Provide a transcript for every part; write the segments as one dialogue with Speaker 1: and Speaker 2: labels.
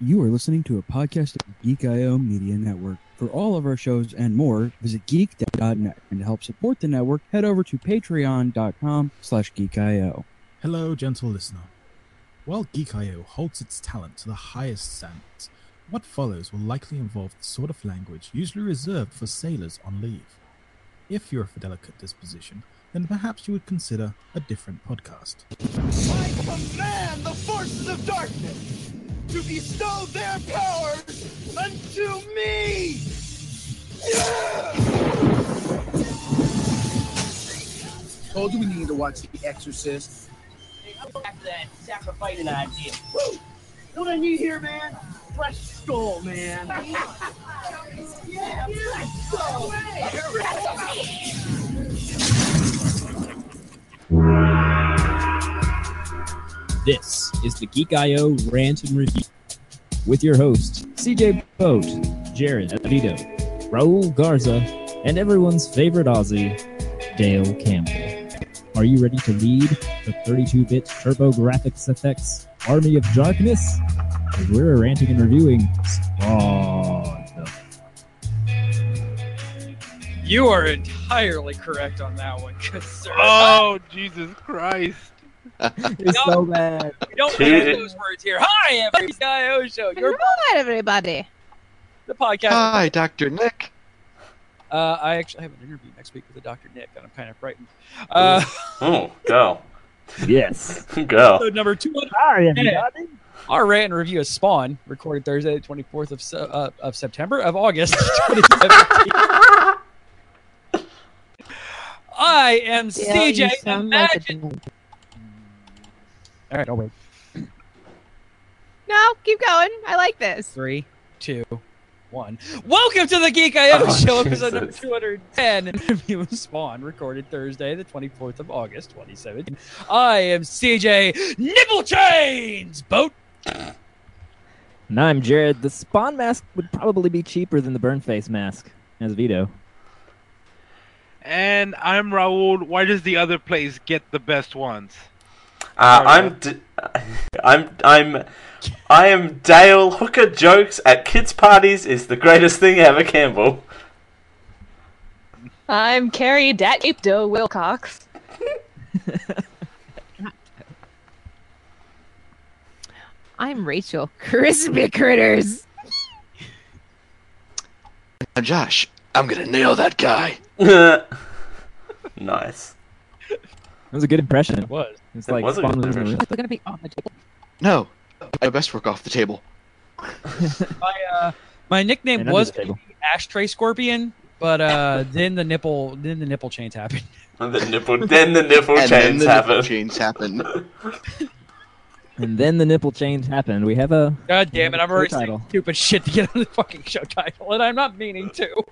Speaker 1: You are listening to a podcast of the Geek IO Media Network. For all of our shows and more, visit geek.net. And to help support the network, head over to patreon.com slash geekio.
Speaker 2: Hello, gentle listener. While Geek.io holds its talent to the highest standards, what follows will likely involve the sort of language usually reserved for sailors on leave. If you're of a delicate disposition, then perhaps you would consider a different podcast.
Speaker 3: I command the forces of darkness to bestow their powers unto me!
Speaker 4: told you we need to watch The Exorcist.
Speaker 3: After that sacrificing idea. Woo! What I need here, man? Fresh skull, man. yeah, fresh skull.
Speaker 5: This is the Geek IO Rant and Review with your hosts, CJ Boat, Jared Avito, Raul Garza, and everyone's favorite Aussie, Dale Campbell. Are you ready to lead the 32 bit Turbo Graphics FX Army of Darkness? As we're ranting and reviewing Spawn.
Speaker 6: You are entirely correct on that one, good sir.
Speaker 7: Oh, Jesus Christ.
Speaker 5: It's so bad.
Speaker 6: we don't use those words here. Hi, everybody, it's the IO Show, your
Speaker 8: Hello, everybody.
Speaker 6: the podcast.
Speaker 7: Hi, Dr. Nick.
Speaker 6: Uh, I actually have an interview next week with a Dr. Nick, and I'm kind of frightened. Uh,
Speaker 9: Oh, go.
Speaker 5: Yes.
Speaker 9: Go.
Speaker 6: episode number 200.
Speaker 5: Sorry,
Speaker 6: everybody. Our rant and review is Spawn, recorded Thursday, the 24th of, Se- uh, of September, of August, 2017. I am CJ. Imagine. All right, I'll wait.
Speaker 8: No, keep going. I like this.
Speaker 6: three, two, one. Welcome to the Geek IO
Speaker 9: Oh,
Speaker 6: Show, episode number
Speaker 9: Jesus.
Speaker 6: 210. Review of Spawn, recorded Thursday, the 24th of August, 2017. I am CJ Nipple Chains Boat.
Speaker 5: And I'm Jared. The Spawn mask would probably be cheaper than the Burn Face mask, as Vito.
Speaker 7: And I'm Raul. Why does the other place get the best ones?
Speaker 9: Uh, I'm, d- I'm, I'm, I am Dale. Hooker jokes at kids' parties is the greatest thing ever, Campbell.
Speaker 8: I'm Carrie Dat Apdo Wilcox. I'm Rachel. Crispy critters.
Speaker 10: I'm Uh, Josh. I'm gonna nail that guy.
Speaker 9: nice.
Speaker 5: That was a good impression.
Speaker 6: It was.
Speaker 5: It's
Speaker 9: It
Speaker 5: like
Speaker 9: was a
Speaker 5: Spawn was
Speaker 9: good
Speaker 5: in the room.
Speaker 9: impression.
Speaker 8: They're gonna be on the table.
Speaker 10: No, my best work off the table.
Speaker 6: My, uh, my nickname
Speaker 5: And under
Speaker 6: was
Speaker 5: the table.
Speaker 6: Ashtray Scorpion, but uh, then the nipple, then the nipple chains happened.
Speaker 9: And the nipple, then the nipple chains
Speaker 10: the
Speaker 9: happen.
Speaker 10: chains happen.
Speaker 5: And then the nipple change happened. We have a
Speaker 6: God damn it! I'm already
Speaker 5: Show title.
Speaker 6: saying stupid shit to get on the fucking show title, and I'm not meaning to.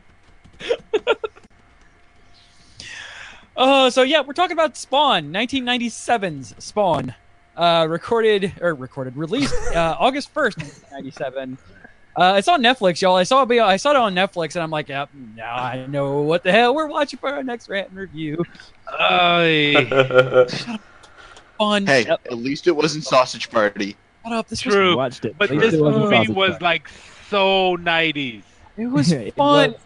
Speaker 6: uh, so yeah, we're talking about Spawn, 1997's Spawn, uh, recorded or recorded, released uh, August 1st, 1997. Uh, it's on Netflix, y'all. I saw it. be- I saw it on Netflix, and I'm like, yeah, now I know what the hell we're watching for our next rant and review.
Speaker 7: Aye.
Speaker 6: Spawn.
Speaker 10: Hey,
Speaker 6: Shut
Speaker 10: at least it wasn't sausage party.
Speaker 6: up. This was
Speaker 7: True.
Speaker 5: watched it.
Speaker 7: But
Speaker 5: At least
Speaker 7: this
Speaker 5: it wasn't
Speaker 7: movie
Speaker 5: sausage
Speaker 7: was
Speaker 5: party.
Speaker 7: like so 90s.
Speaker 6: it was
Speaker 5: It
Speaker 6: fun.
Speaker 5: was-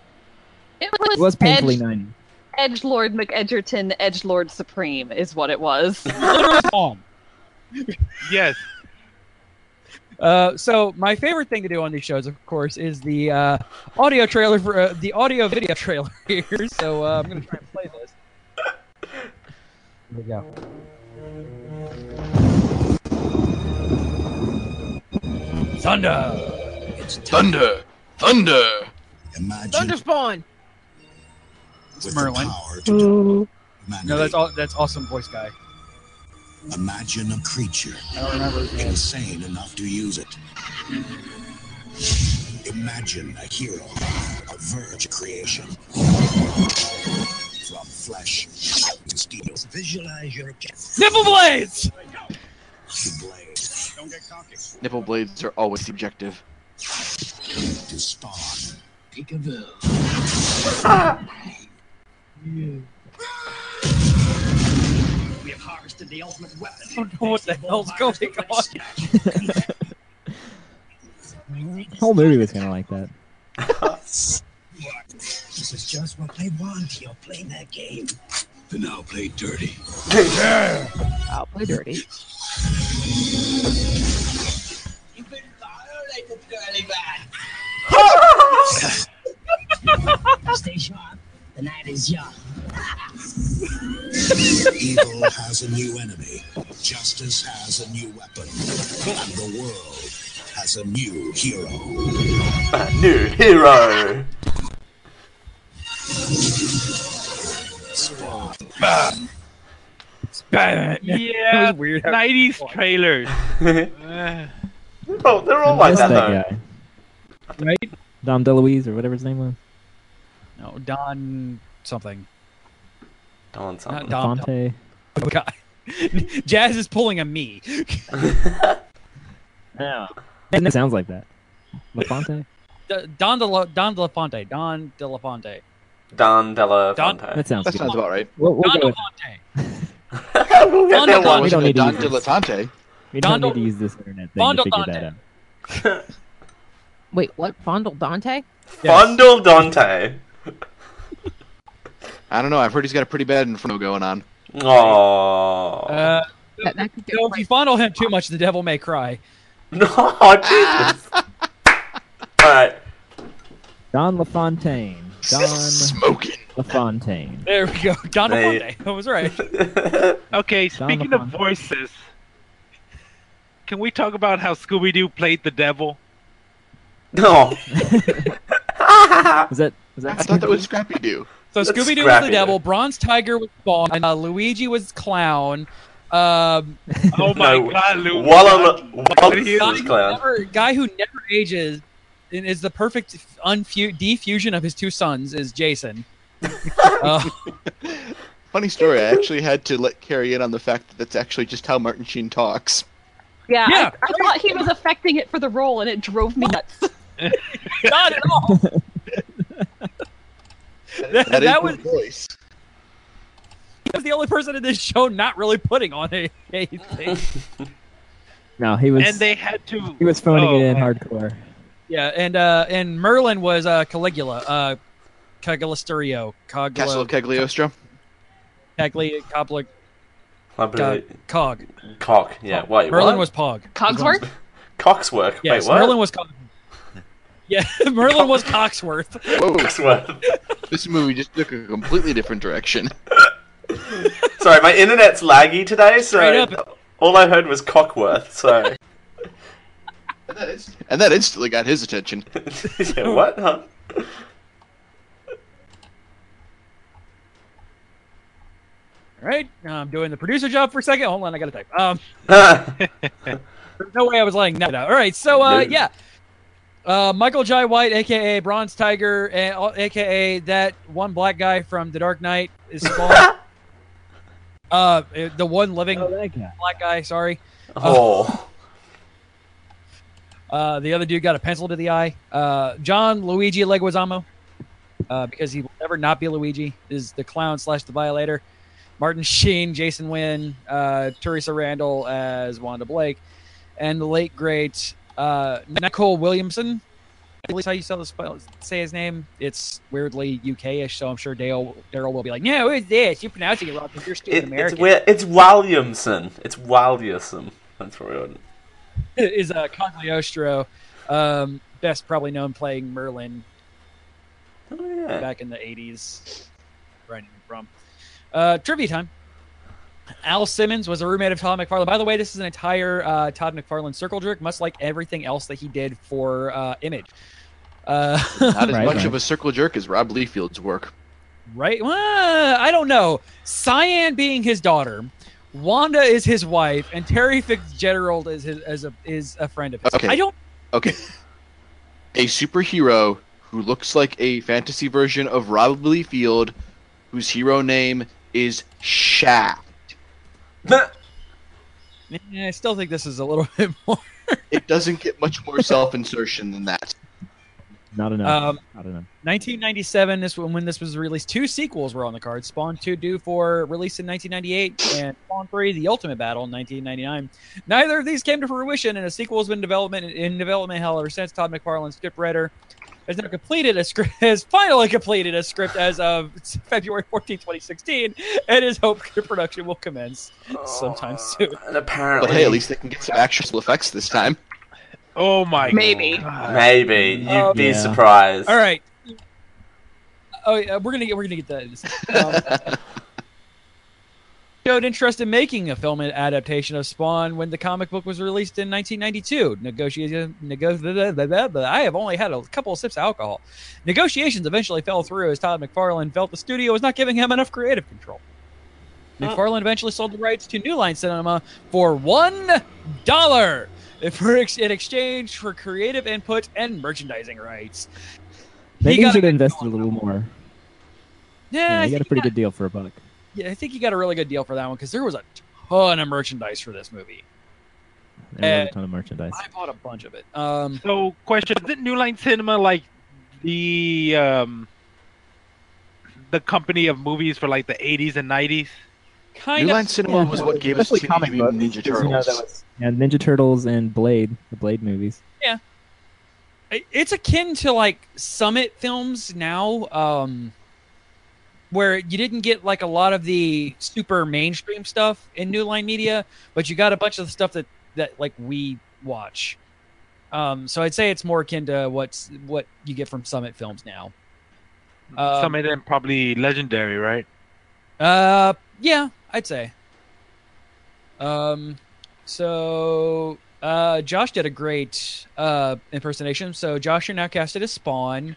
Speaker 11: It
Speaker 5: It was
Speaker 11: was,
Speaker 5: painfully nine.
Speaker 11: Edge Lord McEdgerton, Edge Lord Supreme is what it was.
Speaker 6: Literal Spawn.
Speaker 7: Yes.
Speaker 6: Uh, so my favorite thing to do on these shows, of course, is the uh, audio trailer for uh, the audio video trailer here. So uh, I'm gonna try and play this. Here we go. Thunder.
Speaker 10: Thunder, thunder.
Speaker 8: Thunderspawn.
Speaker 6: It's Merlin. No, that's all. That's awesome voice guy.
Speaker 3: Imagine a creature
Speaker 6: I don't remember. his name.
Speaker 3: insane enough to use it. Imagine a hero, a verge creation. From flesh to steel. Visualize your guess
Speaker 6: Nipple blades.
Speaker 3: to blaze. Don't get cocky.
Speaker 10: Nipple blades are always subjective.
Speaker 3: To spawn. Peekaboo. We have harvested the ultimate weapon.
Speaker 6: I don't know what the hell's going on.
Speaker 5: The whole movie was kind of like that.
Speaker 3: This is just what I want. You're playing that game.
Speaker 12: Then I'll play dirty.
Speaker 8: Oh,
Speaker 3: I'll play dirty.
Speaker 12: Stay sharp. The night is young. Evil has a new enemy. Justice has a new weapon. And the world has a new hero.
Speaker 9: A new hero.
Speaker 12: Spawn.
Speaker 7: Yeah,
Speaker 6: was weird.
Speaker 7: 90s trailers. Eh.
Speaker 9: Oh, they're all
Speaker 5: I
Speaker 9: like
Speaker 5: miss
Speaker 9: that, though.
Speaker 5: guy. Right? Dom DeLuise or whatever his name was.
Speaker 6: No, Don something.
Speaker 9: Don
Speaker 6: something. Don.
Speaker 5: Fonte.
Speaker 6: Oh, God. Jazz is pulling a me.
Speaker 5: Yeah. It sounds like that. LaFonte?
Speaker 6: D- Don De La, Don De La Fonte. Don De La Fonte.
Speaker 9: Don Della
Speaker 6: Don-
Speaker 9: Fonte.
Speaker 5: That sounds That good. sounds about
Speaker 10: right.
Speaker 5: We'll, we'll
Speaker 6: Don
Speaker 5: go
Speaker 6: De
Speaker 5: with,
Speaker 6: Fonte.
Speaker 9: we'll get
Speaker 6: Don
Speaker 9: that
Speaker 6: De-
Speaker 9: one.
Speaker 5: we don't need to
Speaker 10: Don
Speaker 5: use this.
Speaker 10: Dilettante.
Speaker 5: We don't
Speaker 6: Don
Speaker 5: need to use this internet thing
Speaker 8: Don
Speaker 5: to figure
Speaker 8: Dante.
Speaker 5: that out.
Speaker 8: Wait, what? Fondle Dante?
Speaker 9: Fondle Dante.
Speaker 10: I don't know. I've heard he's got a pretty bad inferno going on.
Speaker 9: Oh.
Speaker 6: Uh, no, if you fondle him too much, the devil may cry.
Speaker 9: No, Jesus. Alright.
Speaker 5: Don LaFontaine. Don Smoking. LaFontaine.
Speaker 6: There we go. Don De
Speaker 5: They-
Speaker 6: Fonte. I was right.
Speaker 7: Okay,
Speaker 5: Sound
Speaker 7: speaking of
Speaker 5: upon-
Speaker 7: voices, can we talk about how Scooby Doo played the devil?
Speaker 9: No.
Speaker 5: Was that was that
Speaker 10: I thought that was Scrappy Doo.
Speaker 6: So
Speaker 10: That's
Speaker 6: Scooby Doo was
Speaker 10: Scrappy
Speaker 6: the
Speaker 10: Doo.
Speaker 6: devil. Bronze Tiger was Spawn. Uh, Luigi was Clown. Um,
Speaker 7: Oh my god, Lou.
Speaker 9: Walla Wallace
Speaker 6: guy,
Speaker 9: was
Speaker 6: who
Speaker 9: clown.
Speaker 6: never, guy who never ages and is the perfect unfu- defusion of his two sons is Jason. Uh,
Speaker 10: Funny story. I actually had to let carry in on the fact that that's actually just how Martin Sheen talks.
Speaker 11: Yeah,
Speaker 10: Yeah.
Speaker 11: I, I thought he was affecting it for the role, and it drove me nuts.
Speaker 6: Not at all. that,
Speaker 10: That is
Speaker 6: that was
Speaker 10: his voice.
Speaker 6: that was the only person in this show not really putting on a, anything.
Speaker 5: No, he was.
Speaker 6: And they had to-
Speaker 5: He was phoning
Speaker 6: oh,
Speaker 5: it in
Speaker 6: man.
Speaker 5: hardcore.
Speaker 6: yeah, and uh, and Merlin was uh, Caligula, uh, Cagliostro, Cogla,
Speaker 10: Castle of Cagliostro.
Speaker 6: Cagli, Cobla,
Speaker 9: Library-
Speaker 6: Cog.
Speaker 9: Cog. Yeah. Wait.
Speaker 6: Merlin
Speaker 9: what?
Speaker 6: was Pog.
Speaker 11: Cogsworth?
Speaker 9: Coxwork.
Speaker 6: Yes,
Speaker 9: Wait. What?
Speaker 6: Merlin was Cog. Yeah, Merlin was Coxworth.
Speaker 10: Whoa.
Speaker 9: Coxworth.
Speaker 10: this movie just took a completely different direction.
Speaker 9: Sorry, my internet's laggy today,
Speaker 10: Straight
Speaker 9: so all I heard was Cockworth. So.
Speaker 10: And that instantly got his attention.
Speaker 9: Yeah, what? Huh?
Speaker 6: All right, now I'm doing the producer job for a second. Hold on, I gotta type. Um,
Speaker 9: Oh.
Speaker 6: there's no way I was letting that out. All right, so uh,
Speaker 13: No.
Speaker 6: yeah, uh, Michael Jai White, aka Bronze Tiger, and uh, aka that one black guy from The Dark Knight, is Spawn. uh, the one living
Speaker 5: Oh,
Speaker 6: black Oh, guy. Sorry.
Speaker 9: Oh.
Speaker 6: Uh, the other dude got a pencil to the eye. Uh, John Luigi Leguizamo, uh, because he will never not be Luigi, is the clown slash the violator. Martin Sheen, Jason Wynn, uh, Teresa Randall as Wanda Blake, and the late great uh, Nicole Williamson. I believe is how you spell, spell say his name. It's weirdly UK-ish, so I'm sure Dale Daryl will be like, "No, it's this. You're pronouncing it wrong because you're stupid
Speaker 9: It, it's
Speaker 6: American."
Speaker 9: weird. It's Williamson. It's Williamson. That's weird.
Speaker 6: is uh, Cagliostro, um, best probably known playing Merlin
Speaker 9: yeah.
Speaker 6: back in the 80s. Right from uh, trivia time. Al Simmons was a roommate of Todd McFarlane. By the way, this is an entire uh, Todd McFarlane circle jerk, much like everything else that he did for uh, Image. Uh,
Speaker 10: Not as much of a circle jerk as Rob Leefield's work.
Speaker 6: Right? Well, I don't know. Cyan being his daughter, Wanda is his wife, and Terry Fitzgerald is his, is a is a friend of his.
Speaker 10: Okay.
Speaker 6: I don't.
Speaker 10: Okay. a superhero who looks like a fantasy version of Rob Liefeld, whose hero name is Shaft.
Speaker 6: Yeah, eh, I still think this is a little bit more.
Speaker 10: It doesn't get much more self insertion than that.
Speaker 5: Not enough.
Speaker 6: Um,
Speaker 5: Not enough.
Speaker 6: 1997 this when this was released two sequels were on the card spawn 2 due for release in 1998 and spawn 3 the ultimate battle in 1999 neither of these came to fruition and a sequel has been development in development hell ever since todd mcfarlane script writer has now completed a script has finally completed a script as of february 14 2016 and is hoped the production will commence sometime soon
Speaker 9: and apparently
Speaker 10: But hey, at least they can get some actual effects this time.
Speaker 7: Oh my.
Speaker 6: maybe
Speaker 9: Maybe you'd
Speaker 6: Um,
Speaker 9: be
Speaker 6: Yeah.
Speaker 9: surprised.
Speaker 6: All right. Oh, yeah, we're gonna get we're gonna get that. in a second. Um, showed interest in making a film adaptation of Spawn when the comic book was released in 1992. Negotiations, nego- blah, blah, blah, blah, blah. I have only had a couple of sips of alcohol. Negotiations eventually fell through as Todd McFarlane felt the studio was not giving him enough creative control.
Speaker 5: Oh.
Speaker 6: McFarlane eventually sold the rights to New Line Cinema for one dollar for ex- in exchange for creative input and merchandising rights.
Speaker 5: They
Speaker 6: He got
Speaker 5: should
Speaker 6: a-
Speaker 5: have invested a little more.
Speaker 6: Yeah, I
Speaker 5: you got a
Speaker 6: think
Speaker 5: pretty good deal for a buck.
Speaker 6: Yeah, I think you got a really good deal for that one because there was a ton of merchandise for this movie.
Speaker 5: There was
Speaker 6: Uh,
Speaker 5: a ton of merchandise.
Speaker 6: I bought a bunch of it. Um,
Speaker 7: so, question: Isn't New Line Cinema like the um, the company of movies for like the '80s and '90s?
Speaker 6: Kind
Speaker 10: New Line Cinema was what gave us
Speaker 5: Especially
Speaker 10: Teenage
Speaker 5: comic
Speaker 10: Mutant
Speaker 5: books,
Speaker 10: Ninja
Speaker 5: 'cause, you know, that
Speaker 10: Turtles.
Speaker 5: was- Yeah, Ninja Turtles and Blade, the Blade movies.
Speaker 6: Yeah, I- it's akin to like Summit films now, um, where you didn't get like a lot of the super mainstream stuff in New Line Media, but you got a bunch of the stuff that that like we watch. Um, so I'd say it's more akin to what's what you get from Summit films now. Um,
Speaker 7: Some of them probably legendary, right?
Speaker 6: Uh, yeah, I'd say. Um, so uh, Josh did a great uh impersonation. So Josh, you're now casted as Spawn.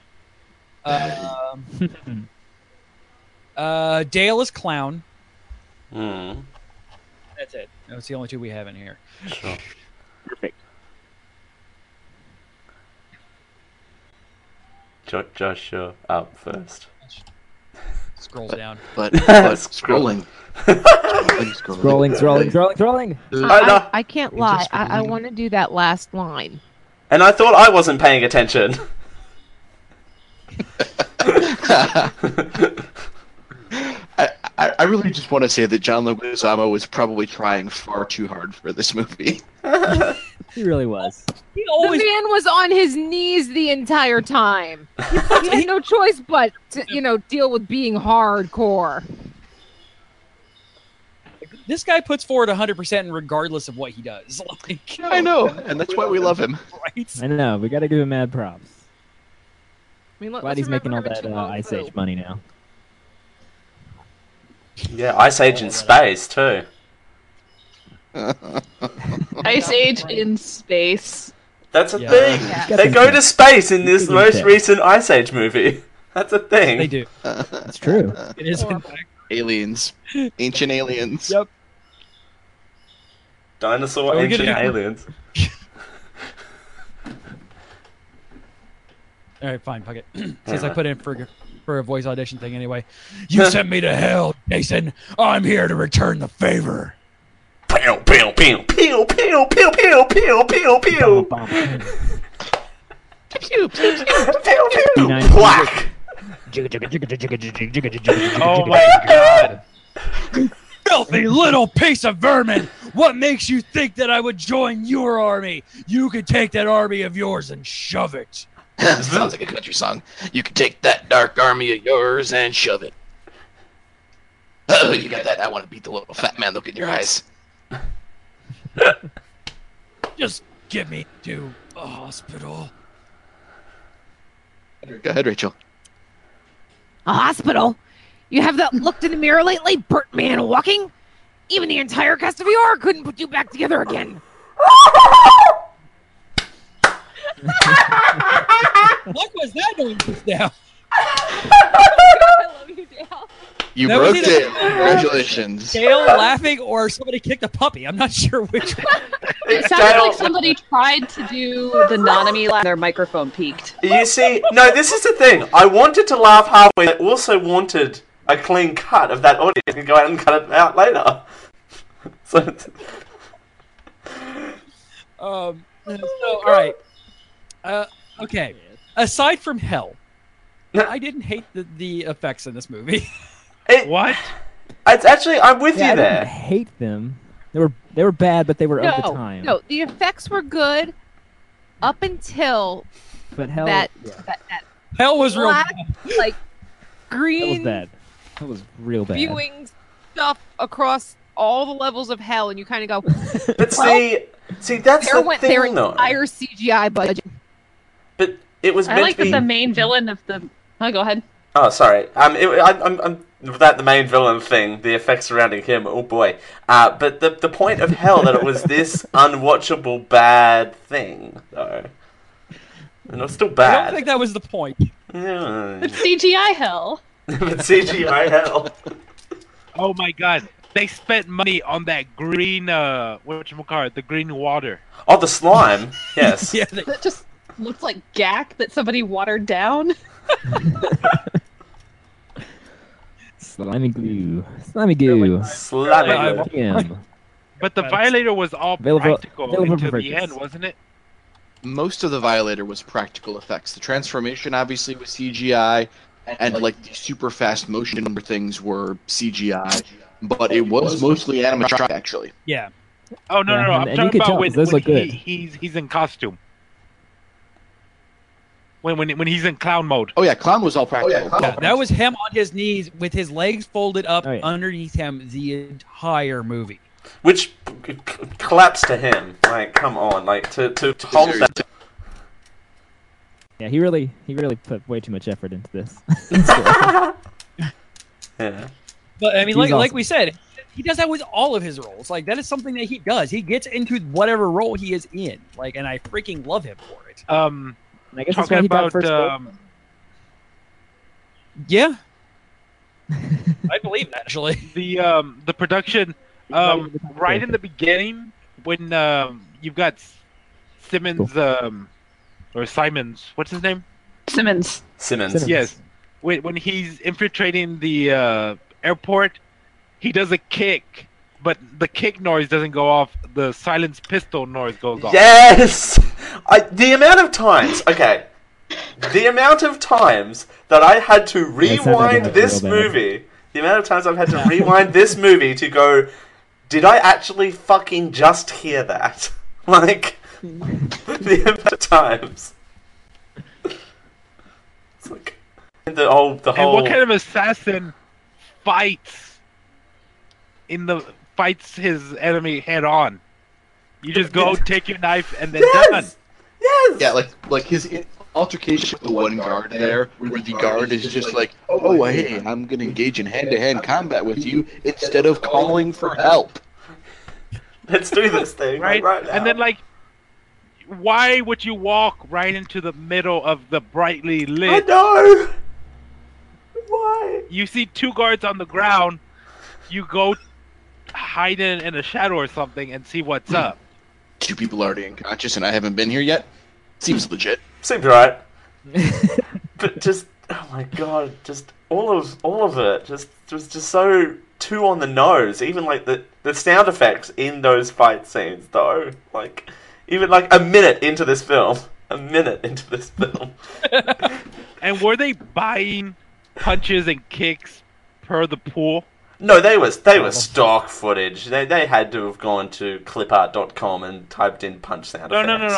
Speaker 6: Um, uh, Dale is Clown.
Speaker 9: Mm.
Speaker 6: That's it. That's the only two we have in here.
Speaker 9: Sure.
Speaker 5: Perfect.
Speaker 9: Jo- Joshua up first.
Speaker 6: Scrolls down.
Speaker 10: But, but
Speaker 9: Scroll.
Speaker 10: scrolling. scrolling,
Speaker 5: Scrolling, scrolling, scrolling, scrolling.
Speaker 8: Mm.
Speaker 9: I know.
Speaker 8: I, I can't lie. I, I want to do that last line.
Speaker 9: And I thought I wasn't paying attention.
Speaker 10: I, I, I really just want to say that John Leguizamo was probably trying far too hard for this movie.
Speaker 5: He really was.
Speaker 6: He
Speaker 8: the man was on his knees the entire time. he had no choice but to, you know, deal with being hardcore.
Speaker 6: This guy puts forward 100 percent regardless of what he does. Like,
Speaker 10: I know, and that's why we love him.
Speaker 6: Right?
Speaker 5: I know. We got to give him mad props.
Speaker 8: I mean, let,
Speaker 5: Glad
Speaker 8: let's
Speaker 5: he's making all
Speaker 8: remember
Speaker 5: that
Speaker 8: Richie
Speaker 5: uh, Ice Age money now.
Speaker 9: Yeah, Ice Age in space too.
Speaker 11: Ice Age in space.
Speaker 9: That's a
Speaker 11: Yeah.
Speaker 9: thing.
Speaker 11: Yeah.
Speaker 9: They go to space in this
Speaker 11: Speaking
Speaker 9: most
Speaker 11: of
Speaker 9: recent Ice Age movie. That's a thing.
Speaker 6: They do.
Speaker 10: That's
Speaker 5: true.
Speaker 6: It is in fact.
Speaker 10: Aliens. Ancient aliens.
Speaker 6: Yep.
Speaker 9: Dinosaur
Speaker 10: Are we
Speaker 9: ancient
Speaker 10: getting-
Speaker 9: aliens.
Speaker 6: All right, fine, fuck it. Since I
Speaker 13: Alright.
Speaker 6: put in for for a voice audition thing anyway. You sent me to hell, Jason. I'm here to return the favor.
Speaker 9: Pew pew pew pew pew pew pew pew pew pew.
Speaker 10: Pew, pew, pew.
Speaker 9: Pew pew. Whack.
Speaker 5: oh
Speaker 7: my god.
Speaker 6: Filthy little piece of vermin! What makes you think that I would join your army? You could take that army of yours and shove it.
Speaker 10: Sounds like a country song. You can take that dark army of yours and shove it. Oh, you got that? I want to beat the little fat man look in your eyes.
Speaker 6: Just get me to a hospital.
Speaker 10: Go ahead, Rachel.
Speaker 8: A hospital? You have that looked in the mirror lately, Bert Man walking? Even the entire cast of ER couldn't put you back together again.
Speaker 6: What was that doing just now?
Speaker 10: You
Speaker 6: That was
Speaker 10: broke
Speaker 6: either-
Speaker 10: it. Congratulations.
Speaker 6: Dale laughing or somebody kicked a puppy. I'm not sure which one.
Speaker 11: It sounded like somebody tried to do the nonomy laugh. Their microphone peaked.
Speaker 9: You see, no, this is the thing. I wanted to laugh halfway. I also wanted a clean cut of that audio and go out and cut it out later. So, it's-
Speaker 6: Oh Um, so, all right. Uh, okay. aside from hell, I didn't hate the, the effects in this movie.
Speaker 9: what? It's actually I'm with
Speaker 5: Yeah, I
Speaker 9: you
Speaker 5: didn't
Speaker 9: there.
Speaker 5: hate them. They were they were bad, but they were
Speaker 11: no,
Speaker 5: of the time.
Speaker 11: no, the effects were good up until
Speaker 5: But hell,
Speaker 11: that,
Speaker 5: yeah,
Speaker 11: that that
Speaker 6: hell was
Speaker 5: real
Speaker 11: black, like
Speaker 5: that was
Speaker 11: green
Speaker 5: bad. That was real bad.
Speaker 11: viewing stuff across all the levels of hell, and you kind of go.
Speaker 9: But see, see that's
Speaker 11: there
Speaker 9: the
Speaker 11: went
Speaker 9: thing
Speaker 11: their
Speaker 9: though.
Speaker 11: entire CGI budget.
Speaker 9: But it was meant
Speaker 11: I like
Speaker 9: to be.
Speaker 11: that the
Speaker 9: main
Speaker 11: villain of the. Oh, go ahead.
Speaker 9: Oh, sorry. Um, it, I, I'm, I'm that the main villain thing, the effects surrounding him. Oh boy. Uh, but the the point of hell that it was this unwatchable bad thing though, and it was
Speaker 6: I
Speaker 9: still
Speaker 6: don't
Speaker 9: bad.
Speaker 6: think that was the point.
Speaker 9: Yeah.
Speaker 11: It's CGI hell.
Speaker 9: But CGI hell.
Speaker 7: Oh my god. They spent money on that green uh what it? the green water.
Speaker 9: Oh, the slime. Yes.
Speaker 6: yeah.
Speaker 11: That just looks like gack that somebody watered down.
Speaker 5: Slimy glue. Slimy goo.
Speaker 9: Slimy glue.
Speaker 5: Damn.
Speaker 7: But the violator was all
Speaker 5: Available-
Speaker 7: practical
Speaker 5: available
Speaker 7: until
Speaker 5: for
Speaker 7: the
Speaker 5: purchase.
Speaker 7: end, wasn't it?
Speaker 10: Most of the Violator was practical effects. The transformation obviously was CGI, and like the super fast motion number things were CGI, but it was mostly animatronic actually.
Speaker 6: Yeah.
Speaker 7: Oh no
Speaker 5: Yeah,
Speaker 7: no no! I'm
Speaker 5: and- and you
Speaker 7: talking
Speaker 5: could
Speaker 7: about
Speaker 5: tell,
Speaker 7: when,
Speaker 5: 'cause those
Speaker 7: when
Speaker 5: look good.
Speaker 7: he, he's he's in costume. When when when he's in clown mode.
Speaker 10: Oh yeah, clown was all practical.
Speaker 5: Oh,
Speaker 6: Yeah, that was him on his knees with his legs folded up underneath him the entire movie.
Speaker 9: Which collapsed to him. Like, come on. Like to to, to hold that.
Speaker 5: Yeah, he really he really put way too much effort into this.
Speaker 9: Yeah.
Speaker 6: But I mean,
Speaker 5: He's
Speaker 6: like, like
Speaker 5: awesome.
Speaker 6: we said, he does that with all of his roles. Like that is something that he does. He gets into whatever role he is in. Like, and I freaking love him for it.
Speaker 7: Um,
Speaker 5: I guess that's
Speaker 6: talking
Speaker 5: why he got
Speaker 6: about
Speaker 5: first vote.
Speaker 6: um, yeah. I believe that actually.
Speaker 7: The um the production um right in the beginning when um you've got S- Simmons um or Simons what's his name
Speaker 11: Simmons.
Speaker 9: Simmons.
Speaker 7: Yes. When when he's infiltrating the uh, airport, he does a kick, but the kick noise doesn't go off. The silenced pistol noise goes off.
Speaker 9: Yes. I, the amount of times. Okay. The amount of times that I had to
Speaker 12: it sounded like
Speaker 9: rewind
Speaker 12: a
Speaker 9: this
Speaker 12: real bad.
Speaker 9: movie. The amount of times I've had to rewind this movie to go. Did I actually fucking just hear that? Like the amount of times. It's like and the whole the
Speaker 7: And
Speaker 9: whole.
Speaker 7: what kind of assassin fights in the fights his enemy head on? You just go take your knife and then done.
Speaker 10: Yeah, like like his in- altercation with the one guard there, where the guard is just like, "Oh hey, I'm gonna engage in hand-to-hand combat with you instead of calling for help."
Speaker 9: Let's do this thing
Speaker 7: right?
Speaker 9: right, right now.
Speaker 7: and then like, why would you walk right into the middle of the brightly lit?
Speaker 9: I know. Why?
Speaker 7: You see two guards on the ground. You go hide in in a shadow or something and see what's up.
Speaker 10: Two people already unconscious, and I haven't been here yet. Seems legit.
Speaker 9: Seems right. but just oh my god, just all of all of it, just was just so too on the nose. Even like the the sound effects in those fight scenes, though, like even like a minute into this film, a minute into this film,
Speaker 7: And were they buying punches and kicks per the pool?
Speaker 9: no, they was they were stock footage. They they had to have gone to clipart.com and typed in punch sound
Speaker 7: No,
Speaker 9: effects.
Speaker 7: no, no, no,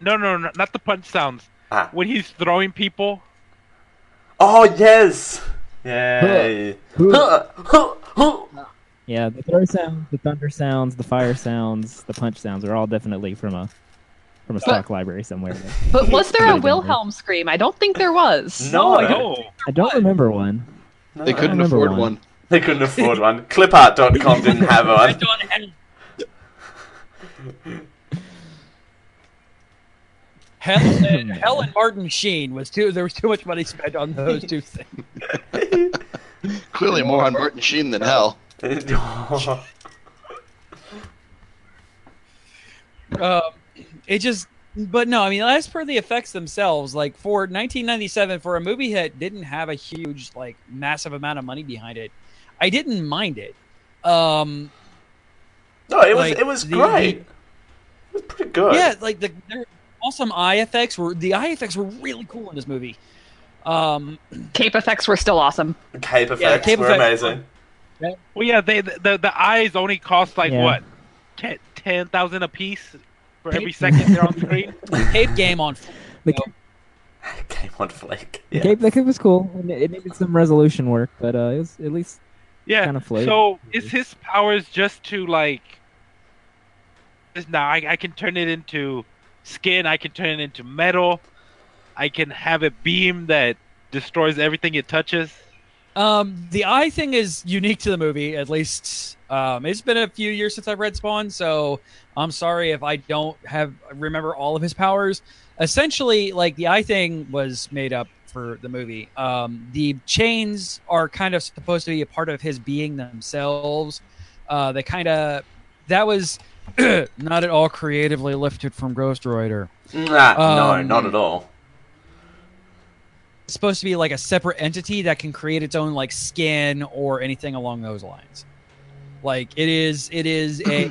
Speaker 7: no, no, no, not the punch sounds.
Speaker 9: Ah.
Speaker 7: When he's throwing people,
Speaker 9: Oh yes, yay. Huh, huh, huh.
Speaker 5: Yeah, the throw sounds, the thunder sounds, the fire sounds, the punch sounds are all definitely from a from a stock library somewhere.
Speaker 11: But was there a
Speaker 5: Evidently.
Speaker 11: Wilhelm scream? I don't think there was.
Speaker 9: No.
Speaker 11: I don't.
Speaker 5: I don't remember one.
Speaker 10: They couldn't
Speaker 5: remember
Speaker 10: afford
Speaker 5: one.
Speaker 10: one.
Speaker 9: They couldn't afford one. Clipart.com didn't have one.
Speaker 6: Hell and, Hell and Martin Sheen was too. There was too much money spent on those two things.
Speaker 10: Clearly more on Martin Sheen than hell.
Speaker 6: Um, it just, but no, I mean, as per the effects themselves, like for 1997, for a movie that didn't have a huge, like, massive amount of money behind it, I didn't mind it. Um,
Speaker 9: No, it was
Speaker 6: like,
Speaker 9: it was
Speaker 6: the-
Speaker 9: great.
Speaker 6: the-
Speaker 9: it was pretty good.
Speaker 6: Yeah, like the there, awesome eye effects were the eye effects were really cool in this movie. Um,
Speaker 11: cape effects were still awesome.
Speaker 9: Cape effects
Speaker 6: Yeah, cape
Speaker 9: were
Speaker 6: effects.
Speaker 9: amazing.
Speaker 7: Well, yeah, they the the, the eyes only cost like
Speaker 9: Yeah.
Speaker 7: what ten ten thousand a piece for every second they're on screen.
Speaker 6: Cape game on.
Speaker 5: The
Speaker 9: Came on flake.
Speaker 5: The cape, the cape was cool. and It, it needed some resolution work, but uh, it was at least
Speaker 7: Yeah.
Speaker 5: kind of floated.
Speaker 7: So is his powers just to like? Just now, I, I can turn it into skin. I can turn it into metal. I can have a beam that destroys everything it touches.
Speaker 6: Um, the eye thing is unique to the movie, at least. Um, it's been a few years since I've read Spawn, so I'm sorry if I don't have remember all of his powers. Essentially, like the eye thing was made up for the movie. Um, the chains are kind of supposed to be a part of his being themselves. Uh, they kind of that was not at all creatively lifted from Ghost Rider.
Speaker 9: Nah,
Speaker 6: Um,
Speaker 9: no, not at all.
Speaker 6: It's supposed to be like a separate entity that can create its own like skin or anything along those lines. Like it is, it is a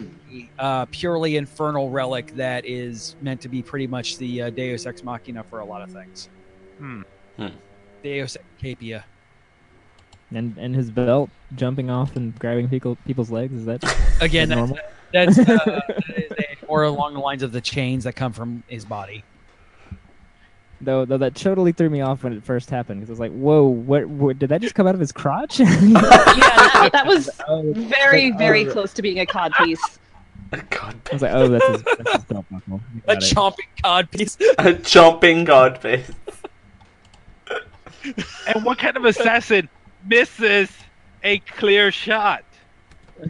Speaker 6: uh, purely infernal relic that is meant to be pretty much the uh, Deus ex machina for a lot of things.
Speaker 7: Hmm.
Speaker 6: Deus ex capia.
Speaker 5: and and his belt jumping off and grabbing people people's legs is that
Speaker 6: Again,
Speaker 5: that
Speaker 6: that's,
Speaker 5: normal?
Speaker 6: that's uh, that is a, or along the lines of the chains that come from his body.
Speaker 5: Though, though that totally threw me off when it first happened because I was like, "Whoa, what, what? Did that just come out of his crotch?" I
Speaker 11: Yeah, that was very,
Speaker 5: Oh.
Speaker 11: very
Speaker 9: uh,
Speaker 11: close to being a cod piece.
Speaker 5: was like, "Oh, that's his, that's his belt buckle."
Speaker 6: A chomping cod piece.
Speaker 9: A chomping god face.
Speaker 7: And what kind of assassin misses a clear shot?
Speaker 8: A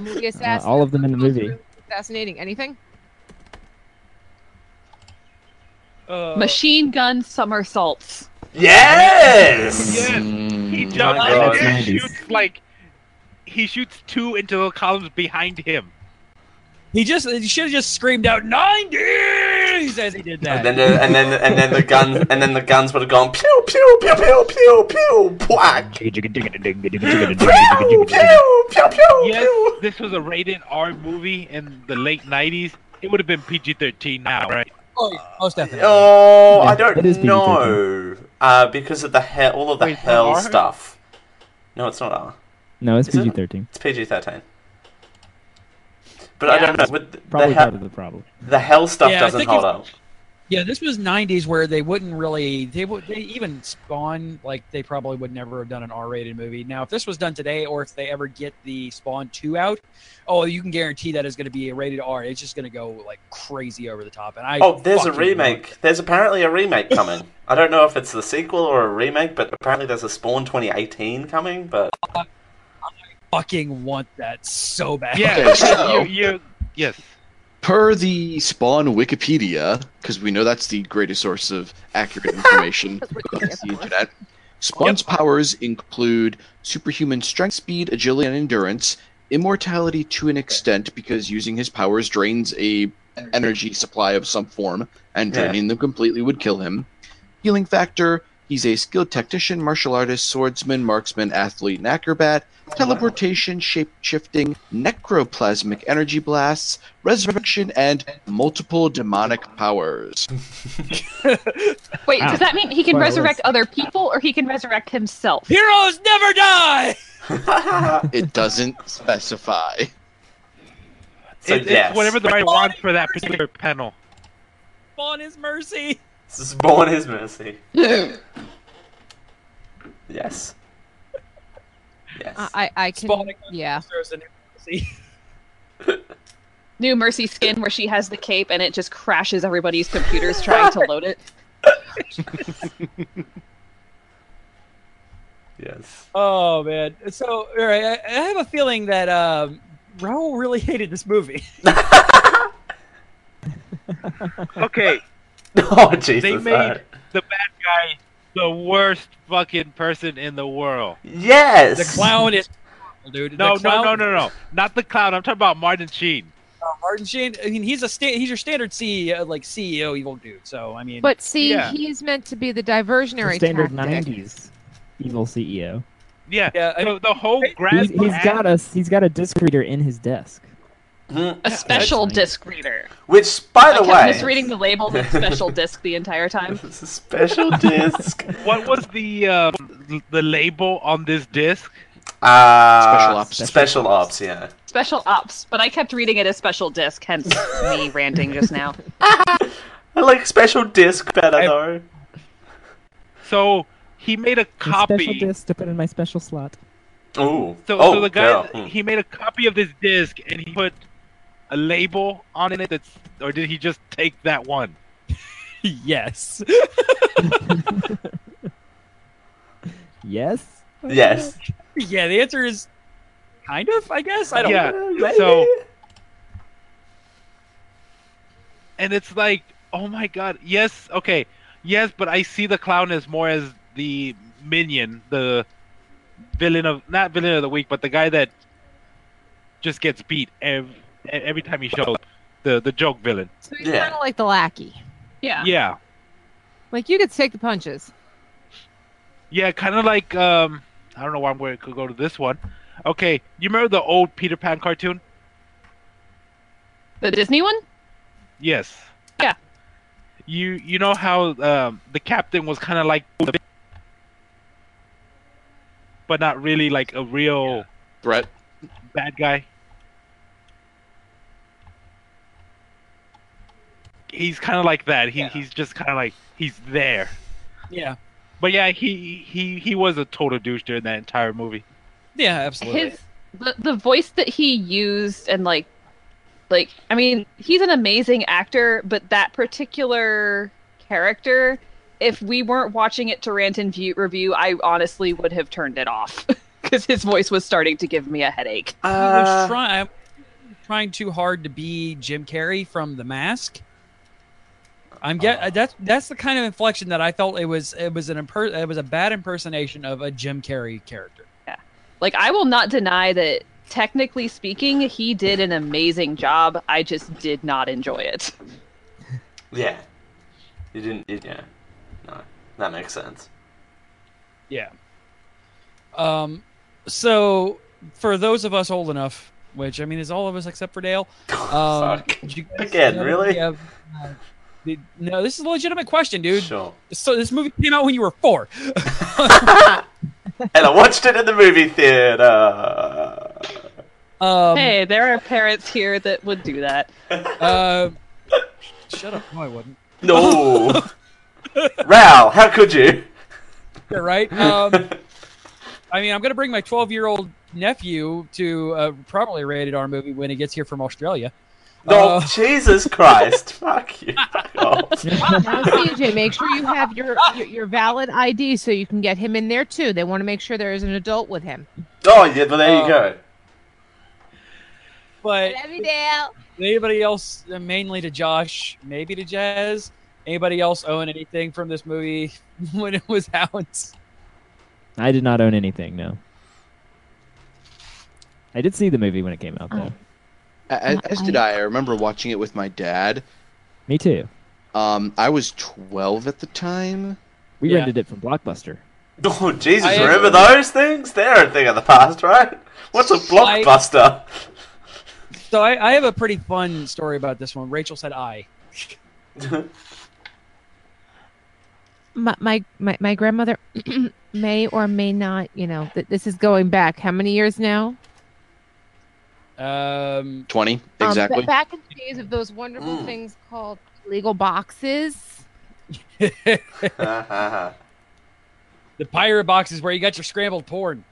Speaker 8: movie
Speaker 5: Uh,
Speaker 8: assassin.
Speaker 5: all of them in the movie.
Speaker 8: Fascinating. Anything?
Speaker 9: Uh,
Speaker 11: Machine gun somersaults.
Speaker 9: Yes.
Speaker 7: Yes. He jumps
Speaker 9: Mm, my
Speaker 7: and
Speaker 9: God.
Speaker 7: then
Speaker 9: Nineties.
Speaker 7: shoots like he shoots two into the columns behind him.
Speaker 6: He just he should have just screamed out nineties as he did that.
Speaker 9: And then, the, and then, and then the guns, and then the guns would have gone pew pew pew pew pew pew whack. Pew pew pew pew.
Speaker 7: Yes, this was a rated R movie in the late '90s. It would have been PG-13 now, right?
Speaker 6: Oh, yeah,
Speaker 9: Uh,
Speaker 6: most definitely.
Speaker 9: Oh, I
Speaker 7: Yeah, it is
Speaker 9: don't
Speaker 7: PG-13.
Speaker 9: know. Uh, because of the hell, all of the
Speaker 7: Wait, is that
Speaker 9: hell
Speaker 7: R?
Speaker 9: stuff. No, it's not R.
Speaker 5: No, it's
Speaker 9: Is it?
Speaker 5: PG thirteen.
Speaker 9: It's PG thirteen. But I don't know. With the,
Speaker 5: Probably
Speaker 9: the hell,
Speaker 5: part of the problem.
Speaker 9: the hell stuff
Speaker 6: Yeah, I
Speaker 9: doesn't
Speaker 6: think
Speaker 9: hold
Speaker 6: you-
Speaker 9: up.
Speaker 6: Yeah, this was '90s where they wouldn't really they would they even Spawn like they probably would never have done an R-rated movie. Now, if this was done today, or if they ever get the Spawn two out, oh, you can guarantee that is going to be a rated R. It's just going to go like crazy over the top. And I
Speaker 9: oh, there's a
Speaker 6: fucking
Speaker 9: remake. There's apparently a remake coming. I don't know if it's the sequel or a remake, but apparently there's a Spawn 2018 coming. But
Speaker 6: fucking want that so bad.
Speaker 7: Yeah,
Speaker 10: so-
Speaker 7: you, you, yes.
Speaker 10: Per the Spawn Wikipedia, because we know that's the greatest source of accurate information on the internet, Spawn's powers include superhuman strength, speed, agility, and endurance, immortality to an extent because using his powers drains a energy supply of some form, and
Speaker 9: Yeah.
Speaker 10: draining them completely would kill him. Healing factor, he's a skilled tactician, martial artist, swordsman, marksman, athlete, and acrobat. Teleportation, shape shifting, necroplasmic energy blasts, resurrection, and multiple demonic powers.
Speaker 11: Wait,
Speaker 10: Wow.
Speaker 11: does that mean he can
Speaker 10: Wow,
Speaker 11: resurrect other people or he can resurrect himself?
Speaker 6: Heroes never die.
Speaker 10: it doesn't specify.
Speaker 9: So,
Speaker 7: It- it's
Speaker 9: yes.
Speaker 7: whatever the right one for that particular panel.
Speaker 6: Spawn is mercy.
Speaker 9: Spawn is mercy. Yes. Yes.
Speaker 8: Uh, I I can. Yeah.
Speaker 11: New Mercy skin where she has the cape and it just crashes everybody's computers trying to load it.
Speaker 9: Yes.
Speaker 6: Oh man. So all right, I, I have a feeling that um, Raul really hated this movie.
Speaker 7: Okay.
Speaker 9: Oh Jesus!
Speaker 7: they made
Speaker 9: alright.
Speaker 7: the bad guy the worst fucking person in the world.
Speaker 9: Yes.
Speaker 6: The clown is dude. The
Speaker 7: No, no,
Speaker 6: clown-
Speaker 7: no, no, no. Not the clown. I'm talking about Martin Sheen.
Speaker 6: Uh, Martin Sheen. I mean, he's a sta- he's your standard CEO, like CEO evil dude. So I mean,
Speaker 8: But see,
Speaker 6: yeah,
Speaker 8: he's meant to be the
Speaker 5: The
Speaker 8: diversionary
Speaker 5: standard
Speaker 8: tactic.
Speaker 5: nineties evil E CEO.
Speaker 7: yeah. so the whole grab
Speaker 5: He's, he's got a he's got a disc reader in his desk.
Speaker 11: a special disc reader.
Speaker 9: Which, by
Speaker 11: I
Speaker 9: the
Speaker 11: kept
Speaker 9: way,
Speaker 11: misreading the label with special disc the entire time.
Speaker 9: special disc.
Speaker 7: What was the uh, the label on this disc?
Speaker 9: Uh,
Speaker 7: Special ops.
Speaker 9: Special ops. Yeah.
Speaker 11: Special ops, but I kept reading it as special disc, hence me ranting just now.
Speaker 9: I like special disc better though.
Speaker 7: So he made a
Speaker 5: A Special
Speaker 7: copy.
Speaker 5: disc to put in my special slot.
Speaker 9: Ooh.
Speaker 7: So,
Speaker 9: oh,
Speaker 7: so the guy
Speaker 9: girl. Hmm.
Speaker 7: he made a copy of this disc and he put a label on it. That's or did he just take that one?
Speaker 6: yes.
Speaker 5: Yes.
Speaker 9: Mm. Yes.
Speaker 6: Yeah, the answer is kind of, I guess. I don't
Speaker 7: yeah.
Speaker 6: know.
Speaker 7: So. And it's like, oh my god, yes, okay, yes, but I see the clown as more as the minion, the villain of not villain of the week, but the guy that just gets beat every, every time he shows up, the the joke villain.
Speaker 8: So he's kind of like the lackey.
Speaker 11: Yeah.
Speaker 7: Yeah,
Speaker 8: Like you could take the punches.
Speaker 7: yeah, kind of like um, I don't know why I'm going to go to this one. Okay, you remember the old Peter Pan cartoon?
Speaker 11: The Disney one?
Speaker 7: Yes.
Speaker 11: Yeah.
Speaker 7: You you know how um, the captain was kind of like the big- but not really like a real
Speaker 10: threat
Speaker 7: bad guy. He's kind of like that. He he's just kind of like he's there.
Speaker 6: Yeah.
Speaker 7: But yeah, he he he was a total douche during that entire movie.
Speaker 6: Yeah, absolutely.
Speaker 11: His the, the voice that he used and like like I mean, he's an amazing actor, but that particular character, if we weren't watching it to rant and view, review, I honestly would have turned it off because his voice was starting to give me a headache.
Speaker 6: he
Speaker 11: uh,
Speaker 6: was trying trying too hard to be Jim Carrey from The Mask. I'm get
Speaker 9: Oh.
Speaker 6: that's that's the kind of inflection that I felt it was it was an imper- it was a bad impersonation of a Jim Carrey character.
Speaker 11: like I will not deny that technically speaking, he did an amazing job. I just did not enjoy it.
Speaker 9: Uh, Yeah. You didn't. You, yeah. No, that makes sense.
Speaker 6: Yeah. Um, so for those of us old enough, which I mean is all of us except for Dale. Um,
Speaker 9: Fuck.
Speaker 6: did you guys
Speaker 9: Again,
Speaker 6: know
Speaker 9: really?
Speaker 6: we have, uh, did- no, this is a legitimate question, dude.
Speaker 9: Sure.
Speaker 6: So this movie came out when you were four.
Speaker 9: And I watched it in the movie theater.
Speaker 6: Um,
Speaker 11: hey, there are parents here that would do that.
Speaker 6: Uh, shut up! No, I wouldn't.
Speaker 9: No. Ral, how could you?
Speaker 6: Yeah, right? Um, I mean, I'm going to bring my 12 year old nephew to a probably rated R movie when he gets here from Australia.
Speaker 9: No,
Speaker 6: Uh,
Speaker 9: Jesus Christ. Fuck you. Fuck off.
Speaker 8: Now, CJ, make sure you have your, your your valid ID so you can get him in there too. They want to make sure there is an adult with him.
Speaker 9: Oh, yeah, well, there you go.
Speaker 6: but
Speaker 8: Every Dale.
Speaker 6: anybody else, uh, mainly to Josh, maybe to Jazz, anybody else own anything from this movie when it was out?
Speaker 5: I did not own anything. No. I did see the movie when it came out, though.
Speaker 9: Oh.
Speaker 10: As, as did I. I remember watching it with my dad.
Speaker 5: Me too.
Speaker 10: Um, I was 12 at the time.
Speaker 5: We
Speaker 10: Yeah.
Speaker 5: rented it from Blockbuster.
Speaker 9: Oh, Jesus.
Speaker 10: I-
Speaker 9: remember those things? They're a thing of the past, right? What's a
Speaker 6: I-
Speaker 9: blockbuster?
Speaker 6: So I, I have a pretty fun story about this one. Rachel said I.
Speaker 8: my my my, my grandmother may or may not you know th- this is going back how many years now
Speaker 6: Um,
Speaker 10: 20,
Speaker 8: Um, ba-
Speaker 10: exactly.
Speaker 8: back in the days of those wonderful things called legal boxes
Speaker 6: the pirate box is where you got your scrambled porn.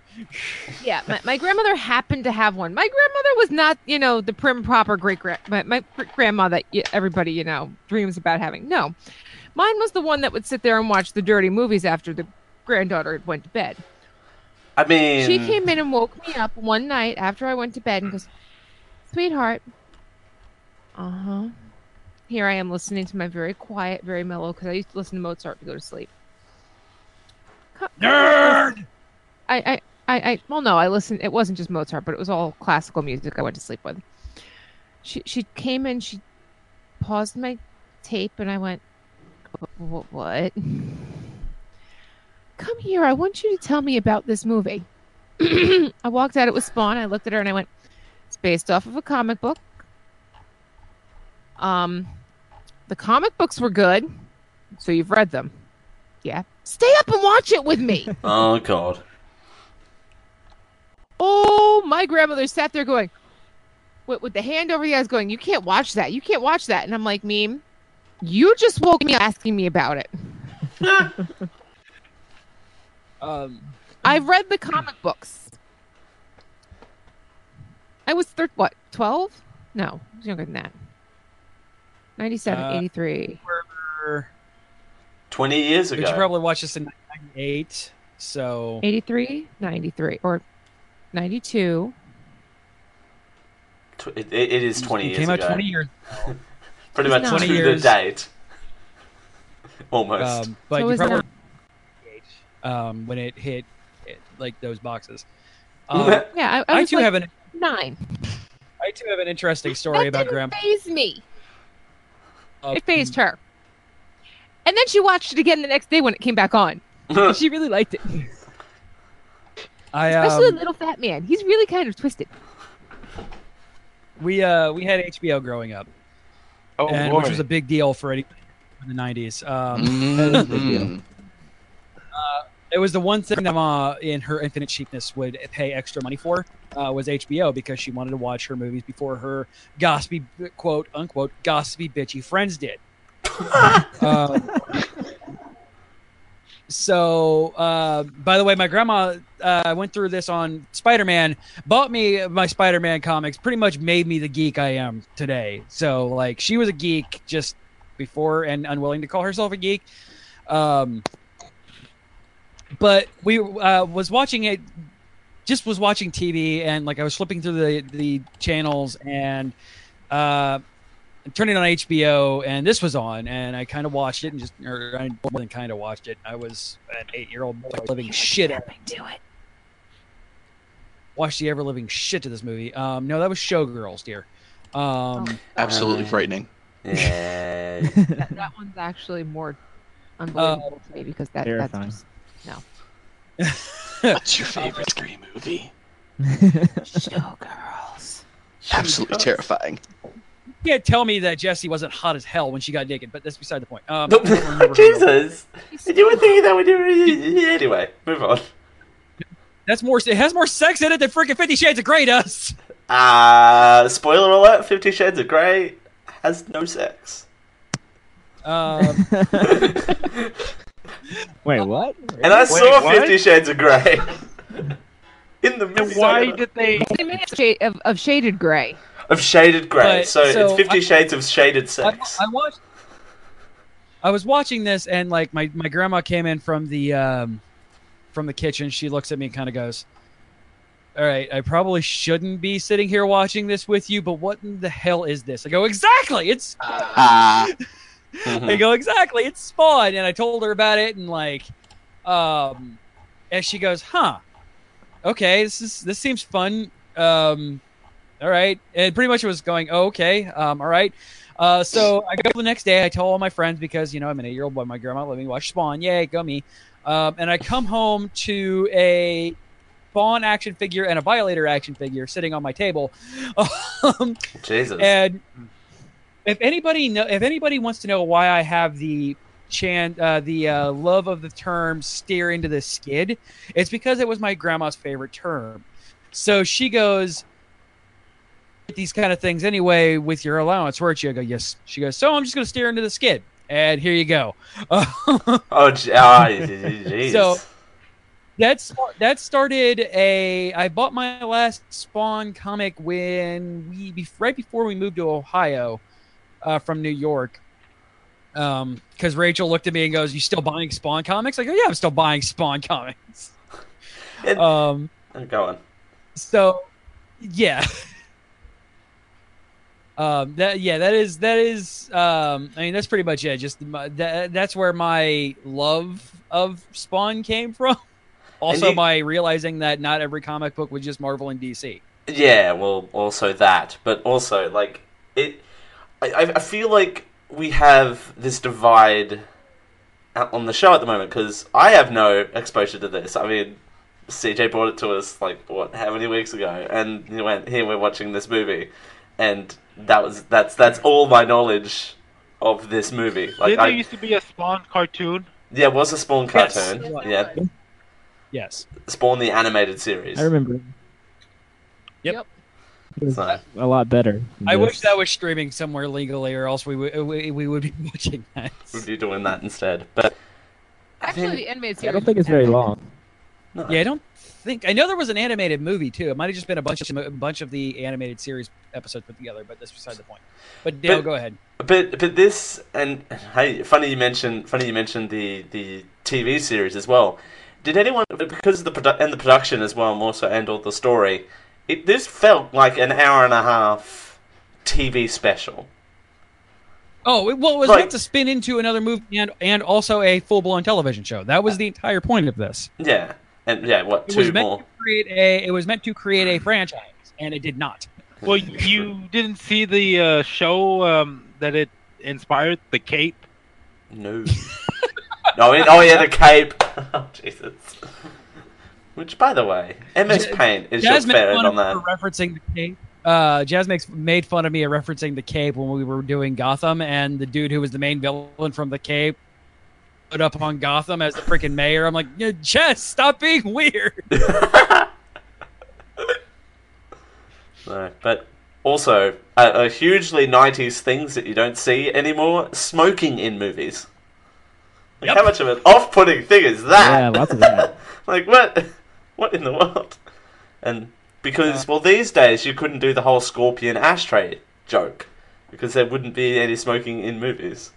Speaker 8: yeah my, my grandmother happened to have one my grandmother was not you know the prim proper great grand my, my gr- grandma that y- everybody you know dreams about having no mine was the one that would sit there and watch the dirty movies after the granddaughter had went to bed
Speaker 9: I mean,
Speaker 8: She came in and woke me up one night after I went to bed and goes, Sweetheart, uh huh. Here I am listening to my very quiet, very mellow, because I used to listen to Mozart to go to sleep. Co-
Speaker 6: Nerd!
Speaker 8: I, I, I, I, well, no, I listened. It wasn't just Mozart, but it was all classical music I went to sleep with. She, she came in, she paused my tape, and I went, "Wh- wh- What? Come here, I want you to tell me about this movie. I walked out. It was Spawn. I looked at her and I went, "It's based off of a comic book. Um, the comic books were good, so you've read them. Yeah. Stay up and watch it with me.
Speaker 9: Oh god.
Speaker 8: Oh, my grandmother sat there going, with, with the hand over the eyes, going, "You can't watch that. You can't watch that." And I'm like, "Meme, you just woke me up asking me about it."
Speaker 6: um,
Speaker 8: I've read the comic books. I was thir- what twelve? No, I was younger than that. 97,
Speaker 6: Uh,
Speaker 8: 83.
Speaker 6: We're-
Speaker 9: 20 years
Speaker 6: But
Speaker 9: ago.
Speaker 6: you probably watched this in 98, so.
Speaker 8: 83, 93, or 92.
Speaker 9: Tw- It, it it is 20
Speaker 6: It
Speaker 9: years
Speaker 6: came out
Speaker 9: ago.
Speaker 6: 20 years
Speaker 9: Pretty
Speaker 8: It's
Speaker 9: much
Speaker 8: not.
Speaker 9: to
Speaker 8: 20
Speaker 9: the
Speaker 6: years.
Speaker 9: date. Almost.
Speaker 6: Um, but
Speaker 8: So
Speaker 6: you
Speaker 8: is
Speaker 6: probably
Speaker 8: that-
Speaker 6: um, when it hit, it, like those boxes. Um,
Speaker 8: Yeah, I, I,
Speaker 6: I,
Speaker 8: was
Speaker 6: too
Speaker 8: like
Speaker 6: have an
Speaker 8: nine.
Speaker 6: I too have an interesting story about grandma.
Speaker 8: Phased me.
Speaker 6: Uh,
Speaker 8: It phased her. And then she watched it again the next day when it came back on.
Speaker 6: uh,
Speaker 8: And she really liked it.
Speaker 6: I
Speaker 8: Especially
Speaker 6: um,
Speaker 8: Little Fat Man. He's really kind of twisted.
Speaker 6: we uh we had HBO growing up,
Speaker 7: Oh,
Speaker 6: and,
Speaker 7: boy.
Speaker 6: which was a big deal for any in the '90s. Um,
Speaker 10: Mhm.
Speaker 6: it was the one thing that Ma, in her infinite cheapness, would pay extra money for uh, was HBO because she wanted to watch her movies before her gossipy quote unquote gossipy bitchy friends did. um, so, uh, by the way, my grandma uh, went through this on Spider Man, bought me my Spider Man comics, pretty much made me the geek I am today. So, like, she was a geek just before and unwilling to call herself a geek. Um, but we uh, was watching it just was watching tv and like i was flipping through the the channels and uh turning on hbo and this was on and i kind of watched it and just or i more than kind of watched it i was an eight year old boy living shit out
Speaker 8: Do it.
Speaker 6: watched the ever living shit to this movie um no that was showgirls dear um
Speaker 10: Absolutely frightening.
Speaker 9: Yeah.
Speaker 8: That, that one's actually more unbelievable to me because that,
Speaker 5: Terrifying.
Speaker 8: that's no
Speaker 10: What's your favorite scary movie?
Speaker 8: showgirls.
Speaker 10: Absolutely terrifying.
Speaker 6: you can't tell me that jesse wasn't hot as hell when she got naked but that's beside the point um I don't remember her name.
Speaker 9: Jesus! You were thinking that we do. Anyway, move on.
Speaker 6: that's more it has more sex in it than freaking 50 shades of gray does
Speaker 9: Uh, spoiler alert Fifty Shades of Grey has no sex.
Speaker 6: Um,
Speaker 5: Wait, what?
Speaker 9: And I
Speaker 5: Really?
Speaker 9: saw
Speaker 5: Wait,
Speaker 9: Fifty Shades of Grey. In the
Speaker 7: And
Speaker 9: midst
Speaker 7: why did they?
Speaker 8: They made a shade of, of shaded gray.
Speaker 9: of shaded grey,
Speaker 6: But-
Speaker 9: so,
Speaker 6: so
Speaker 9: it's Fifty
Speaker 6: I-
Speaker 9: Shades of shaded sex.
Speaker 6: I watched. I was watching this, and like my my grandma came in from the um, from the kitchen. She looks at me and kind of goes, "All right, I probably shouldn't be sitting here watching this with you, but what in the hell is this?" I go, "Exactly, it's."
Speaker 10: Ah,
Speaker 6: I go, "Exactly, it's Spawn," and I told her about it, and like, um, and she goes, "Huh, okay, this is this seems fun." Um, all right, and pretty much it was going, "Oh, okay, um, all right." Uh, so I go the next day. I tell all my friends because you know I'm an eight-year-old boy. My grandma let me watch Spawn. Yay, go me! Um, and I come home to a Spawn action figure and a Violator action figure sitting on my table. Um,
Speaker 9: Jesus.
Speaker 6: and if anybody know, if anybody wants to know why I have the chan uh, the uh, love of the term "steer into the skid," it's because it was my grandma's favorite term. So she goes "Get these kind of things anyway with your allowance, weren't you? I go yes. She goes, so I'm just going to steer into the skid, and here you go.
Speaker 9: oh, j- ah, jeez.
Speaker 6: So- that sp- that started a I bought my last Spawn comic when we be- right before we moved to Ohio uh, from New York. Um, because Rachel looked at me and goes, "You still buying Spawn comics?" I go, "Yeah, I'm still buying Spawn comics."
Speaker 9: It-
Speaker 6: Um,
Speaker 9: Go on.
Speaker 6: so yeah. Um, that yeah, that is that is um, I mean that's pretty much it. Just my, that that's where my love of Spawn came from. Also,
Speaker 9: you-
Speaker 6: my realizing that not every comic book was just Marvel and DC.
Speaker 9: Yeah, well, also that, but also like it. I, I- I feel like we have this divide out on the show at the moment because I have no exposure to this. I mean, CJ brought it to us like what how many weeks ago, and he went, "Here, we're watching this movie," and That was that's that's all my knowledge of this movie. Like
Speaker 7: Didn't
Speaker 9: I,
Speaker 7: there used to be a Spawn cartoon?
Speaker 9: yeah, it was a Spawn
Speaker 7: Yes.
Speaker 9: cartoon. Yeah,
Speaker 6: Yes.
Speaker 9: Spawn the animated series.
Speaker 5: I remember.
Speaker 6: Yep.
Speaker 5: It was
Speaker 9: So-
Speaker 5: a lot better. than
Speaker 6: I
Speaker 5: this.
Speaker 6: wish that was streaming somewhere legally, or else we would uh, we, we would be watching that.
Speaker 9: We'd be doing that instead. But
Speaker 8: Actually, the animated series.
Speaker 5: I don't think it's very long.
Speaker 6: Yeah, I don't think I know there was an animated movie too. It might have just been a bunch of a bunch of the animated series episodes put together, but that's beside the point. But Dale,
Speaker 9: But-
Speaker 6: go ahead.
Speaker 9: But but this and hey, funny you mentioned funny you mentioned the the TV series as well. Did anyone because of the produ- and the production as well, more so and all the story, it this felt like an hour and a half TV special.
Speaker 6: Oh, it, well, it was
Speaker 9: Right.
Speaker 6: meant to spin into another movie and and also a full blown television show. That
Speaker 9: Uh,
Speaker 6: was the entire point of this.
Speaker 9: Yeah, and yeah, what
Speaker 6: It
Speaker 9: two
Speaker 6: was meant
Speaker 9: more?
Speaker 6: to create a it was meant to create a franchise, and it did not.
Speaker 7: Well, you didn't see the uh, show um, that it inspired, The Cape.
Speaker 9: No. no, it, oh yeah, the cape. Oh Jesus. Which, by the way, MS Paint is
Speaker 6: Jazz
Speaker 9: your
Speaker 6: made
Speaker 9: ferret
Speaker 6: fun
Speaker 9: on
Speaker 6: of me
Speaker 9: that.
Speaker 6: for referencing the cape. Uh, Jazz makes made fun of me at referencing the cape when we were doing Gotham, and the dude who was the main villain from the cape put up on Gotham as the freaking mayor. I'm like, "Yeah, Jazz, stop being weird.
Speaker 9: No, but also a, a hugely '90s things that you don't see anymore: smoking in movies. Like, How much of an off-putting thing is that?
Speaker 5: Yeah, lots of that.
Speaker 9: like what? What in the world? And because well, these days you couldn't do the whole scorpion ashtray joke because there wouldn't be any smoking in movies.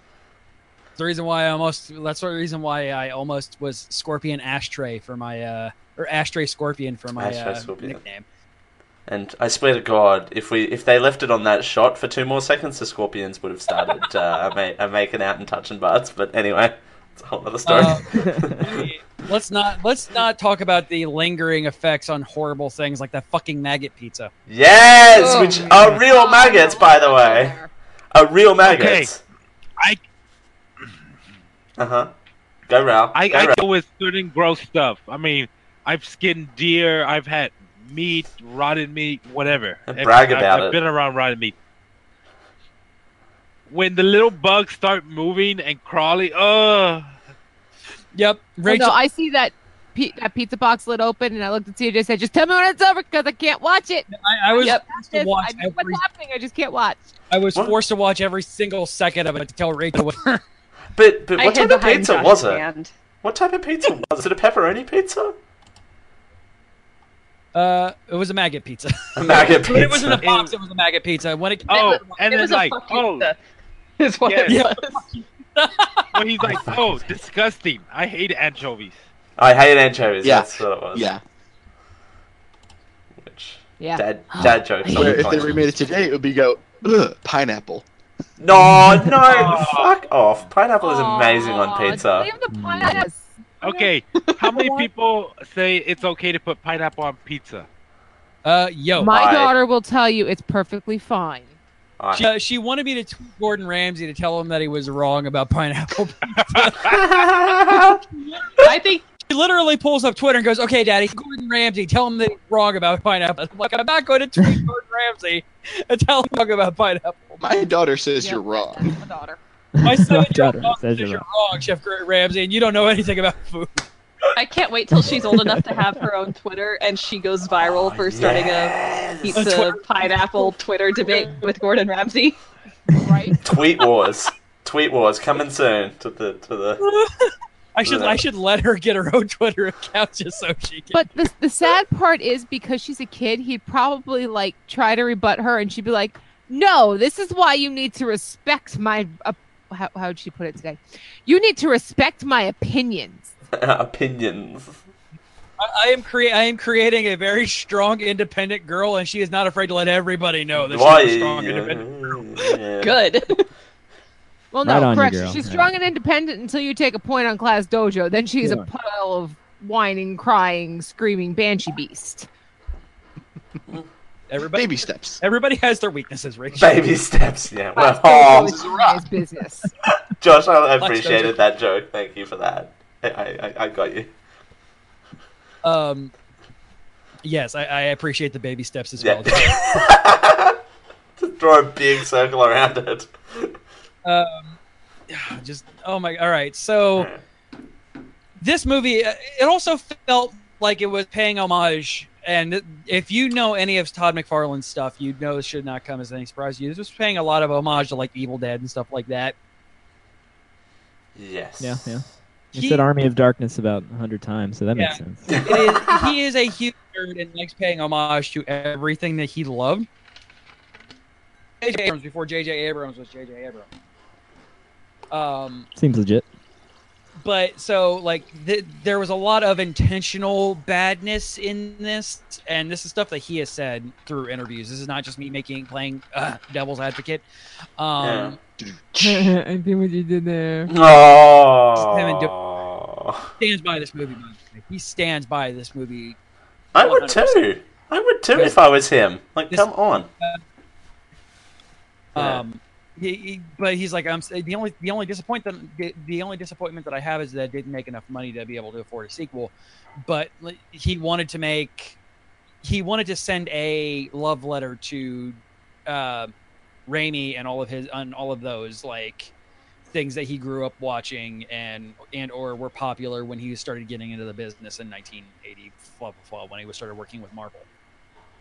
Speaker 6: That's the reason why I almost. That's the reason why I almost was Scorpion Ashtray for my uh or Ashtray Scorpion for my
Speaker 9: Ashtray
Speaker 6: uh,
Speaker 9: Scorpion.
Speaker 6: nickname.
Speaker 9: And I swear to God, if we if they left it on that shot for two more seconds, the scorpions would have started uh, ma- uh, making out and touching butts. But anyway, it's a whole other story.
Speaker 6: Uh, Let's not let's not talk about the lingering effects on horrible things like that fucking maggot pizza.
Speaker 9: Yes,
Speaker 6: Oh,
Speaker 9: which are real maggots, by the way.
Speaker 8: Oh,
Speaker 9: Are real maggots. I. Uh huh. Go Ralph.
Speaker 7: I,
Speaker 9: Go
Speaker 7: I
Speaker 9: Ralph.
Speaker 7: deal with certain gross stuff. I mean, I've skinned deer, I've had meat, rotted meat, whatever.
Speaker 9: And brag
Speaker 7: I've-
Speaker 9: about
Speaker 7: I've
Speaker 9: it.
Speaker 7: been around rotted meat. When the little bugs start moving and crawling, uh, ugh.
Speaker 6: Yep,
Speaker 8: Well, no, I see that, pi- that pizza box lid open, and I looked at CJ and said, "Just tell me when it's over, because I can't watch it."
Speaker 6: I, I was forced to watch
Speaker 8: I know what's happening. I just can't watch.
Speaker 6: I was forced to watch every single second of it to tell Rachel what
Speaker 9: But but
Speaker 8: I
Speaker 9: what
Speaker 8: hid
Speaker 9: type of
Speaker 8: behind
Speaker 9: pizza
Speaker 8: Josh's
Speaker 9: was it?
Speaker 8: hand.
Speaker 9: What type of pizza was it? A pepperoni pizza?
Speaker 6: uh, it was a maggot pizza.
Speaker 9: A maggot
Speaker 6: When it was in a
Speaker 7: pizza.
Speaker 6: box, it was a maggot pizza. When it
Speaker 7: Oh, and then like, oh,
Speaker 11: is
Speaker 6: what it
Speaker 7: when he's like, oh, disgusting. I hate anchovies.
Speaker 9: I hate anchovies.
Speaker 10: Yeah.
Speaker 9: That's what it was.
Speaker 10: Yeah.
Speaker 9: Which
Speaker 10: Yeah.
Speaker 9: dad dad jokes.
Speaker 10: Where if they remade it today, it would be go Ugh, pineapple.
Speaker 9: No, no, fuck off. Pineapple is amazing on pizza.
Speaker 6: Mm.
Speaker 7: Okay, how many people say it's okay to put pineapple on pizza?
Speaker 6: Uh, yo,
Speaker 8: My
Speaker 7: Bye.
Speaker 8: daughter will tell you it's perfectly fine.
Speaker 6: She, uh, she wanted me to tweet Gordon Ramsay to tell him that he was wrong about pineapple.
Speaker 8: I
Speaker 11: think
Speaker 6: she literally pulls up Twitter and goes, "Okay, Daddy, Gordon Ramsay, tell him that he's wrong about pineapple." I'm like, I'm not going to tweet Gordon Ramsay and tell him wrong about pineapple.
Speaker 10: My daughter says you're wrong.
Speaker 8: My daughter.
Speaker 6: My
Speaker 10: daughter
Speaker 6: says you're wrong, Chef Gordon Ramsay, and you don't know anything about food.
Speaker 11: I can't wait till she's old enough to have her own Twitter and she goes viral for starting a
Speaker 6: A
Speaker 11: pizza
Speaker 6: Twitter-
Speaker 11: pineapple Twitter debate with Gordon Ramsay.
Speaker 9: Tweet wars. Tweet wars coming soon to the to the.
Speaker 6: I should
Speaker 9: Yeah.
Speaker 6: I should let her get her own Twitter account just so she can.
Speaker 8: But the, the sad part is because she's a kid, he'd probably like try to rebut her, and she'd be like, "No, this is why you need to respect my." Uh, how how would she put it today? You need to respect my opinions.
Speaker 9: Opinions.
Speaker 6: I, I am crea- I am creating a very strong, independent girl, and she is not afraid to let everybody know that
Speaker 9: Why?
Speaker 6: she's a strong, independent
Speaker 9: girl.
Speaker 11: Good.
Speaker 8: Well,
Speaker 6: Right
Speaker 8: no,
Speaker 6: on you,
Speaker 8: correct.
Speaker 6: girl.
Speaker 8: She's
Speaker 6: Yeah.
Speaker 8: strong and independent until you take a point on Class Dojo. Then she's
Speaker 6: Yeah.
Speaker 8: a pile of whining, crying, screaming banshee beast.
Speaker 6: Everybody,
Speaker 10: baby steps.
Speaker 6: Everybody has their weaknesses, Rich.
Speaker 9: Baby steps. Yeah. Well,
Speaker 8: Dojo
Speaker 9: aw.
Speaker 8: is serious business.
Speaker 9: Josh, I
Speaker 6: Watch
Speaker 9: appreciated
Speaker 6: those.
Speaker 9: that joke. Thank you for that. I, I, I got you.
Speaker 6: Um, yes, I, I appreciate the baby steps as well.
Speaker 9: Just draw a big circle around it.
Speaker 6: Um, just oh my! All right, so this movie uh, it also felt like it was paying homage. And it- if you know any of Todd McFarlane's stuff, you know this should not come as any surprise to you. This was paying a lot of homage to like Evil Dead and stuff like that.
Speaker 9: Yes.
Speaker 5: Yeah, yeah. You
Speaker 6: He-
Speaker 5: said Army of Darkness about hundred times, so that makes
Speaker 6: Yeah.
Speaker 5: sense.
Speaker 6: It is- he is a huge nerd and likes paying homage to everything that he loved. J.J. Abrams before J.J. Abrams was J.J. Abrams. Um,
Speaker 5: Seems legit.
Speaker 6: but so like th- there was a lot of intentional badness in this and this is stuff that he has said through interviews this is not just me making playing uh, devil's advocate um
Speaker 8: I see what you did there.
Speaker 6: him and
Speaker 9: Oh.
Speaker 6: stands by this movie by the way. he stands by this movie
Speaker 9: I would too. I would too if I was him. Like,
Speaker 6: This-
Speaker 9: come on. Yeah.
Speaker 6: um he, he- but he's like i'm s- the only the only disappointment the, the only disappointment that i have is that i didn't make enough money to be able to afford a sequel but like, he wanted to make he wanted to send a love letter to uh Raimi and all of his and all of those like things that he grew up watching and and or were popular when he started getting into the business in 1980 blah, blah, blah, when he was started working with Marvel.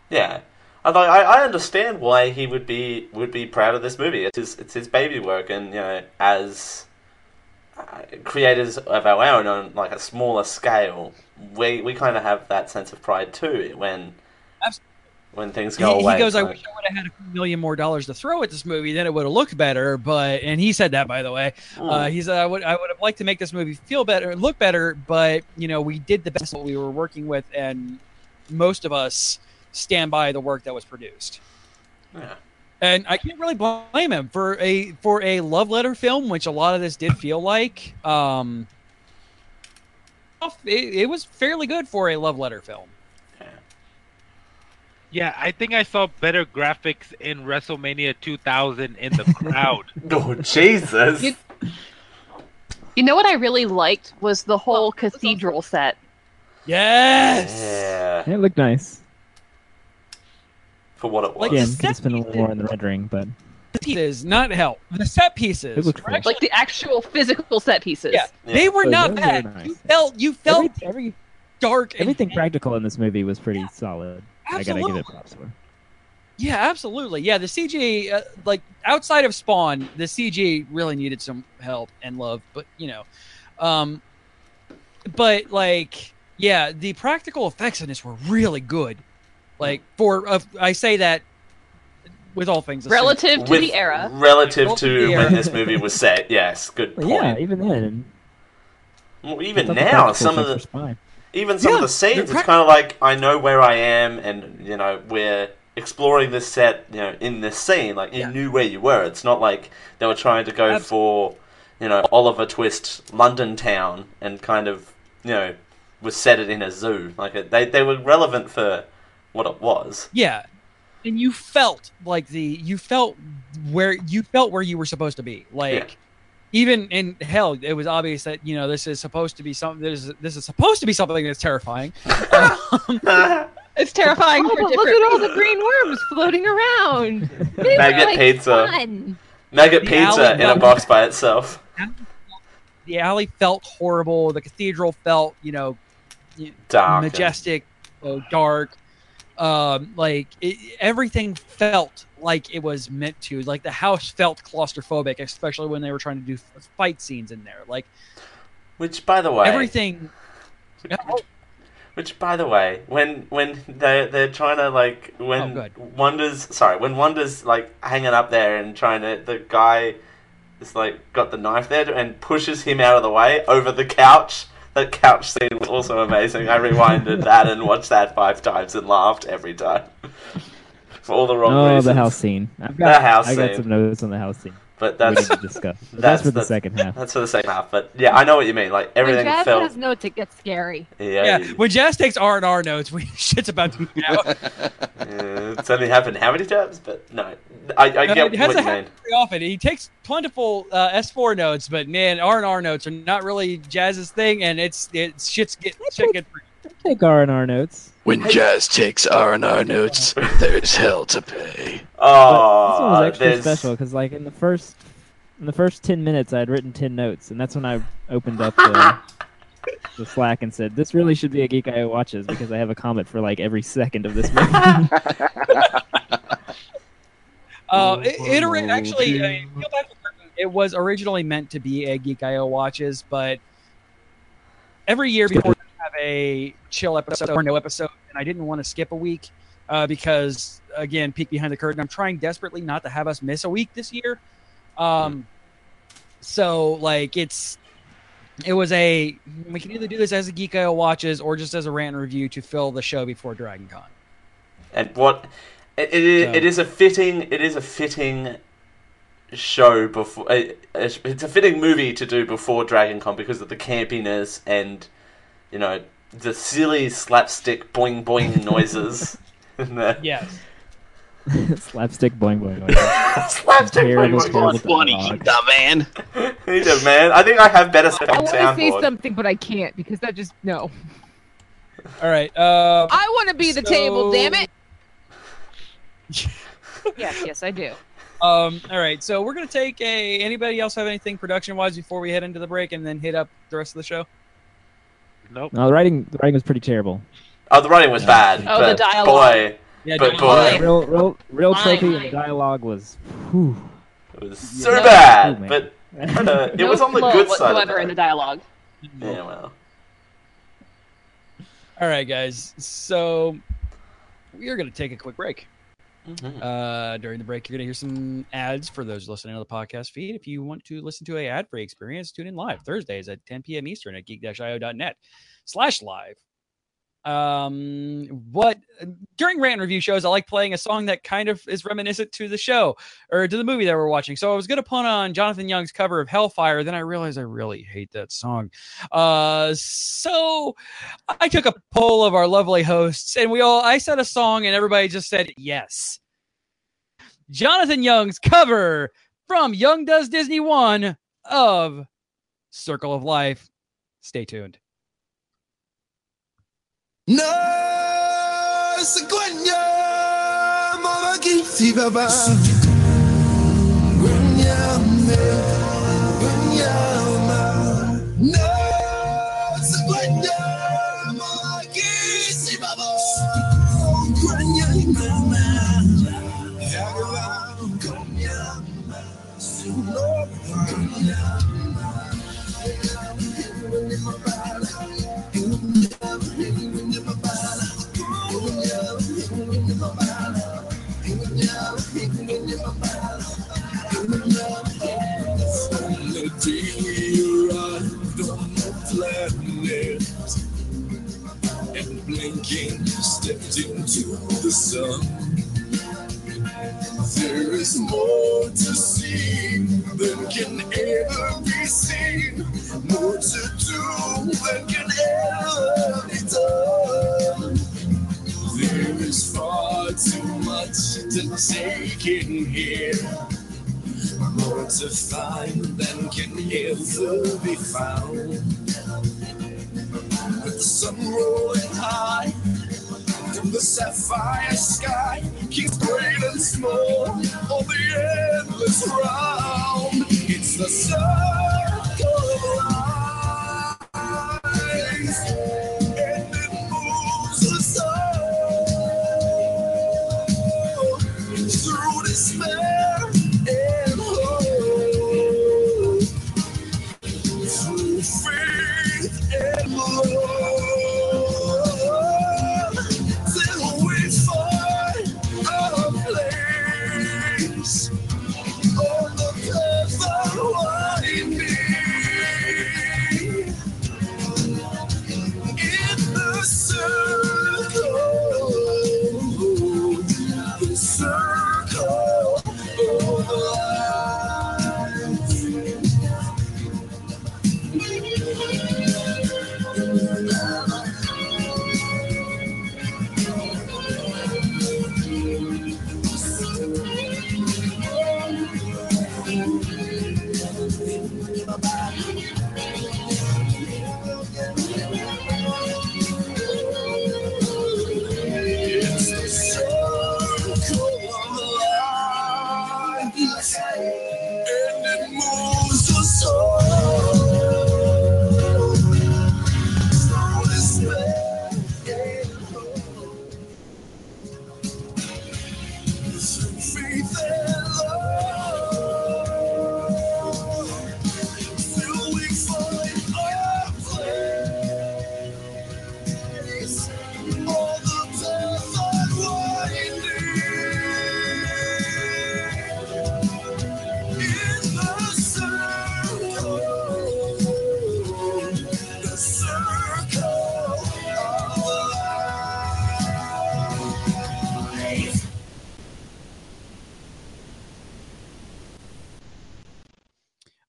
Speaker 9: Yeah. Although I, I understand why he would be would be proud of this movie. It's his, it's his baby work, and you know, as uh, creators of our own on like a smaller scale, we we kind of have that sense of pride too when when things
Speaker 6: He,
Speaker 9: go
Speaker 6: he
Speaker 9: away.
Speaker 6: goes, I
Speaker 9: Like,
Speaker 6: wish I would have had a million more dollars to throw at this movie, then it would have looked better. But and he said that by the way, uh,
Speaker 9: Mm.
Speaker 6: he said I would I would have liked to make this movie feel better, look better, but you know we did the best what we were working with, and most of us stand by the work that was produced.
Speaker 9: Yeah.
Speaker 6: And I can't really blame him for a for a love letter film, which a lot of this did feel like. Um, it, it was fairly good for a love letter film.
Speaker 7: Yeah, I think I saw better graphics in WrestleMania 2000 in the crowd.
Speaker 9: oh Jesus!
Speaker 11: You- You know what I really liked was the whole cathedral set.
Speaker 6: Yes.
Speaker 9: Yeah.
Speaker 5: It looked nice.
Speaker 9: For what it was.
Speaker 5: Again, could have spent a little more in the rendering, but
Speaker 6: The pieces, not help. The set pieces.
Speaker 5: It looked
Speaker 6: were
Speaker 5: cool.
Speaker 6: actually-
Speaker 11: Like the actual physical set pieces.
Speaker 6: yeah, they were
Speaker 5: Oh,
Speaker 6: not
Speaker 5: those are
Speaker 6: bad.
Speaker 5: nice.
Speaker 6: You felt you felt dark. and-
Speaker 5: everything practical in this movie was pretty solid. I gotta give
Speaker 6: absolutely.
Speaker 5: it props for.
Speaker 6: yeah, absolutely. Yeah, the CG, uh, like outside of Spawn, the CG really needed some help and love. But you know, um, but like, yeah, the practical effects in this were really good. Like for uh, I say that with all things assumed.
Speaker 11: Relative to
Speaker 9: With-
Speaker 11: the era.
Speaker 9: Relative to
Speaker 6: The
Speaker 9: when
Speaker 6: era.
Speaker 9: this movie was set, yes, good
Speaker 5: But
Speaker 9: point.
Speaker 5: yeah, even then,
Speaker 9: Well,
Speaker 5: I
Speaker 9: even
Speaker 5: thought the
Speaker 9: now,
Speaker 5: practical
Speaker 9: some of
Speaker 5: effects
Speaker 9: the
Speaker 5: were fine.
Speaker 9: even some of
Speaker 6: Yeah,
Speaker 9: the scenes,
Speaker 6: they're
Speaker 9: it's kind of like I know where I am, and you know we're exploring this set, you know, in this scene. Like you knew where you were. It's not like they were trying to go
Speaker 6: Abs-
Speaker 9: for you know Oliver Twist, London town, and kind of you know was set it in a zoo. Like it- they they were relevant for what it was.
Speaker 6: Yeah. And you felt like the you felt where you felt where you were supposed to be. Like even in hell, it was obvious that you know this is supposed to be something. This is this is supposed to be something that's terrifying.
Speaker 11: It's terrifying
Speaker 8: Oh,
Speaker 11: for
Speaker 8: but look
Speaker 11: different
Speaker 8: at all the green worms floating around. They
Speaker 9: Magnet
Speaker 8: were, like,
Speaker 9: pizza.
Speaker 8: fun.
Speaker 9: Nugget
Speaker 6: The
Speaker 9: pizza
Speaker 6: alley-
Speaker 9: in a box by itself.
Speaker 6: The alley felt horrible. The cathedral felt you know
Speaker 9: Dark. and-
Speaker 6: majestic, so dark. Um, like it, everything felt like it was meant to. Like the house felt claustrophobic, especially when they were trying to do f- fight scenes in there. Like
Speaker 9: Which, by the way,
Speaker 6: everything.
Speaker 9: Which, by the way, when when they they're trying to like
Speaker 6: Oh,
Speaker 9: when
Speaker 6: good.
Speaker 9: Wonders sorry when Wonders like hanging up there and trying to the guy is like got the knife there and pushes him out of the way over the couch. That couch scene was also amazing. I rewinded that and watched that five times and laughed every time for all the wrong
Speaker 5: Oh,
Speaker 9: reasons.
Speaker 5: the house scene. I've
Speaker 9: The
Speaker 5: got,
Speaker 9: house
Speaker 5: I got
Speaker 9: scene.
Speaker 5: some notes on the house scene.
Speaker 9: But that's
Speaker 5: we need to discuss. But that's, for the
Speaker 9: that's-
Speaker 5: second half.
Speaker 9: That's for the second half. But yeah, I know what you mean. Like
Speaker 8: When
Speaker 9: everything
Speaker 8: Jazz
Speaker 9: felt
Speaker 8: has notes, it gets scary.
Speaker 9: yeah.
Speaker 6: Yeah, when Jazz takes R and R notes, we shit's about to be out.
Speaker 9: Uh, it's only happened how many times? But no, I, I
Speaker 6: Uh,
Speaker 9: get
Speaker 6: it has
Speaker 9: what
Speaker 6: to
Speaker 9: you
Speaker 6: happen
Speaker 9: mean.
Speaker 6: pretty often. He takes plentiful uh, S four notes, but man, R and R notes are not really Jazz's thing, and it's it's shit's get shit get.
Speaker 5: Take R and R notes.
Speaker 14: When Jazz takes R and R notes, there's hell to pay.
Speaker 5: But this one was
Speaker 9: Oh,
Speaker 5: extra
Speaker 9: there's
Speaker 5: special because, like, in the first in the first ten minutes, I had written ten notes, and that's when I opened up the, the Slack and said, "This really should be a Geek IO watches because I have a comment for like every second of this movie."
Speaker 6: Uh, i- iterate actually. I mean, peel back the curtain. It was originally meant to be a Geek IO watches, but every year before we have a chill episode or no episode, and I didn't want to skip a week uh, because again, peek behind the curtain. I'm trying desperately not to have us miss a week this year. Um, so like it's it was a we can either do this as a Geek IO watches or just as a rant and review to fill the show before Dragon Con.
Speaker 9: and what it, it, it is a fitting it is a fitting show before it, it's a fitting movie to do before Dragon Con because of the campiness and you know the silly slapstick boing boing noises.
Speaker 6: yes.
Speaker 5: Slapstick boing boing. boing.
Speaker 9: Slapstick
Speaker 5: Terrible,
Speaker 9: boing
Speaker 5: terrible
Speaker 9: boing. Funny,
Speaker 5: dialogue.
Speaker 14: man.
Speaker 9: Either man, I think I have better
Speaker 8: I want to say
Speaker 9: soundboard.
Speaker 8: something, but I can't because that just no.
Speaker 6: All right. Uh,
Speaker 8: I want to be the
Speaker 6: so-
Speaker 8: table, damn it. yes, yes, I do.
Speaker 6: Um, all right, so we're gonna take a. Anybody else have anything production wise before we head into the break, and then hit up the rest of the show?
Speaker 7: Nope.
Speaker 5: No, the writing the writing was pretty terrible.
Speaker 9: Oh, the writing was bad.
Speaker 6: Oh,
Speaker 9: but
Speaker 6: the dialogue.
Speaker 9: Boy,
Speaker 6: Yeah,
Speaker 9: but
Speaker 6: dialogue.
Speaker 9: boy,
Speaker 5: Real, real, real trophy and the dialogue was. Whew.
Speaker 9: it was so
Speaker 5: No.
Speaker 9: bad.
Speaker 5: Oh, man.
Speaker 9: but I know, it
Speaker 15: No
Speaker 9: was on the
Speaker 15: flow
Speaker 9: good side. Of
Speaker 15: whatsoever
Speaker 9: that.
Speaker 15: in the dialogue.
Speaker 9: Yeah, well,
Speaker 6: All right, guys. So we are gonna take a quick break. Uh, during the break, you're gonna hear some ads for those listening on the podcast feed. If you want to listen to a ad-free experience, tune in live Thursdays at 10 p.m. Eastern at geek-io.net/slash live. um what during rant and review shows i like playing a song that kind of is reminiscent to the show or to the movie that we're watching so i was gonna put on jonathan young's cover of hellfire then i realized i really hate that song uh so i took a poll of our lovely hosts and we all i said a song and everybody just said yes jonathan young's cover from young does disney one of circle of life stay tuned
Speaker 11: Nurse Gwenya, mama kiti baba. Gwenya me, Gwenya ma. Nurse Gwenya, mama kiti baba. Gwenya mama, yagawa Gwenya ma. Suno Gwenya ma. Gwenya ma. And blinking, stepped into the sun. There is more to see than can ever be seen, more to do than can ever be done. There is far too much to take in here, more to find than can ever be found. With the sun rolling high in the sapphire sky keeps great and small on the endless round. It's the circle of life, and it moves the soul through despair and hope, through faith and love till we find our place on the path of winding in the circle, the circle of life.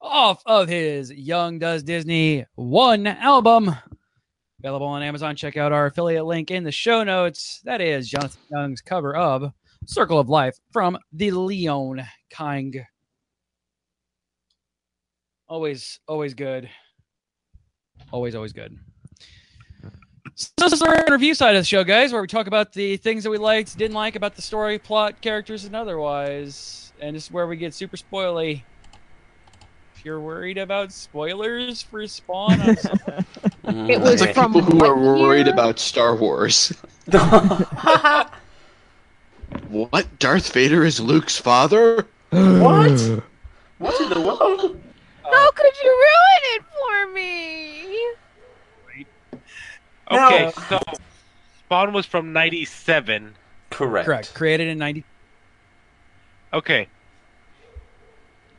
Speaker 6: of his Young Does Disney One album. Available on Amazon. Check out our affiliate link in the show notes. That is Jonathan Young's cover of Circle of Life from the Leon Kind. Always, always good. Always, always good. So this is our review side of the show, guys, where we talk about the things that we liked, didn't like about the story, plot, characters, and otherwise. And this is where we get super spoily. If you're worried about spoilers for Spawn, I'm sorry.
Speaker 9: Mm-hmm.
Speaker 11: It was
Speaker 10: It's like
Speaker 11: from
Speaker 10: people who
Speaker 11: what
Speaker 10: are worried about Star Wars. what? Darth Vader is Luke's father?
Speaker 9: What? What in the world?
Speaker 8: How could you ruin it for me?
Speaker 7: Okay, so Spawn was from '97.
Speaker 9: Correct.
Speaker 6: correct. Created in '90.
Speaker 7: Okay.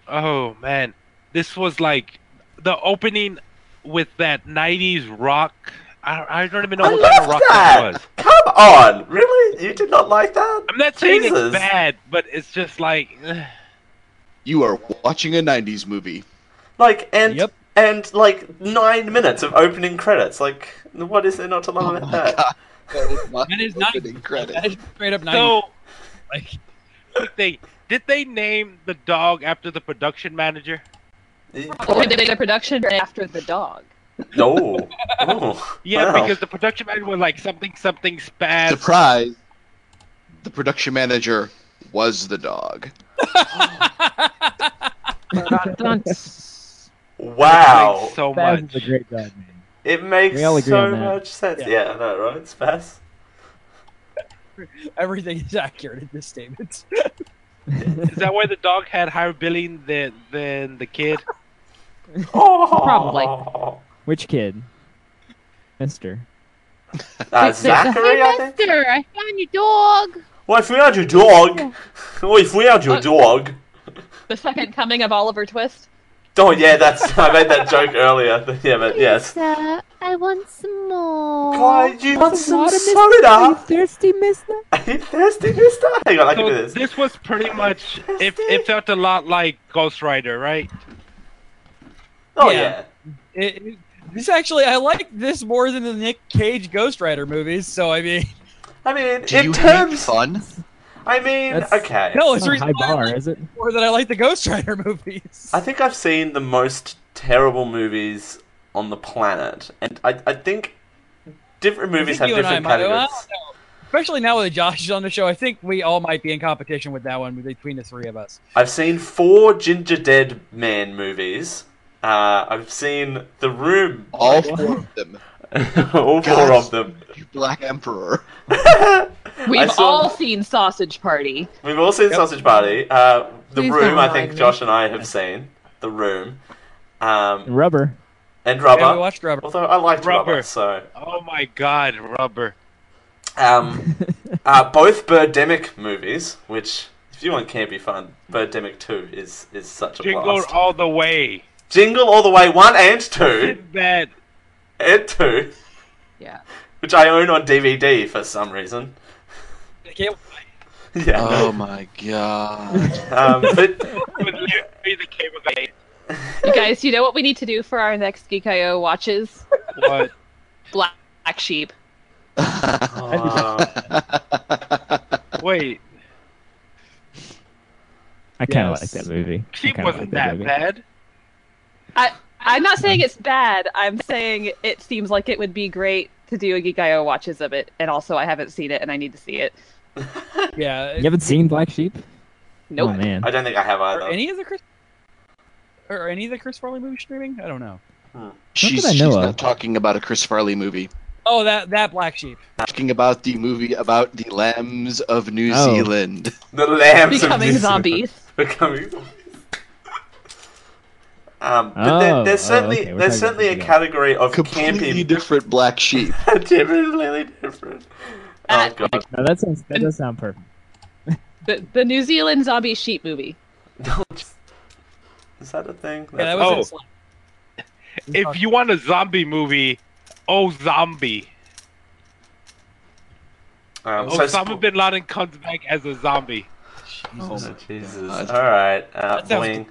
Speaker 7: Oh man, this was like the opening with that '90s rock. I, I don't even know
Speaker 9: I
Speaker 7: what kind of
Speaker 9: love
Speaker 7: rock
Speaker 9: that.
Speaker 7: that was.
Speaker 9: Come on, really? You did not like that?
Speaker 7: I'm not saying
Speaker 9: Jesus.
Speaker 7: it's bad, but it's just like eh.
Speaker 10: You are watching a 90s movie.
Speaker 9: Like and and like nine minutes of opening credits. Like, what is there not to love about that?
Speaker 10: That
Speaker 7: is not
Speaker 10: credit.
Speaker 6: straight up
Speaker 7: So, like, did they did they name the dog after the production manager?
Speaker 11: Or did they did a production after the dog.
Speaker 9: No. Oh,
Speaker 7: Yeah,
Speaker 10: wow.
Speaker 7: because the production manager was like something something spaz.
Speaker 10: Surprise! The production manager was the dog.
Speaker 9: Wow.
Speaker 7: So
Speaker 5: Spaz is a great dog name.
Speaker 9: It makes
Speaker 5: We all agree
Speaker 9: so
Speaker 5: on that.
Speaker 9: much sense.
Speaker 6: Yeah.
Speaker 9: Yeah, I know, right? Spaz.
Speaker 6: Everything is accurate in this statement.
Speaker 7: Is that why the dog had higher billing than than the kid?
Speaker 8: Probably.
Speaker 9: Oh.
Speaker 5: Which kid? Mister.
Speaker 9: Uh, Zachary, I think.
Speaker 8: mister, I found your dog.
Speaker 9: Well, if we had your dog. Oh, if we had your dog.
Speaker 11: The second coming of Oliver Twist.
Speaker 9: Oh, yeah, that's. I made that joke earlier. Yeah, but yes.
Speaker 8: Sir, I want some more.
Speaker 9: God, you want some
Speaker 8: water, mister?
Speaker 9: soda?
Speaker 8: Are you thirsty, mister?
Speaker 9: Are you thirsty, mister? Hang on, I can
Speaker 7: So
Speaker 9: do this.
Speaker 7: this was pretty much. It, it felt a lot like Ghost Rider, right?
Speaker 9: Oh
Speaker 7: Yeah.
Speaker 6: It, it- this actually, I like this more than the Nick Cage Ghost Rider movies. So I mean,
Speaker 9: I mean,
Speaker 10: Do you
Speaker 9: in
Speaker 10: hate
Speaker 9: terms.
Speaker 10: fun?
Speaker 9: I mean,
Speaker 5: That's-
Speaker 9: okay.
Speaker 6: no, it's the reason
Speaker 5: high
Speaker 6: why I
Speaker 5: bar,
Speaker 6: like
Speaker 5: is it?
Speaker 6: more than I like the Ghost Rider movies.
Speaker 9: I think I've seen the most terrible movies on the planet, and I, I think different
Speaker 6: I
Speaker 9: movies
Speaker 6: think
Speaker 9: have
Speaker 6: you and I
Speaker 9: different
Speaker 6: might- well, I
Speaker 9: categories.
Speaker 6: don't know. Especially now that Josh is on the show, I think we all might be in competition with that one between the three of us.
Speaker 9: I've seen four Ginger Dead Man movies. Uh, I've seen The Room.
Speaker 10: All four of them.
Speaker 9: All four
Speaker 10: Gosh.
Speaker 9: of them.
Speaker 10: You Black Emperor.
Speaker 9: I
Speaker 11: We've
Speaker 9: saw-
Speaker 11: all seen Sausage Party.
Speaker 9: We've all seen Sausage Party. Uh, the
Speaker 11: Please
Speaker 9: Room,
Speaker 11: don't
Speaker 9: I think
Speaker 11: remind me.
Speaker 9: Josh and I have seen. The Room. Um,
Speaker 5: Rubber.
Speaker 9: and Rubber.
Speaker 6: Yeah, we watched Rubber.
Speaker 9: Although I liked Rubber,
Speaker 7: Rubber.
Speaker 9: so.
Speaker 7: Oh my God, rubber.
Speaker 9: Um, uh, both Birdemic movies, which, if you want campy fun, Birdemic 2 is, is such a
Speaker 7: Jingle
Speaker 9: blast.
Speaker 7: all the way.
Speaker 9: Jingle All the Way 1 and 2.
Speaker 7: That
Speaker 9: and 2.
Speaker 11: Yeah.
Speaker 9: Which I own on DVD for some reason.
Speaker 6: I can't-
Speaker 9: Yeah.
Speaker 5: Um,
Speaker 10: Oh my god.
Speaker 9: Um, but
Speaker 7: with Larry the Cable Guy.
Speaker 11: You guys, you know what we need to do for our next Geek IO watches?
Speaker 7: What?
Speaker 11: Black Black Sheep.
Speaker 9: uh,
Speaker 7: Wait,
Speaker 5: I kind of
Speaker 6: Yes.
Speaker 5: like that movie. I
Speaker 7: Sheep
Speaker 5: kinda
Speaker 7: wasn't
Speaker 5: like that,
Speaker 7: that
Speaker 5: movie.
Speaker 7: bad.
Speaker 11: I I'm not saying it's bad. I'm saying it seems like it would be great to do a Geek IO watches of it, and also I haven't seen it and I need to see it.
Speaker 6: Yeah.
Speaker 5: You haven't seen Black Sheep?
Speaker 11: Nope.
Speaker 5: Oh man.
Speaker 9: I don't think I have
Speaker 6: Are
Speaker 9: either.
Speaker 6: any of the Chris or any of the Chris Farley movies streaming? I don't know.
Speaker 10: She's,
Speaker 5: I know
Speaker 10: she's
Speaker 5: of.
Speaker 10: not talking about a Chris Farley movie.
Speaker 6: Oh, that that Black Sheep.
Speaker 10: Talking about the movie about the lambs of New
Speaker 5: Oh.
Speaker 10: Zealand.
Speaker 9: The lambs of
Speaker 11: Becoming
Speaker 9: New-
Speaker 11: zombies.
Speaker 9: Becoming zombies. Um, but there,
Speaker 5: Oh,
Speaker 9: there's
Speaker 5: oh,
Speaker 9: certainly
Speaker 5: okay, we're
Speaker 9: there's
Speaker 5: talking
Speaker 9: certainly a
Speaker 5: about-
Speaker 9: category of
Speaker 10: Completely
Speaker 9: campy.
Speaker 10: different black sheep.
Speaker 9: Completely different. Oh god.
Speaker 5: No, that sounds that does sound perfect.
Speaker 11: The the New Zealand zombie sheep movie.
Speaker 9: No, just- Is that a thing?
Speaker 6: Yeah, that
Speaker 7: Oh.
Speaker 6: was
Speaker 7: If you want a zombie movie, oh zombie. Oh,
Speaker 9: Um, so
Speaker 7: Osama bin Laden comes back as a zombie.
Speaker 9: Oh, Jesus.
Speaker 10: God.
Speaker 9: All right. Uh,
Speaker 6: That sounds-
Speaker 9: boing.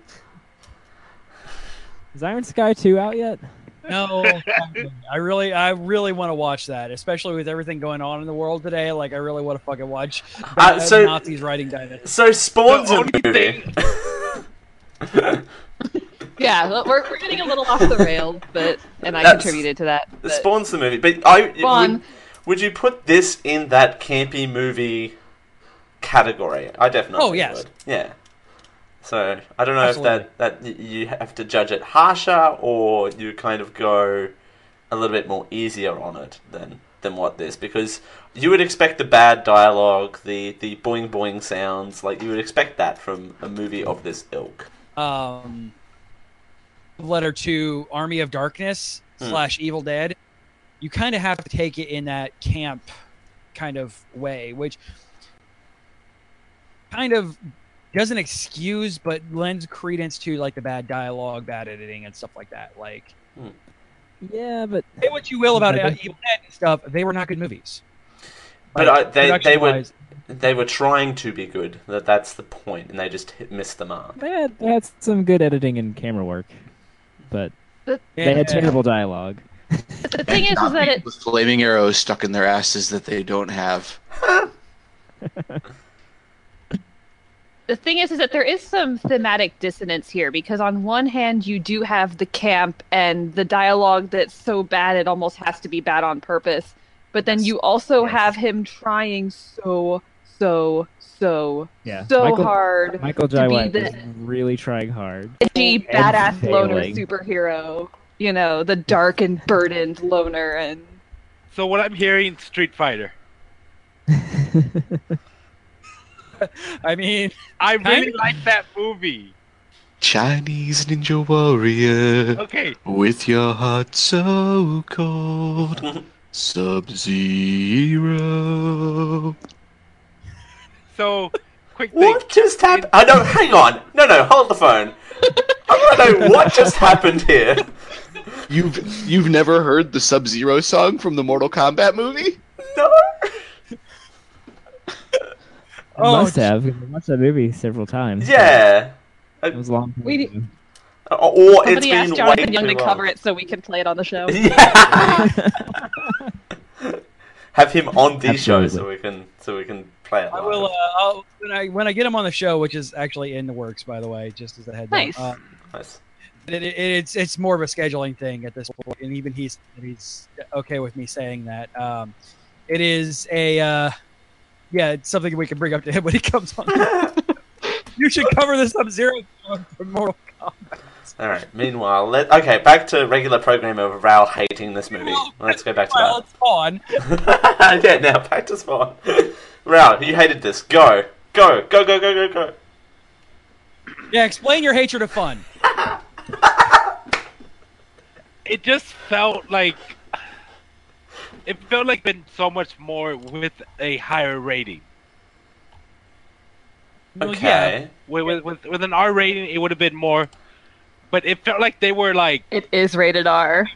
Speaker 5: Is Iron Sky 2 out yet?
Speaker 6: No, I really, I really want to watch that, especially with everything going on in the world today. Like, I really want to fucking watch
Speaker 9: Uh, so-
Speaker 6: Nazis riding dinosaurs.
Speaker 9: So Spawn's a movie.
Speaker 11: Yeah, well, we're, we're getting a little off the rails, but and I
Speaker 9: That's-
Speaker 11: contributed to that. but-
Speaker 9: Spawn's the movie, but I
Speaker 11: Spawn.
Speaker 9: would, would you put this in that campy movie category? I definitely.
Speaker 11: Oh, yes.
Speaker 9: Would. Yeah. So I don't know
Speaker 6: Absolutely.
Speaker 9: if that that y- you have to judge it harsher or you kind of go a little bit more easier on it than than what this because you would expect the bad dialogue, the the boing boing sounds, like you would expect that from a movie of this ilk.
Speaker 6: Um, letter to Army of Darkness
Speaker 9: Hmm.
Speaker 6: slash Evil Dead. You kind of have to take it in that camp kind of way, which kind of doesn't excuse but lends credence to like the bad dialogue, bad editing, and stuff like that. Like,
Speaker 5: Yeah, but
Speaker 6: say what you will about
Speaker 5: Okay.
Speaker 6: uh, Evil Dead and stuff, they were not good movies.
Speaker 9: But
Speaker 6: Like,
Speaker 9: I, they they were
Speaker 6: production-wise,
Speaker 9: they were trying to be good. That that's the point, and they just hit, missed the mark.
Speaker 5: They had, they had some good editing and camera work, but
Speaker 11: But-
Speaker 5: they had
Speaker 11: Yeah.
Speaker 5: terrible dialogue.
Speaker 11: The thing is, is that it
Speaker 10: with flaming arrows stuck in their asses that they don't have.
Speaker 11: the thing is is that there is some thematic dissonance here because on one hand you do have the camp and the dialogue that's so bad it almost has to be bad on purpose but then you also have him trying so so so
Speaker 5: Yeah,
Speaker 11: so
Speaker 5: Michael-
Speaker 11: hard
Speaker 5: Michael
Speaker 11: to
Speaker 5: Jai
Speaker 11: be
Speaker 5: White
Speaker 11: the-
Speaker 5: was really trying hard.
Speaker 11: edgy badass loner
Speaker 5: failing.
Speaker 11: superhero you know the dark and burdened loner and
Speaker 7: So what I'm hearing, Street Fighter.
Speaker 6: I mean,
Speaker 7: I really
Speaker 6: Kinda.
Speaker 7: like that movie.
Speaker 10: Chinese ninja warrior.
Speaker 7: Okay.
Speaker 10: With your heart so cold. Sub Zero.
Speaker 7: So quick thing.
Speaker 9: What just happened? I don't. Hang on. No, no. Hold the phone. I want to know what just happened here.
Speaker 10: You've you've never heard the Sub Zero song from the Mortal Kombat movie?
Speaker 9: No.
Speaker 5: I must
Speaker 7: Oh,
Speaker 5: have. 'cause I watched that movie several times.
Speaker 9: Yeah. It
Speaker 5: was a long. time
Speaker 11: We-
Speaker 5: ago.
Speaker 9: Or it's
Speaker 11: somebody
Speaker 9: been
Speaker 11: asked
Speaker 9: way
Speaker 11: jonathan young
Speaker 9: too
Speaker 11: to cover
Speaker 9: long.
Speaker 11: it so we can play it on the show
Speaker 9: Yeah. Have him on the show so we can so we can play it.
Speaker 6: I
Speaker 9: live.
Speaker 6: will uh, I'll, when I when I get him on the show, which is actually in the works, by the way, just as a heads
Speaker 11: Nice.
Speaker 6: up. Uh,
Speaker 9: Nice.
Speaker 6: it, it, it's it's more of a scheduling thing at this point, and even he's he's okay with me saying that. Um, it is a uh, yeah, it's something we can bring up to him when he comes on. you should cover this up zero from Mortal Kombat.
Speaker 9: All right. Meanwhile, let okay back to regular program of Ral hating this movie. Let's go back
Speaker 6: Well,
Speaker 9: to
Speaker 6: it's on.
Speaker 9: that. yeah. Now back to Spawn. Ral, you hated this. Go. Go. Go. Go. Go. Go. Go.
Speaker 6: Yeah, explain your hatred of fun.
Speaker 7: It just felt like it felt like been so much more with a higher rating.
Speaker 6: Well, yeah.
Speaker 9: Okay.
Speaker 7: With with with, with an R rating, it would have been more. But it felt like they were like
Speaker 11: it is rated r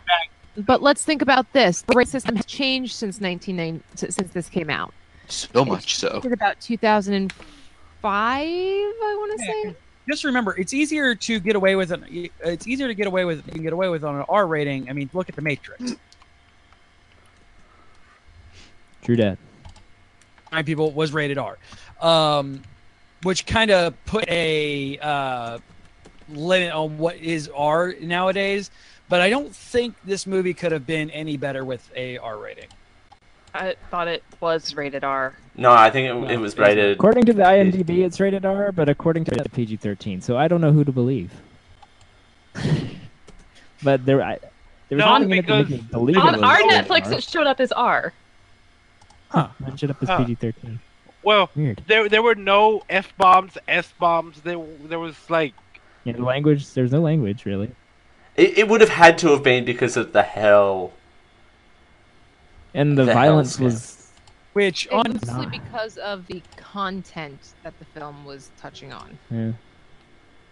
Speaker 8: But let's think about this. The racism has changed since 1990, s- since this came out.
Speaker 10: So much so.
Speaker 8: It's about 2005, I want to say.
Speaker 6: Just remember, it's easier to get away with an it's easier to get away with you can get away with on an R rating. I mean, look at the
Speaker 5: Mm.
Speaker 6: Matrix.
Speaker 5: True that.
Speaker 6: Nine People was rated R, um, which kind of put a uh, limit on what is R nowadays. But I don't think this movie could have been any better with a R rating.
Speaker 11: i thought it was rated r
Speaker 9: No, I think it, it was rated.
Speaker 5: According to the IMDb, it's rated R, but according to PG thirteen. So I don't know who to believe. but there, I, there was
Speaker 7: No,
Speaker 5: nothing in it to make me
Speaker 7: because-
Speaker 5: believe it
Speaker 11: on
Speaker 5: was
Speaker 11: our
Speaker 5: rated
Speaker 11: netflix
Speaker 5: R.
Speaker 11: it showed up as r
Speaker 5: Huh, mine showed up as
Speaker 7: Huh.
Speaker 5: PG thirteen.
Speaker 7: well,
Speaker 5: Weird.
Speaker 7: there there were no f bombs, s bombs. There there was like
Speaker 5: Yeah, the language. There's no language really.
Speaker 9: It, it would have had to have been because of the hell.
Speaker 5: And the,
Speaker 9: The
Speaker 5: violence
Speaker 9: hellscape.
Speaker 5: was
Speaker 6: Which
Speaker 8: It's
Speaker 6: on
Speaker 8: Mostly because of the content that the film was touching on.
Speaker 5: yeah.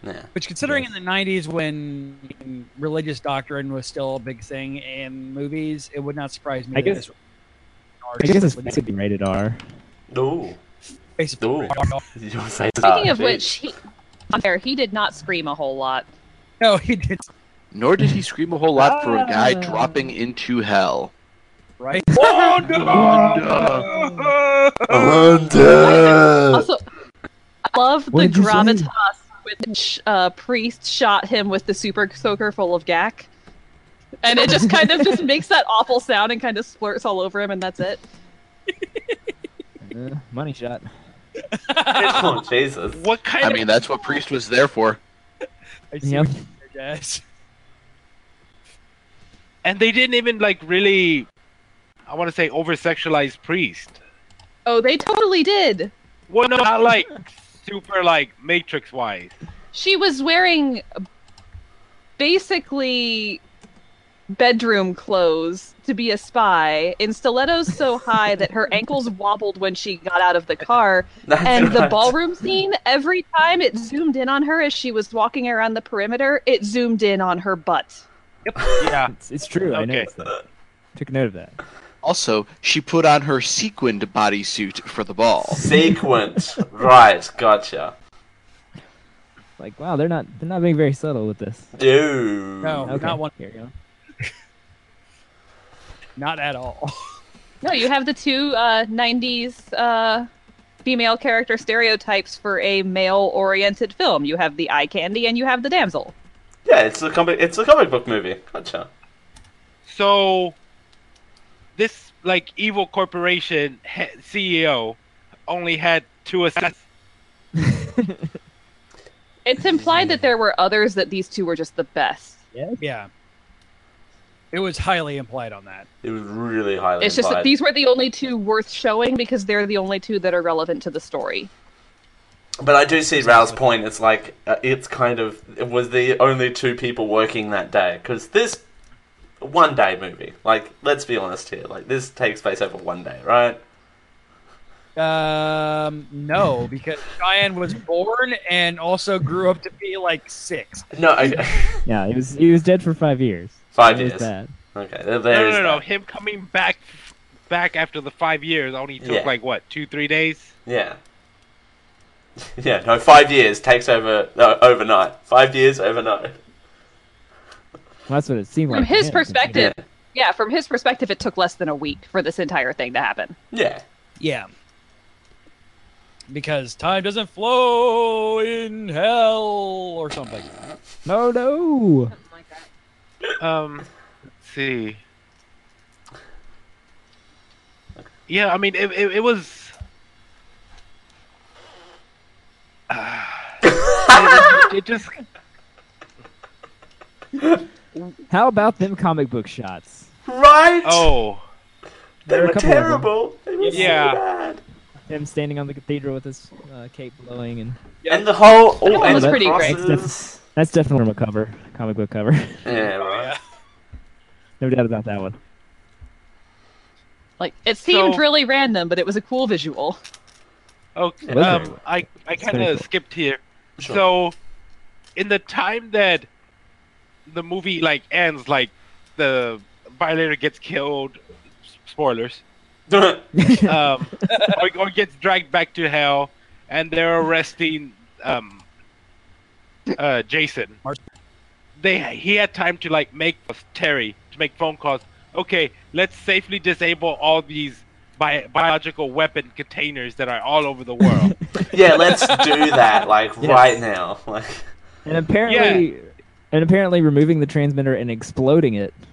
Speaker 9: Yeah.
Speaker 6: which considering in the '90s when religious doctrine was still a big thing in movies, it would not surprise me.
Speaker 5: I
Speaker 6: that
Speaker 5: guess-
Speaker 6: this was
Speaker 5: I guess it's basically rated R.
Speaker 9: No.
Speaker 6: basically
Speaker 9: Ooh.
Speaker 6: rated R.
Speaker 9: Your face-
Speaker 11: Speaking
Speaker 9: ah,
Speaker 11: of
Speaker 9: geez.
Speaker 11: which, he, on there, he did not scream a whole lot.
Speaker 6: No, he did.
Speaker 10: Nor did he scream a whole lot for a guy
Speaker 11: Ah.
Speaker 10: dropping into hell.
Speaker 6: Right?
Speaker 12: Oh,
Speaker 10: Honda!
Speaker 9: Oh,
Speaker 11: Also, I love the
Speaker 10: What did you say?
Speaker 11: gravitas with which uh, Priest shot him with the super soaker full of gack. And it just kind of just makes that awful sound and kind of splurts all over him, and that's it.
Speaker 5: Uh, money shot.
Speaker 9: oh Jesus!
Speaker 7: What kind?
Speaker 10: I mean, that's what Priest was there for.
Speaker 6: I see
Speaker 5: Yep.
Speaker 6: what you did there, guys.
Speaker 7: and they didn't even like really. I want to say over sexualize priest.
Speaker 11: Oh, they totally did.
Speaker 7: Well, no, not like super like Matrix wise.
Speaker 11: She was wearing basically bedroom clothes to be a spy in stilettos so high that her ankles wobbled when she got out of the car
Speaker 9: That's
Speaker 11: and the
Speaker 9: right.
Speaker 11: ballroom scene every time it zoomed in on her as she was walking around the perimeter it zoomed in on her butt
Speaker 7: Yeah,
Speaker 5: it's, it's true. I noticed that. Took note of that.
Speaker 10: Also, she put on her sequined bodysuit for the ball.
Speaker 9: Sequence, right? Gotcha.
Speaker 5: Like, wow, they're not they're not being very subtle with this.
Speaker 9: Dude.
Speaker 6: No,
Speaker 5: Okay.
Speaker 6: not one.
Speaker 5: Here you go.
Speaker 6: Not at all.
Speaker 11: no you have the two uh, 90s uh, female character stereotypes for a male oriented film you have the eye candy and you have the damsel
Speaker 9: Yeah, it's a comic. It's a comic book movie. Gotcha.
Speaker 7: So this like evil corporation he- CEO only had two assassins.
Speaker 11: it's implied that there were others that these two were just the best
Speaker 6: Yeah. It was highly implied on that.
Speaker 9: It was really highly.
Speaker 11: it's just that
Speaker 9: implied.
Speaker 11: these were the only two worth showing because they're the only two that are relevant to the story
Speaker 9: But I do see Rao's point. It's like uh, it's kind of it was the only two people working that day because this one day movie. Like, let's be honest here. Like, this takes place over one day, right?
Speaker 6: Um, no, because Cheyenne was born and also grew up to be like six.
Speaker 9: No, I,
Speaker 5: Yeah, he was he was dead for five years.
Speaker 9: five
Speaker 5: That was
Speaker 9: years.
Speaker 5: bad.
Speaker 9: Okay, there,
Speaker 7: No,
Speaker 9: there
Speaker 7: no,
Speaker 9: is
Speaker 7: no, no.
Speaker 9: that.
Speaker 7: Him coming back, back after the five years only took
Speaker 9: Yeah.
Speaker 7: like what two, three days.
Speaker 9: Yeah. Yeah, no, five years takes over no, overnight. Five years overnight.
Speaker 5: Well, that's what it seemed
Speaker 11: from
Speaker 5: like.
Speaker 11: his
Speaker 5: Yeah.
Speaker 11: perspective yeah from his perspective it took less than a week for this entire thing to happen
Speaker 9: Yeah.
Speaker 6: Yeah. Because time doesn't flow in hell or something.
Speaker 5: No, no.
Speaker 7: Um, let's see. Yeah, I mean, it, it, it was. it, it just
Speaker 5: How about them comic book shots?
Speaker 9: Right?
Speaker 7: oh
Speaker 9: they
Speaker 5: there are a
Speaker 9: were
Speaker 5: couple of them.
Speaker 9: terrible. They were
Speaker 7: Yeah.
Speaker 9: so bad.
Speaker 5: Him standing on the cathedral with his uh, cape blowing and
Speaker 9: And the whole.
Speaker 11: That
Speaker 9: Oh,
Speaker 11: one
Speaker 9: and
Speaker 11: was
Speaker 9: the
Speaker 11: pretty great.
Speaker 9: crosses.
Speaker 5: that's definitely from a cover, comic book cover.
Speaker 9: Yeah, right.
Speaker 5: no doubt about that one.
Speaker 11: like it seemed
Speaker 7: So-
Speaker 11: really random but it was a cool visual
Speaker 7: Okay.
Speaker 5: It was very
Speaker 7: um, I I
Speaker 5: It's very
Speaker 7: kind of
Speaker 5: cool.
Speaker 7: skipped here.
Speaker 9: Sure.
Speaker 7: So, in the time that the movie like ends, like the violator gets killed. s- Spoilers. Um, or, or gets dragged back to hell, and they're arresting um, uh, Jason. They he had time to like make Terry to make phone calls. Okay, let's safely disable all these bi- biological weapon containers that are all over the world.
Speaker 9: yeah, let's do that, like, right now. Like,
Speaker 5: And apparently, and apparently, removing the transmitter and exploding it uh,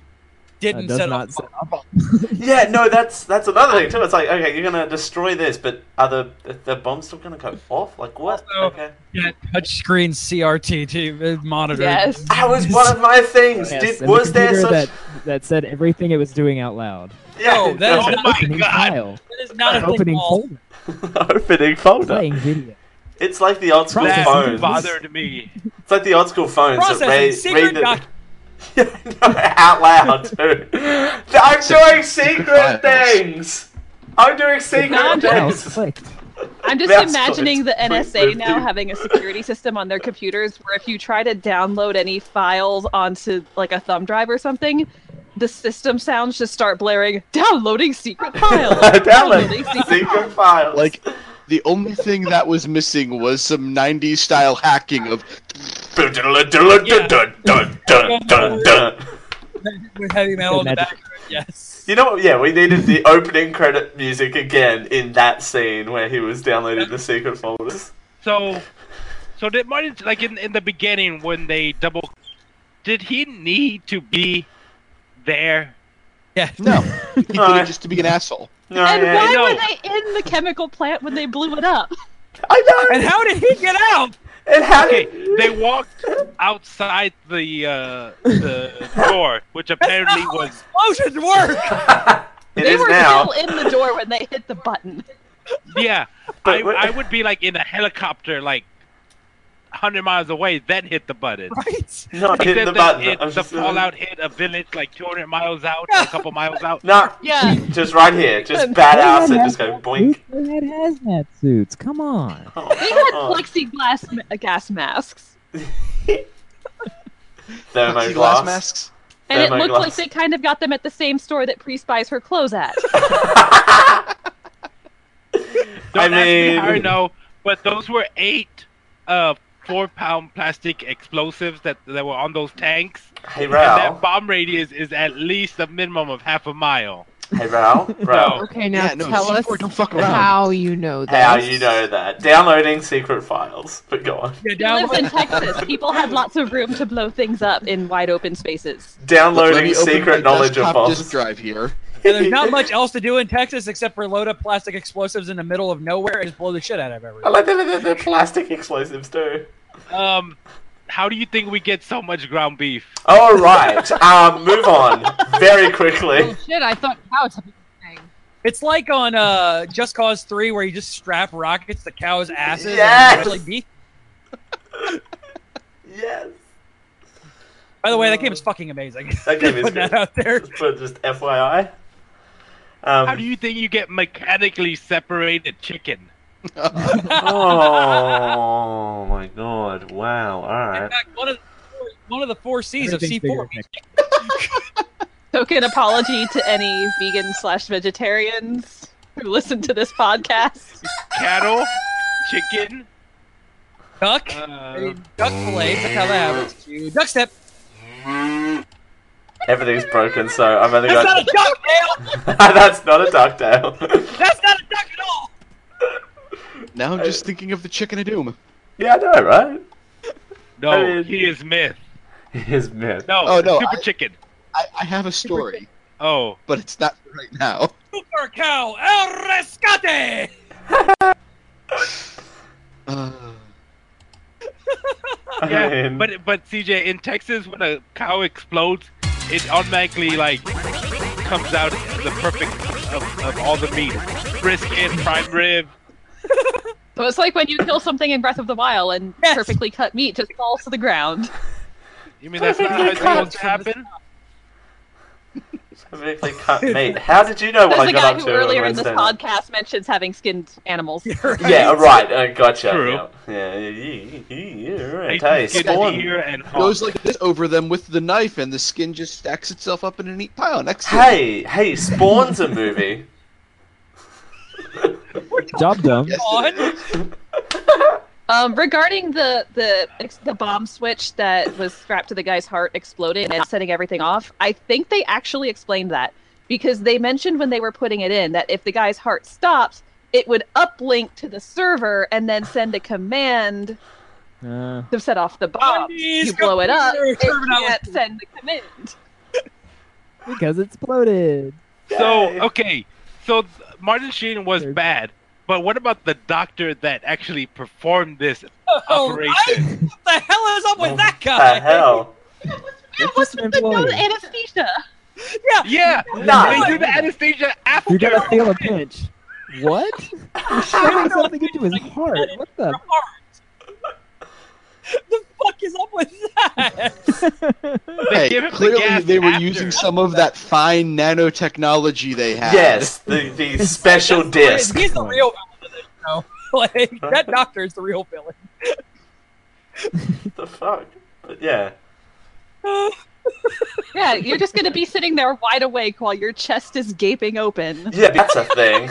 Speaker 6: Didn't
Speaker 5: does
Speaker 6: set
Speaker 5: not.
Speaker 6: up.
Speaker 5: set-
Speaker 9: yeah, no, that's that's another thing, too. It's like, okay, you're gonna destroy this, but are the, the bombs still gonna go off? Like, what?
Speaker 6: Also-
Speaker 9: okay.
Speaker 6: Yeah, touchscreen CRT TV monitor.
Speaker 11: yes
Speaker 9: That was one of my things.
Speaker 5: Yes,
Speaker 9: Did,
Speaker 5: and the
Speaker 9: was there
Speaker 5: computer
Speaker 9: such.
Speaker 5: that that said everything it was doing out loud?
Speaker 9: Yeah.
Speaker 6: No, that
Speaker 7: oh
Speaker 6: is not,
Speaker 7: my
Speaker 5: Opening
Speaker 7: god!
Speaker 5: file,
Speaker 6: that is not a thing
Speaker 5: opening
Speaker 6: Paul.
Speaker 5: folder,
Speaker 9: opening folder.
Speaker 5: playing video.
Speaker 9: It's like the old school
Speaker 5: Processing
Speaker 7: That
Speaker 9: phones.
Speaker 7: bothered me.
Speaker 9: It's like the old school phones
Speaker 6: Processing
Speaker 9: that read,
Speaker 6: secret
Speaker 9: read the...
Speaker 6: doc-
Speaker 9: out loud too. I'm doing secret
Speaker 10: files.
Speaker 9: things. I'm doing secret
Speaker 11: Not
Speaker 5: Mouse
Speaker 9: things.
Speaker 5: clicked.
Speaker 11: i'm just
Speaker 9: That's
Speaker 11: imagining
Speaker 9: good.
Speaker 11: the nsa
Speaker 9: Wait, wait,
Speaker 11: now
Speaker 9: wait.
Speaker 11: having a security system on their computers where if you try to download any files onto like a thumb drive or something the system sounds just start blaring downloading secret files
Speaker 9: Download secret files.
Speaker 10: Like, the only thing that was missing was some 90s style hacking of.
Speaker 6: With heavy metal in the
Speaker 9: Magic.
Speaker 6: back. Yes.
Speaker 9: You know what? Yeah, we needed the opening credit music again in that scene where he was downloading the secret folders.
Speaker 7: So, so did Martin like in in the beginning when they double? Did he need to be there?
Speaker 6: Yeah.
Speaker 10: No. He did it just to be an asshole.
Speaker 11: and why
Speaker 7: no.
Speaker 11: were they in the chemical plant when they blew it up?
Speaker 9: I
Speaker 6: And how did he get out?
Speaker 9: And how
Speaker 7: okay, they walked outside the uh, the door, which apparently was
Speaker 6: explosions work.
Speaker 11: they were still in the door when they hit the button.
Speaker 7: yeah. I, I would be like in a helicopter, like hundred miles away, then hit the button.
Speaker 6: Right?
Speaker 9: No, hit the button. I was
Speaker 7: the
Speaker 9: just- uh,
Speaker 7: fallout hit a village like two hundred miles out, or a couple miles out.
Speaker 9: No,
Speaker 11: Yeah.
Speaker 9: just right here, just badass and just go boink.
Speaker 5: They had hazmat suits. Come on.
Speaker 11: They had
Speaker 9: Oh.
Speaker 11: plexiglass ma- gas masks,
Speaker 9: Thermoglass.
Speaker 10: masks?
Speaker 11: and it looked
Speaker 9: Thermoglass.
Speaker 11: like they kind of got them at the same store that Priest buys her clothes at.
Speaker 7: Don't
Speaker 9: I
Speaker 7: ask me how I
Speaker 9: mean-
Speaker 7: know, but those were eight uh, four-pound plastic explosives that that were on those tanks.
Speaker 9: Hey,
Speaker 7: and
Speaker 9: Rao.
Speaker 7: that bomb radius is at least a minimum of half a mile.
Speaker 9: Hey, Ral, Ral,
Speaker 8: Okay, now
Speaker 10: Yeah, no,
Speaker 8: tell
Speaker 10: C4,
Speaker 8: us
Speaker 10: don't fuck around.
Speaker 8: how you know this.
Speaker 9: Oh. how you know that? Downloading secret files, but go on.
Speaker 6: Yeah,
Speaker 11: He
Speaker 6: down
Speaker 11: lives in Texas. People had lots of room to blow things up in wide open spaces.
Speaker 10: Look, let
Speaker 9: Downloading
Speaker 10: me open
Speaker 9: secret
Speaker 10: my
Speaker 9: knowledge of
Speaker 10: desktop
Speaker 9: false.
Speaker 10: disk drive here.
Speaker 6: And there's not much else to do in Texas except for load up plastic explosives in the middle of nowhere and just blow the shit out of
Speaker 9: I
Speaker 6: everyone.
Speaker 9: like that they're- they're plastic explosives too.
Speaker 7: Um, how do you think we get so much ground beef?
Speaker 9: All Oh, right, um, move on very quickly.
Speaker 8: Oh, shit, I thought cows had been a thing.
Speaker 6: It's like on uh, Just Cause 3 where you just strap rockets to cows' asses
Speaker 9: Yes!
Speaker 6: and really beef.
Speaker 9: Yes.
Speaker 6: By the way, that game is fucking amazing.
Speaker 9: That game is
Speaker 6: Put that
Speaker 9: good.
Speaker 6: out there.
Speaker 9: But just FYI. Um,
Speaker 7: How do you think you get mechanically separated chicken?
Speaker 10: Uh,
Speaker 9: oh my god! Wow! All
Speaker 6: In
Speaker 9: right.
Speaker 6: fact, one of the, one of the four C's of
Speaker 5: Everything's bigger
Speaker 6: C4
Speaker 5: than-
Speaker 11: Token apology to any vegan slash vegetarians who listen to this podcast.
Speaker 7: Cattle, chicken.
Speaker 6: duck. I
Speaker 7: Uh,
Speaker 6: mean, duck fillets, that's how that happens. You duck step.
Speaker 9: Everything's broken, so I've only
Speaker 6: That's not a
Speaker 9: got.
Speaker 6: duck, Dale!
Speaker 9: That's not a duck tail.
Speaker 6: That's not a duck at all!
Speaker 10: Now I'm just thinking of the chicken of doom.
Speaker 9: yeah, I know, right?
Speaker 7: no,
Speaker 9: I mean-
Speaker 7: he is myth.
Speaker 9: His myth.
Speaker 7: No,
Speaker 10: Oh, no,
Speaker 7: super
Speaker 10: I-
Speaker 7: chicken.
Speaker 10: I, I have a story,
Speaker 7: Oh,
Speaker 10: but it's not right now.
Speaker 6: Super cow, el rescate!
Speaker 10: Uh,
Speaker 9: I
Speaker 7: yeah,
Speaker 9: mean,
Speaker 7: but but CJ in Texas when a cow explodes, it automatically like comes out as the perfect of, of all the meat, brisket, prime rib.
Speaker 11: So it's like when you kill something in Breath of the Wild and
Speaker 6: Yes.
Speaker 11: perfectly cut meat just falls to the ground.
Speaker 7: You mean that's not how it's supposed to happen?
Speaker 9: perfectly cut meat. How did you know what
Speaker 11: There's
Speaker 9: I
Speaker 11: the guy
Speaker 9: got up
Speaker 11: who
Speaker 9: to on
Speaker 11: earlier in this
Speaker 9: Wednesday? night?
Speaker 11: podcast mentions having skinned animals.
Speaker 9: Yeah, right. I gotcha.
Speaker 7: True.
Speaker 9: Yeah, yeah, yeah, yeah, yeah, yeah,
Speaker 7: Like,
Speaker 9: right. Hey,
Speaker 7: skin,
Speaker 9: spawn.
Speaker 7: ear, and heart.
Speaker 10: goes like this over them with the knife, and the skin just stacks itself up in a neat pile next to it.
Speaker 9: Hey, hey, spawn's a movie.
Speaker 5: Job done.
Speaker 10: Yes,
Speaker 6: on.
Speaker 10: it is.
Speaker 11: Um, regarding the the ex- the bomb switch that was strapped to the guy's heart exploded and setting everything off, I think they actually explained that because they mentioned when they were putting it in that if the guy's heart stopped, it would uplink to the server and then send a command
Speaker 5: Uh,
Speaker 11: to set off the bomb.
Speaker 6: Please
Speaker 11: you blow it up,
Speaker 6: computer
Speaker 11: it can't
Speaker 6: terminology.
Speaker 11: send the command.
Speaker 5: because it exploded.
Speaker 7: So
Speaker 9: Yay.
Speaker 7: okay, so th- Martin Sheen was
Speaker 5: Third.
Speaker 7: bad, but what about the doctor that actually performed this
Speaker 6: Oh, right?
Speaker 7: operation?
Speaker 6: What the hell is up with that guy?
Speaker 9: Oh. The hell.
Speaker 5: It's
Speaker 11: What's
Speaker 5: just
Speaker 11: with
Speaker 5: an
Speaker 11: the no
Speaker 5: employee.
Speaker 11: anesthesia?
Speaker 6: Yeah.
Speaker 7: Yeah,
Speaker 9: Nah.
Speaker 7: they do the anesthesia after.
Speaker 5: You're gonna feel a pinch. What? You're shoving something into his heart. What the?
Speaker 6: The fuck is up with that?
Speaker 7: They give
Speaker 10: Hey,
Speaker 7: him the
Speaker 10: clearly
Speaker 7: gas
Speaker 10: they were
Speaker 7: after.
Speaker 10: using some of that fine nanotechnology they had.
Speaker 9: Yes, the, the special
Speaker 6: He's
Speaker 9: disc.
Speaker 6: the real villain of this show. Like, that doctor is the real villain.
Speaker 9: the fuck? But yeah.
Speaker 11: Yeah, you're just gonna be sitting there wide awake while your chest is gaping open.
Speaker 9: Yeah, that's a thing.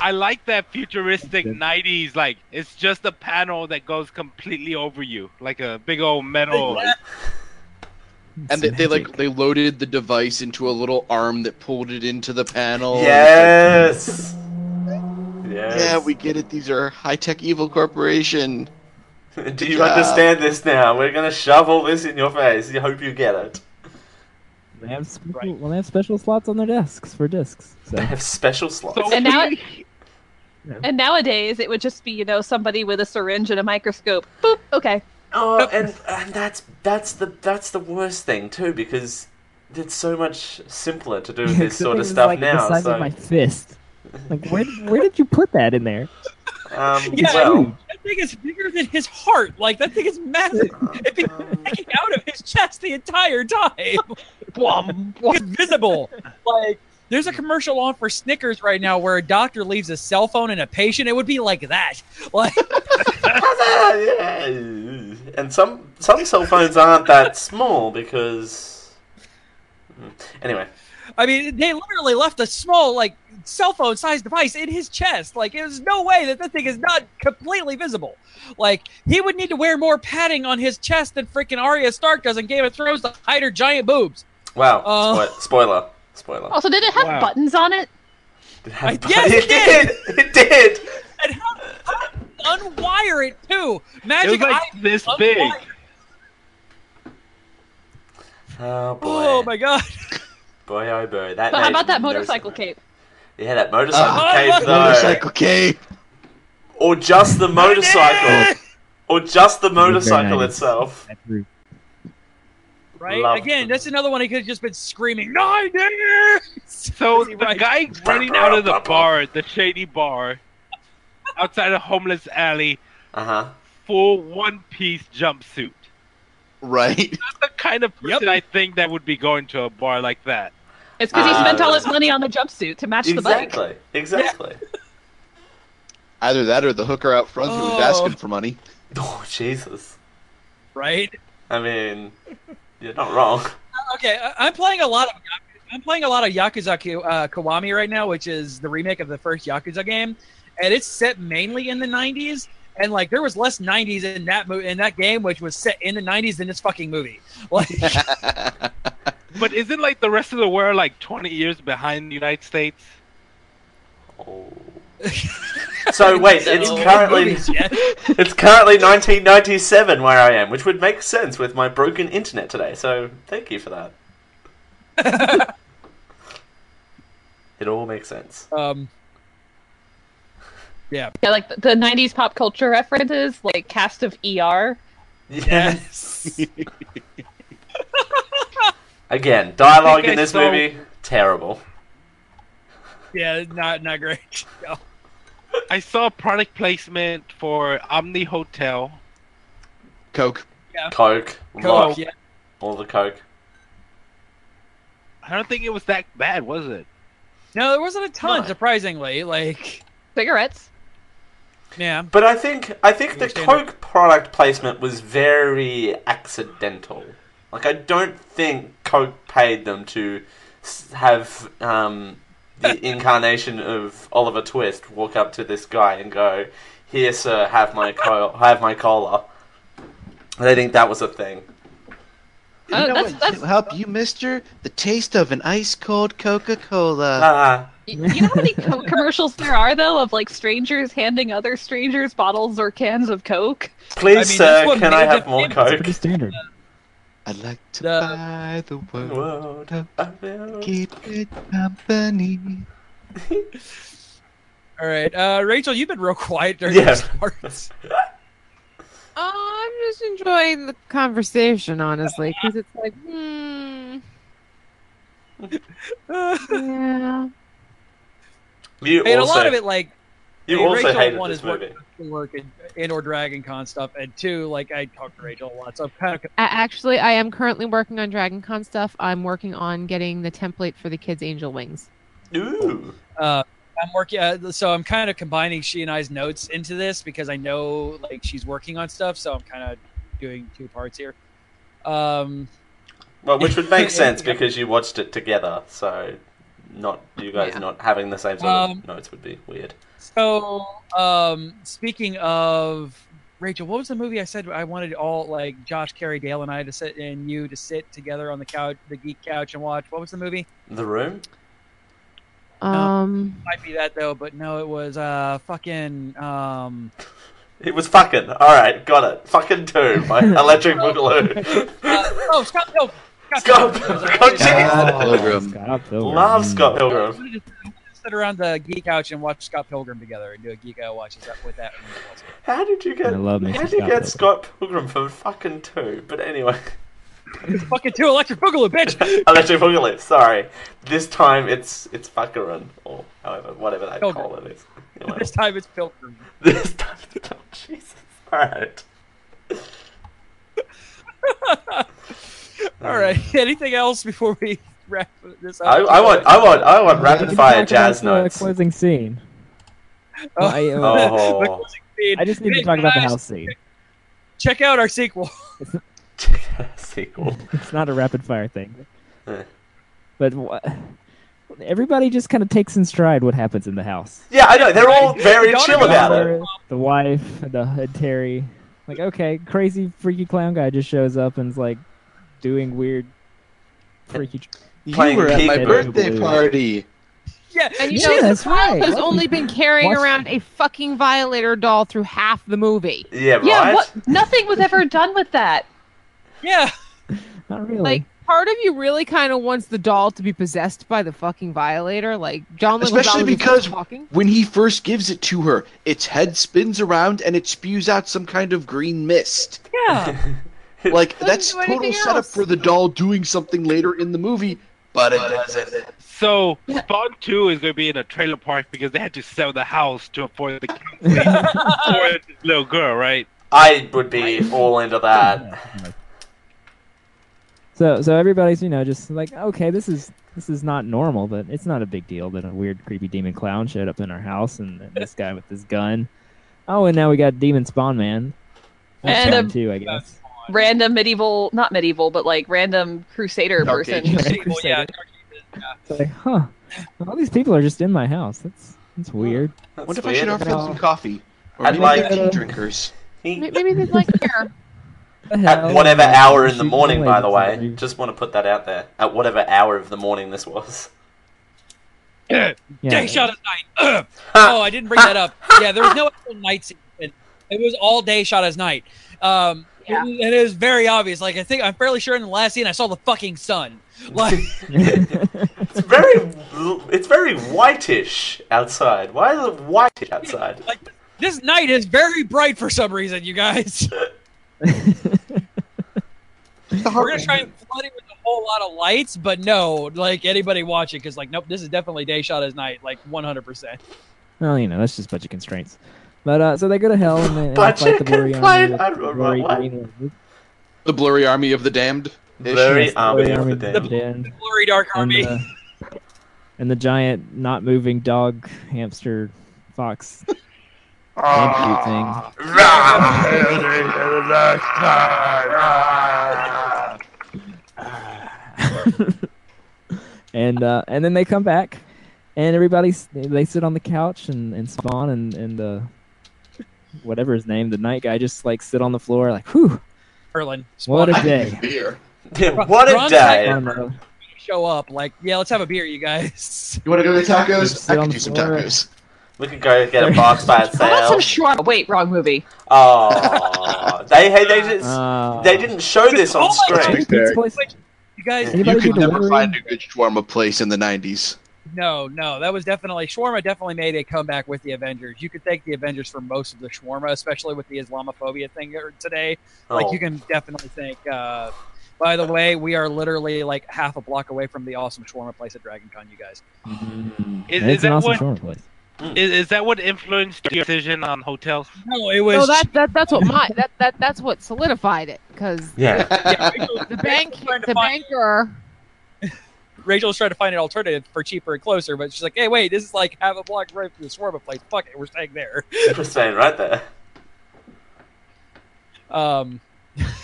Speaker 7: I like that futuristic '90s. Like it's just a panel that goes completely over you, like a big old metal.
Speaker 10: and they, they like they loaded the device into a little arm that pulled it into the panel.
Speaker 9: Yes. Yes.
Speaker 10: Yeah, we get it. These are high tech evil corporation.
Speaker 9: Do you understand this now? We're gonna shove all this in your face. You hope you get it.
Speaker 5: They have special, Well, they have special slots on their desks for discs. So. They
Speaker 9: have special slots.
Speaker 11: And now, and nowadays, it would just be you know somebody with a syringe and a microscope. Boop. Okay.
Speaker 9: Oh, and and that's that's the that's the worst thing too because it's so much simpler to do this sort of
Speaker 5: It's
Speaker 9: stuff
Speaker 5: like The
Speaker 9: now.
Speaker 5: size
Speaker 9: so,
Speaker 5: of my fist. Like where where did you put that in there?
Speaker 9: um,
Speaker 6: Yeah,
Speaker 9: well,
Speaker 6: that thing is bigger than his heart. Like that thing is massive. It'd be hanging out of his chest the entire time. Blum, blum. It's visible. Like there's a commercial on for Snickers right now where a doctor leaves a cell phone in a patient. It would be like that. Like
Speaker 9: yeah. and some some cell phones aren't that small because hmm. anyway.
Speaker 6: I mean, they literally left a small like cell phone sized device in his chest. Like there's no way that that thing is not completely visible. Like he would need to wear more padding on his chest than freaking Arya Stark does in Game of Thrones to hide her giant boobs.
Speaker 9: Wow.
Speaker 6: Uh.
Speaker 9: Spoil- spoiler. Spoiler.
Speaker 11: Also, did it have
Speaker 9: Wow.
Speaker 11: buttons on it?
Speaker 9: I,
Speaker 6: yes, it
Speaker 9: did. It did.
Speaker 6: And how, how did they unwire it too? Magic
Speaker 7: it was like
Speaker 6: eye-
Speaker 7: this
Speaker 6: unwire-
Speaker 7: big.
Speaker 9: Oh boy.
Speaker 6: Oh my god!
Speaker 9: Boy, oh boy. That
Speaker 11: But how
Speaker 9: made
Speaker 11: about that
Speaker 9: no
Speaker 11: motorcycle cape?
Speaker 9: sense. Yeah, that motorcycle
Speaker 11: Ah.
Speaker 9: cave though.
Speaker 10: Motorcycle cave.
Speaker 9: Or just the motorcycle. or just the motorcycle
Speaker 5: nice.
Speaker 9: itself.
Speaker 6: Right?
Speaker 9: Love
Speaker 6: Again, that's another one he could have just been screaming, Nine years!
Speaker 7: So the guy running out of the bar, the shady bar, outside a homeless alley,
Speaker 9: Uh huh.
Speaker 7: full one-piece jumpsuit.
Speaker 10: Right.
Speaker 7: That's the kind of person I think that would be going to a bar like that.
Speaker 11: It's because he
Speaker 7: Ah.
Speaker 11: spent all his money on the jumpsuit to match the bike.
Speaker 9: Exactly.
Speaker 10: Either that or the hooker out front who was
Speaker 11: Oh.
Speaker 10: asking for money.
Speaker 9: Oh Jesus.
Speaker 6: Right?
Speaker 9: I mean, you're not wrong.
Speaker 6: Okay, I- I'm playing a lot of I'm playing a lot of Yakuza Ki- uh, Kiwami right now, which is the remake of the first Yakuza game, and it's set mainly in the 90s. And like, there was less 90s in that mo- in that game, which was set in the 90s than this fucking movie. Like,
Speaker 7: But isn't like the rest of the world like 20 years behind the United States?
Speaker 9: Oh. So wait, it's
Speaker 6: uh,
Speaker 7: So-
Speaker 9: currently
Speaker 7: Movies, yeah.
Speaker 9: it's currently 1997 where I am, which would make sense with my broken internet today. So thank you for that. it all makes sense.
Speaker 6: Um. Yeah.
Speaker 11: Yeah, like the, the 90s pop culture references, like cast of ER.
Speaker 9: Yes. Again, dialogue in
Speaker 6: I
Speaker 9: this
Speaker 6: saw-
Speaker 9: movie terrible.
Speaker 6: yeah, not not great. No.
Speaker 7: I saw product placement for Omni Hotel.
Speaker 10: Coke.
Speaker 6: Yeah.
Speaker 9: Coke.
Speaker 7: Coke,
Speaker 9: lot-
Speaker 7: yeah.
Speaker 9: All the Coke.
Speaker 7: I don't think it was that bad, was it?
Speaker 6: No, there wasn't a ton, surprisingly. Like
Speaker 11: cigarettes.
Speaker 6: Yeah.
Speaker 9: But I think I think the
Speaker 6: Understandable.
Speaker 9: Coke product placement was very accidental. Like I don't think Coke paid them to s- have um, the incarnation of Oliver Twist walk up to this guy and go, "Here, sir, have my co- have my cola." I don't think that was a thing.
Speaker 10: You
Speaker 11: Uh,
Speaker 10: know what will help you, mister? The taste of an ice cold Coca Cola.
Speaker 9: Uh,
Speaker 11: You know how many co- commercials there are though of like strangers handing other strangers bottles or cans of Coke?
Speaker 9: Please,
Speaker 11: I mean, that's
Speaker 9: sir,
Speaker 11: what
Speaker 9: can I
Speaker 11: made
Speaker 9: have
Speaker 11: the
Speaker 9: more
Speaker 11: famous-
Speaker 9: Coke?
Speaker 5: standard.
Speaker 10: I'd like to buy the
Speaker 9: world.
Speaker 10: Keep it company.
Speaker 6: All right, uh, Rachel, you've been real quiet during
Speaker 9: Yeah.
Speaker 6: these parts.
Speaker 8: Oh, I'm just enjoying the conversation, honestly, because it's like, hmm. yeah.
Speaker 9: You
Speaker 6: and a
Speaker 9: also-
Speaker 6: lot of it, like
Speaker 9: you
Speaker 6: I mean,
Speaker 9: also
Speaker 6: Rachel
Speaker 9: hated
Speaker 6: one
Speaker 9: this
Speaker 6: is work-
Speaker 9: movie.
Speaker 6: work in, in or Dragon Con stuff, and two, like I talked to Rachel a lot, so I'm kind of
Speaker 8: A- Actually, I am currently working on Dragon Con stuff. I'm working on getting the template for the kids' angel wings.
Speaker 9: Ooh.
Speaker 6: Uh, I'm working, uh, so I'm kind of combining she and I's notes into this because I know like she's working on stuff, so I'm kind of doing two parts here. Um,
Speaker 9: Well, which would make sense because you watched it together, so not you guys not having the same sort
Speaker 6: Um,
Speaker 9: of notes would be weird.
Speaker 6: So, um, speaking of Rachel, what was the movie I said I wanted all like Josh, Carey, Dale, and I to sit and you to sit together on the couch, the geek couch, and watch? What was the movie?
Speaker 9: The room.
Speaker 8: Um,
Speaker 6: Might be that though, but no, it was uh fucking um.
Speaker 9: It was fucking all right. Got it. Fucking two by Electric Boogaloo.
Speaker 6: Uh, oh, Scott Pilgrim.
Speaker 9: Scott
Speaker 6: Pilgrim.
Speaker 5: Scott Pilgrim.
Speaker 9: Love Scott Pilgrim.
Speaker 6: Sit around the geek couch and watch Scott Pilgrim together and do a geek out watch is that with that.
Speaker 9: How did you get?
Speaker 5: I love me
Speaker 9: how
Speaker 5: some
Speaker 9: did you
Speaker 5: Scott
Speaker 9: get
Speaker 5: Pilgrim.
Speaker 9: Scott Pilgrim for fucking two? But anyway,
Speaker 6: fucking two electric boogaloo, bitch.
Speaker 9: Electric Boogaloo. Sorry, this time it's it's fuckerin or however whatever they
Speaker 6: Pilgrim.
Speaker 9: call it is.
Speaker 6: this time it's Pilgrim.
Speaker 9: This time, oh, Jesus. All right. Um,
Speaker 6: All right. Anything else before we wrap this up?
Speaker 9: I, I want I want I want rapid fire
Speaker 5: Talk
Speaker 9: jazz
Speaker 5: about the
Speaker 9: notes.
Speaker 5: Closing scene.
Speaker 6: Oh.
Speaker 5: My, uh,
Speaker 9: Oh.
Speaker 5: I just need to talk about the house scene.
Speaker 6: Check out our sequel.
Speaker 9: Sequel.
Speaker 5: It's not a rapid fire thing,
Speaker 9: Eh.
Speaker 5: but wha- everybody just kind of takes in stride what happens in the house.
Speaker 9: Yeah, I know. They're all very
Speaker 5: The
Speaker 9: chill about
Speaker 5: daughter,
Speaker 9: it.
Speaker 5: The wife, the uh, Terry, like okay, crazy freaky clown guy just shows up and's like doing weird freaky.
Speaker 10: You were at my birthday party.
Speaker 6: Yeah,
Speaker 8: and you
Speaker 5: Yeah,
Speaker 8: know
Speaker 5: that's
Speaker 8: this child
Speaker 5: right.
Speaker 8: has only been carrying
Speaker 5: Watch-
Speaker 8: around a fucking violator doll through half the movie.
Speaker 9: Yeah,
Speaker 11: Yeah, what? Nothing was ever done with that.
Speaker 6: Yeah.
Speaker 5: Not really.
Speaker 8: Like part of you really kind of wants the doll to be possessed by the fucking violator, like John. Leguizamo
Speaker 10: Especially
Speaker 8: was
Speaker 10: because
Speaker 8: talking.
Speaker 10: when he first gives it to her, its head spins around and it spews out some kind of green mist.
Speaker 6: Yeah.
Speaker 10: like that's
Speaker 7: do anything
Speaker 10: total setup for the doll doing something later in the movie, but it doesn't.
Speaker 7: So Spawn Two is going to be in a trailer park because they had to sell the house to afford the for this little girl, right?
Speaker 9: I would be all into that.
Speaker 5: Uh, So so everybody's you know just like okay this is this is not normal but it's not a big deal that a weird creepy demon clown showed up in our house and, and this guy with his gun. Oh and now we got demon spawn man. Well,
Speaker 11: And
Speaker 5: Spawn
Speaker 11: a-
Speaker 5: too I guess.
Speaker 11: Random medieval, not medieval, but like random crusader
Speaker 5: Dark
Speaker 11: person.
Speaker 5: Ages. Dark Well, yeah, It's like huh, all these people are just in my house. That's that's weird.
Speaker 10: What if I should offer them some coffee? Or
Speaker 5: I'd
Speaker 10: maybe
Speaker 5: like-
Speaker 10: they're tea drinkers.
Speaker 8: May- Maybe they'd like hair.
Speaker 9: At whatever hour in the morning, by the way. Just want to put that out there. At whatever hour of the morning this was.
Speaker 6: Yeah.
Speaker 9: Yeah.
Speaker 6: Day shot at night. Ugh. oh, I didn't bring that up. Yeah, there was no actual night scene. It was all day shot as night. Um, and, and it was very obvious. Like I think I'm fairly sure in the last scene I saw the fucking sun. Like
Speaker 9: It's very, it's very whitish outside. Why is it whitish outside?
Speaker 6: this night is very bright for some reason, you guys. We're gonna try and flood it with a whole lot of lights, but no, like anybody watching, because like nope, this is definitely day shot as night, like 100. percent
Speaker 5: Well, you know, that's just budget constraints. But uh, so they go to hell and they and they
Speaker 10: Budget
Speaker 5: fight the blurry
Speaker 10: complaint?
Speaker 5: army. with
Speaker 10: I
Speaker 5: the
Speaker 10: don't know
Speaker 5: blurry
Speaker 10: what.
Speaker 5: green one.
Speaker 10: The blurry army of the damned.
Speaker 9: Blurry army
Speaker 5: Blurry
Speaker 9: of the
Speaker 5: army
Speaker 9: damned.
Speaker 5: damned.
Speaker 6: Blurry dark
Speaker 5: army. And, uh, and the giant, not moving dog, hamster, fox. Thank you thing. and uh, and then they come back, and everybody's they sit on the couch and, and spawn and and uh, whatever his name, the night guy, just like sit on the floor like, whew,
Speaker 6: Erlin.
Speaker 5: what a
Speaker 6: Spawn.
Speaker 5: day.
Speaker 9: what a
Speaker 6: Ron
Speaker 9: day.
Speaker 6: Howard Show up, like yeah, let's have a beer, you guys.
Speaker 10: You want to go get tacos? I
Speaker 9: on
Speaker 10: can
Speaker 9: the
Speaker 10: do some
Speaker 9: floor.
Speaker 10: tacos.
Speaker 9: We could go get a box by
Speaker 11: Some
Speaker 9: itself.
Speaker 11: shawarma. Wait, wrong movie.
Speaker 9: Oh, they hey they just
Speaker 5: Uh,
Speaker 6: Uh,
Speaker 9: they didn't show this on
Speaker 11: Oh my God.
Speaker 9: screen.
Speaker 10: There.
Speaker 6: You guys,
Speaker 10: You could never find a good shawarma place in the '90s.
Speaker 6: No, no, that was definitely shawarma. Definitely made a comeback with the Avengers. You could thank the Avengers for most of the shawarma, especially with the Islamophobia thing er- today. Like
Speaker 9: Oh.
Speaker 6: you can definitely thank. Uh, by the way, we are literally like half a block away from the awesome shawarma place at Dragon Con. You guys,
Speaker 7: Is,
Speaker 5: And
Speaker 7: is
Speaker 5: it's an
Speaker 7: that
Speaker 5: awesome
Speaker 7: what?
Speaker 5: shawarma place.
Speaker 7: Is, is that what influenced your decision on hotels?
Speaker 6: No, it
Speaker 8: No, that, that that's what my that, that that's what solidified it because
Speaker 9: Yeah.
Speaker 8: the bank the banker.
Speaker 6: Rachel's trying to find an alternative for cheaper and closer, but she's like, "Hey, wait, this is like half a block away from the shawarma place. Fuck it, we're staying there."
Speaker 9: Just saying right there.
Speaker 6: Um,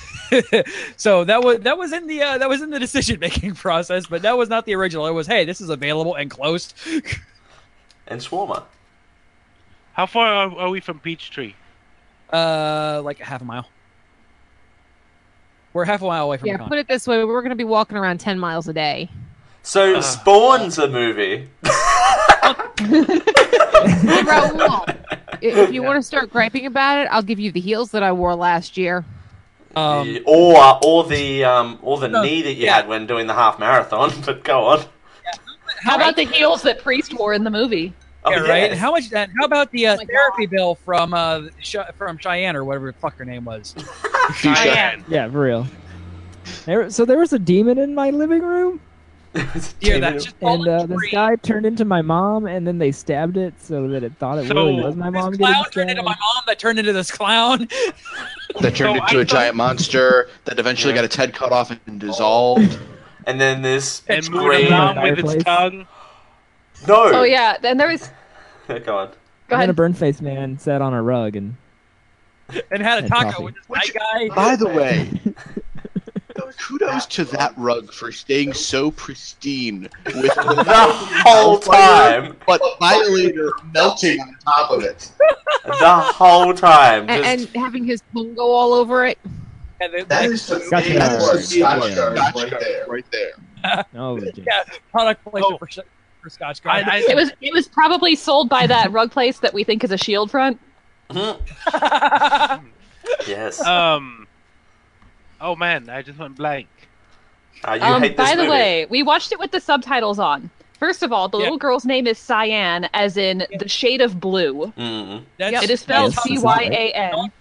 Speaker 6: so that was that was in the uh, that was in the decision making process, but that was not the original. It was hey, this is available and closed.
Speaker 9: and shawarma.
Speaker 7: How far are, are we from Peachtree?
Speaker 6: Uh, like a half a mile. We're half a mile away from.
Speaker 8: Yeah,
Speaker 6: Con.
Speaker 8: put it this way: we're going to be walking around ten miles a day.
Speaker 9: So
Speaker 6: Uh.
Speaker 9: Spawn's a movie.
Speaker 8: Hey, Raul, i- if you want to start griping about it, I'll give you the heels that I wore last year.
Speaker 6: Um,
Speaker 9: The- or uh, or the um or the knee that you had when doing the half marathon. But go on.
Speaker 11: How about the heels that Priest wore in the movie?
Speaker 9: Oh,
Speaker 6: yeah, right.
Speaker 9: yes.
Speaker 6: How much? That, how about the uh, therapy bill from uh, Sh- from Cheyenne or whatever the fuck her name was? Cheyenne.
Speaker 5: Yeah, for real. There, so there was a demon in my living room,
Speaker 6: Yeah, that's just
Speaker 5: and uh, this guy turned into my mom, and then they stabbed it so that it thought it
Speaker 6: So,
Speaker 5: really was my mom. Getting
Speaker 6: clown turned into my mom that turned into this clown.
Speaker 10: That turned into a giant monster that eventually got its head cut off and dissolved.
Speaker 9: And then this
Speaker 7: And moved around with its tongue.
Speaker 9: No.
Speaker 11: Oh yeah, then there was
Speaker 9: go on.
Speaker 11: Go
Speaker 5: And then
Speaker 11: ahead.
Speaker 5: a burn face man sat on a rug and
Speaker 6: and had
Speaker 5: Had
Speaker 6: a taco
Speaker 5: coffee.
Speaker 6: with this white guy.
Speaker 10: By the way, kudos to that rug for staying so pristine with
Speaker 9: the whole time.
Speaker 10: but violator melting on top of it.
Speaker 9: The whole time.
Speaker 8: A-
Speaker 9: Just,
Speaker 8: and, having his pungo all over it.
Speaker 10: That is some
Speaker 5: Scotch
Speaker 10: that is some
Speaker 5: guards.
Speaker 10: Scotch
Speaker 5: Yeah.
Speaker 10: guards
Speaker 5: Scotch
Speaker 10: right there. Right there.
Speaker 5: oh,
Speaker 6: yeah, product placement for, Sh- for Scotch Guard.
Speaker 11: it was it was probably sold by that rug place that we think is a shield E front.
Speaker 9: yes.
Speaker 6: uh,
Speaker 7: Um. Oh man, I just went blank.
Speaker 9: Ah, you
Speaker 11: Um,
Speaker 9: hate this
Speaker 11: by the
Speaker 9: movie.
Speaker 11: way, we watched it with the subtitles on. First of all, the
Speaker 6: Yeah.
Speaker 11: little girl's name is Cyan, as in the shade of blue.
Speaker 9: Mm.
Speaker 6: That's-
Speaker 11: it is spelled
Speaker 6: Yes,
Speaker 11: C
Speaker 6: that's
Speaker 11: Y
Speaker 6: right.
Speaker 11: A N.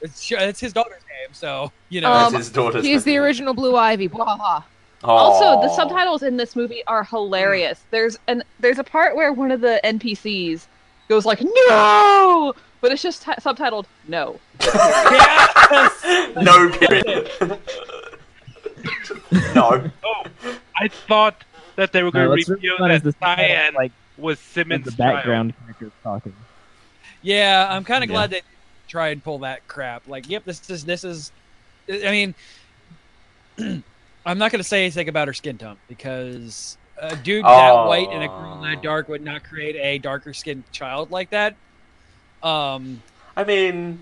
Speaker 6: It's, sh- it's his daughter's name, so you know.
Speaker 8: Um, He's the original Blue Ivy. Blah, blah, blah.
Speaker 11: Also, the
Speaker 8: Aw.
Speaker 11: subtitles in this movie are hilarious. There's an there's a part where one of the NPCs goes like "No," but it's just t- subtitled "No."
Speaker 9: No period. no.
Speaker 7: Oh, I thought that they were
Speaker 5: No,
Speaker 7: going
Speaker 5: what's
Speaker 7: to
Speaker 5: really
Speaker 7: reveal
Speaker 5: fun is
Speaker 7: that
Speaker 5: the subtitles,
Speaker 7: Cyan
Speaker 5: like,
Speaker 7: was
Speaker 5: with
Speaker 7: Simmons'
Speaker 5: the
Speaker 7: child.
Speaker 5: background character talking.
Speaker 6: Yeah, I'm kind of
Speaker 5: Yeah.
Speaker 6: glad they try and pull that crap. Like, yep, this is this is. I mean, I'm not gonna say anything about her skin tone because a dude that white and a girl that dark would not create a darker skinned child like that. Um,
Speaker 9: I mean,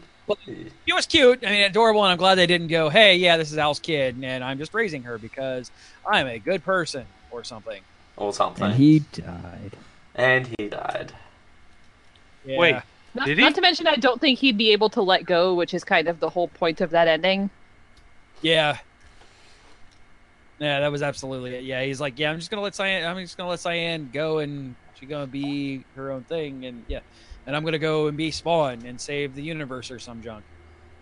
Speaker 6: he was cute. I mean, adorable, and I'm glad they didn't go, "Hey, yeah, this is Al's kid, and I'm just raising her because I'm a good person" or something.
Speaker 9: Or something.
Speaker 5: And he died.
Speaker 9: And he died.
Speaker 6: Yeah.
Speaker 7: Wait,
Speaker 11: Not,
Speaker 7: did
Speaker 11: not
Speaker 7: he?
Speaker 11: to mention, I don't think he'd be able to let go, which is kind of the whole point of that ending.
Speaker 6: Yeah. Yeah, that was absolutely it. Yeah, he's like, yeah, I'm just gonna let Cyan, I'm just gonna let Cyan go, and she's gonna be her own thing, and yeah, and I'm gonna go and be Spawn and save the universe or some junk.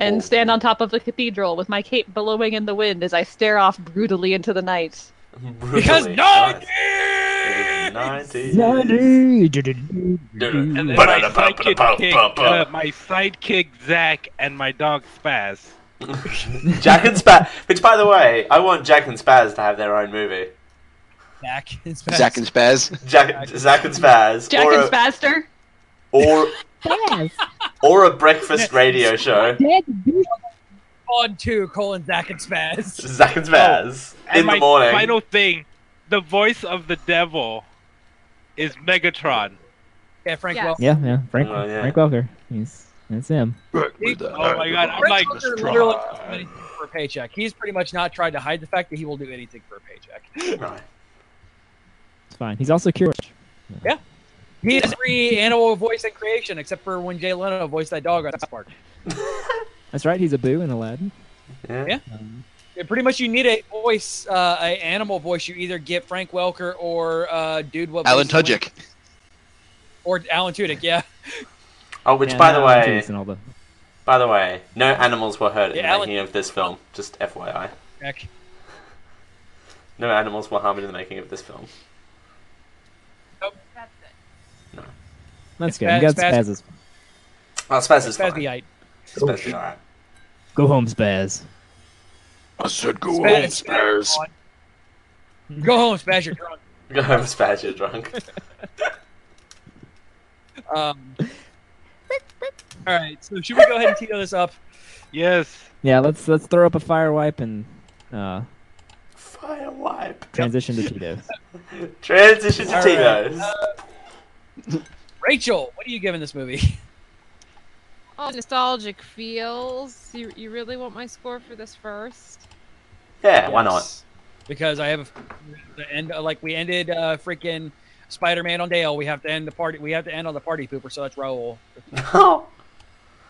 Speaker 11: And stand on top of the cathedral with my cape billowing in the wind as I stare off brutally into the night.
Speaker 6: Because
Speaker 9: Brutally
Speaker 6: no,
Speaker 9: nice.
Speaker 7: And then my sidekick, uh,
Speaker 9: Jack
Speaker 7: my sidekick Zach and my dog Spaz.
Speaker 9: and Spaz. Which, by the way, I want Jack and Spaz to have their own movie.
Speaker 6: Zach is back.
Speaker 10: Zack and Spaz.
Speaker 9: Jack, Zack and Spaz.
Speaker 11: Jack
Speaker 9: or uh,
Speaker 11: and
Speaker 9: a-
Speaker 11: Spazster.
Speaker 9: Or,
Speaker 8: Yes.
Speaker 9: or a breakfast radio show.
Speaker 6: Spawn two colon Zach and Spaz.
Speaker 9: Zack and Spaz.
Speaker 7: Oh, And
Speaker 9: in
Speaker 7: my
Speaker 9: the morning.
Speaker 7: final thing, the voice of the devil is Megatron.
Speaker 6: Yeah, Frank.
Speaker 7: Welker.
Speaker 5: Yeah, yeah, Frank,
Speaker 7: Oh, yeah.
Speaker 5: Frank Welker. He's that's him.
Speaker 7: Oh my god, I'm
Speaker 6: Frank
Speaker 7: like,
Speaker 6: Welker literally will do anything for a paycheck. He's pretty much not tried to hide the fact that he will do anything for a paycheck.
Speaker 5: It's fine. He's also cured.
Speaker 6: Yeah. He has every animal voice in creation except for when Jay Leno voiced that dog on South Park.
Speaker 5: That's right. He's a boo in Aladdin.
Speaker 6: Yeah. Yeah, pretty much you need a voice, uh, a animal voice. You either get Frank Welker or uh, dude what
Speaker 10: Alan
Speaker 6: voice-
Speaker 10: Tudyk.
Speaker 6: or Alan Tudyk. Yeah,
Speaker 9: Oh, which,
Speaker 5: Yeah,
Speaker 9: by the
Speaker 5: no,
Speaker 9: way,
Speaker 5: uh, Jason, all the-
Speaker 9: by the way, no animals were hurt in
Speaker 6: Yeah,
Speaker 9: the making of this film. Just FYI,
Speaker 6: Heck.
Speaker 9: no animals were harmed in the making of this film.
Speaker 5: That's good.
Speaker 9: Spaz-
Speaker 5: You got
Speaker 9: Spaz-
Speaker 5: Spaz's.
Speaker 9: Oh, Spaz is fine.
Speaker 6: Spazzyite.
Speaker 9: Spaz is alright.
Speaker 5: Go home, Spaz.
Speaker 10: I said
Speaker 6: go Spaz- home, Spaz. Go home, smash your drunk.
Speaker 9: Go home, Spaz. You're drunk.
Speaker 6: Um, all right, so should we go ahead and tee this up?
Speaker 7: Yes.
Speaker 5: Yeah, let's let's throw up a fire wipe and uh,
Speaker 9: Fire wipe.
Speaker 5: transition to Tito's.
Speaker 9: Transition to
Speaker 6: All right,
Speaker 9: Tito's.
Speaker 6: uh, Rachel, what are you giving this movie?
Speaker 8: Oh, nostalgic feels. You, you really want my score for this first?
Speaker 9: Yeah, why not?
Speaker 6: Because I have a- the end. Like we ended uh, freaking Spider-Man on Dale. We have to end the party. We have to end on the party pooper. So that's Raul.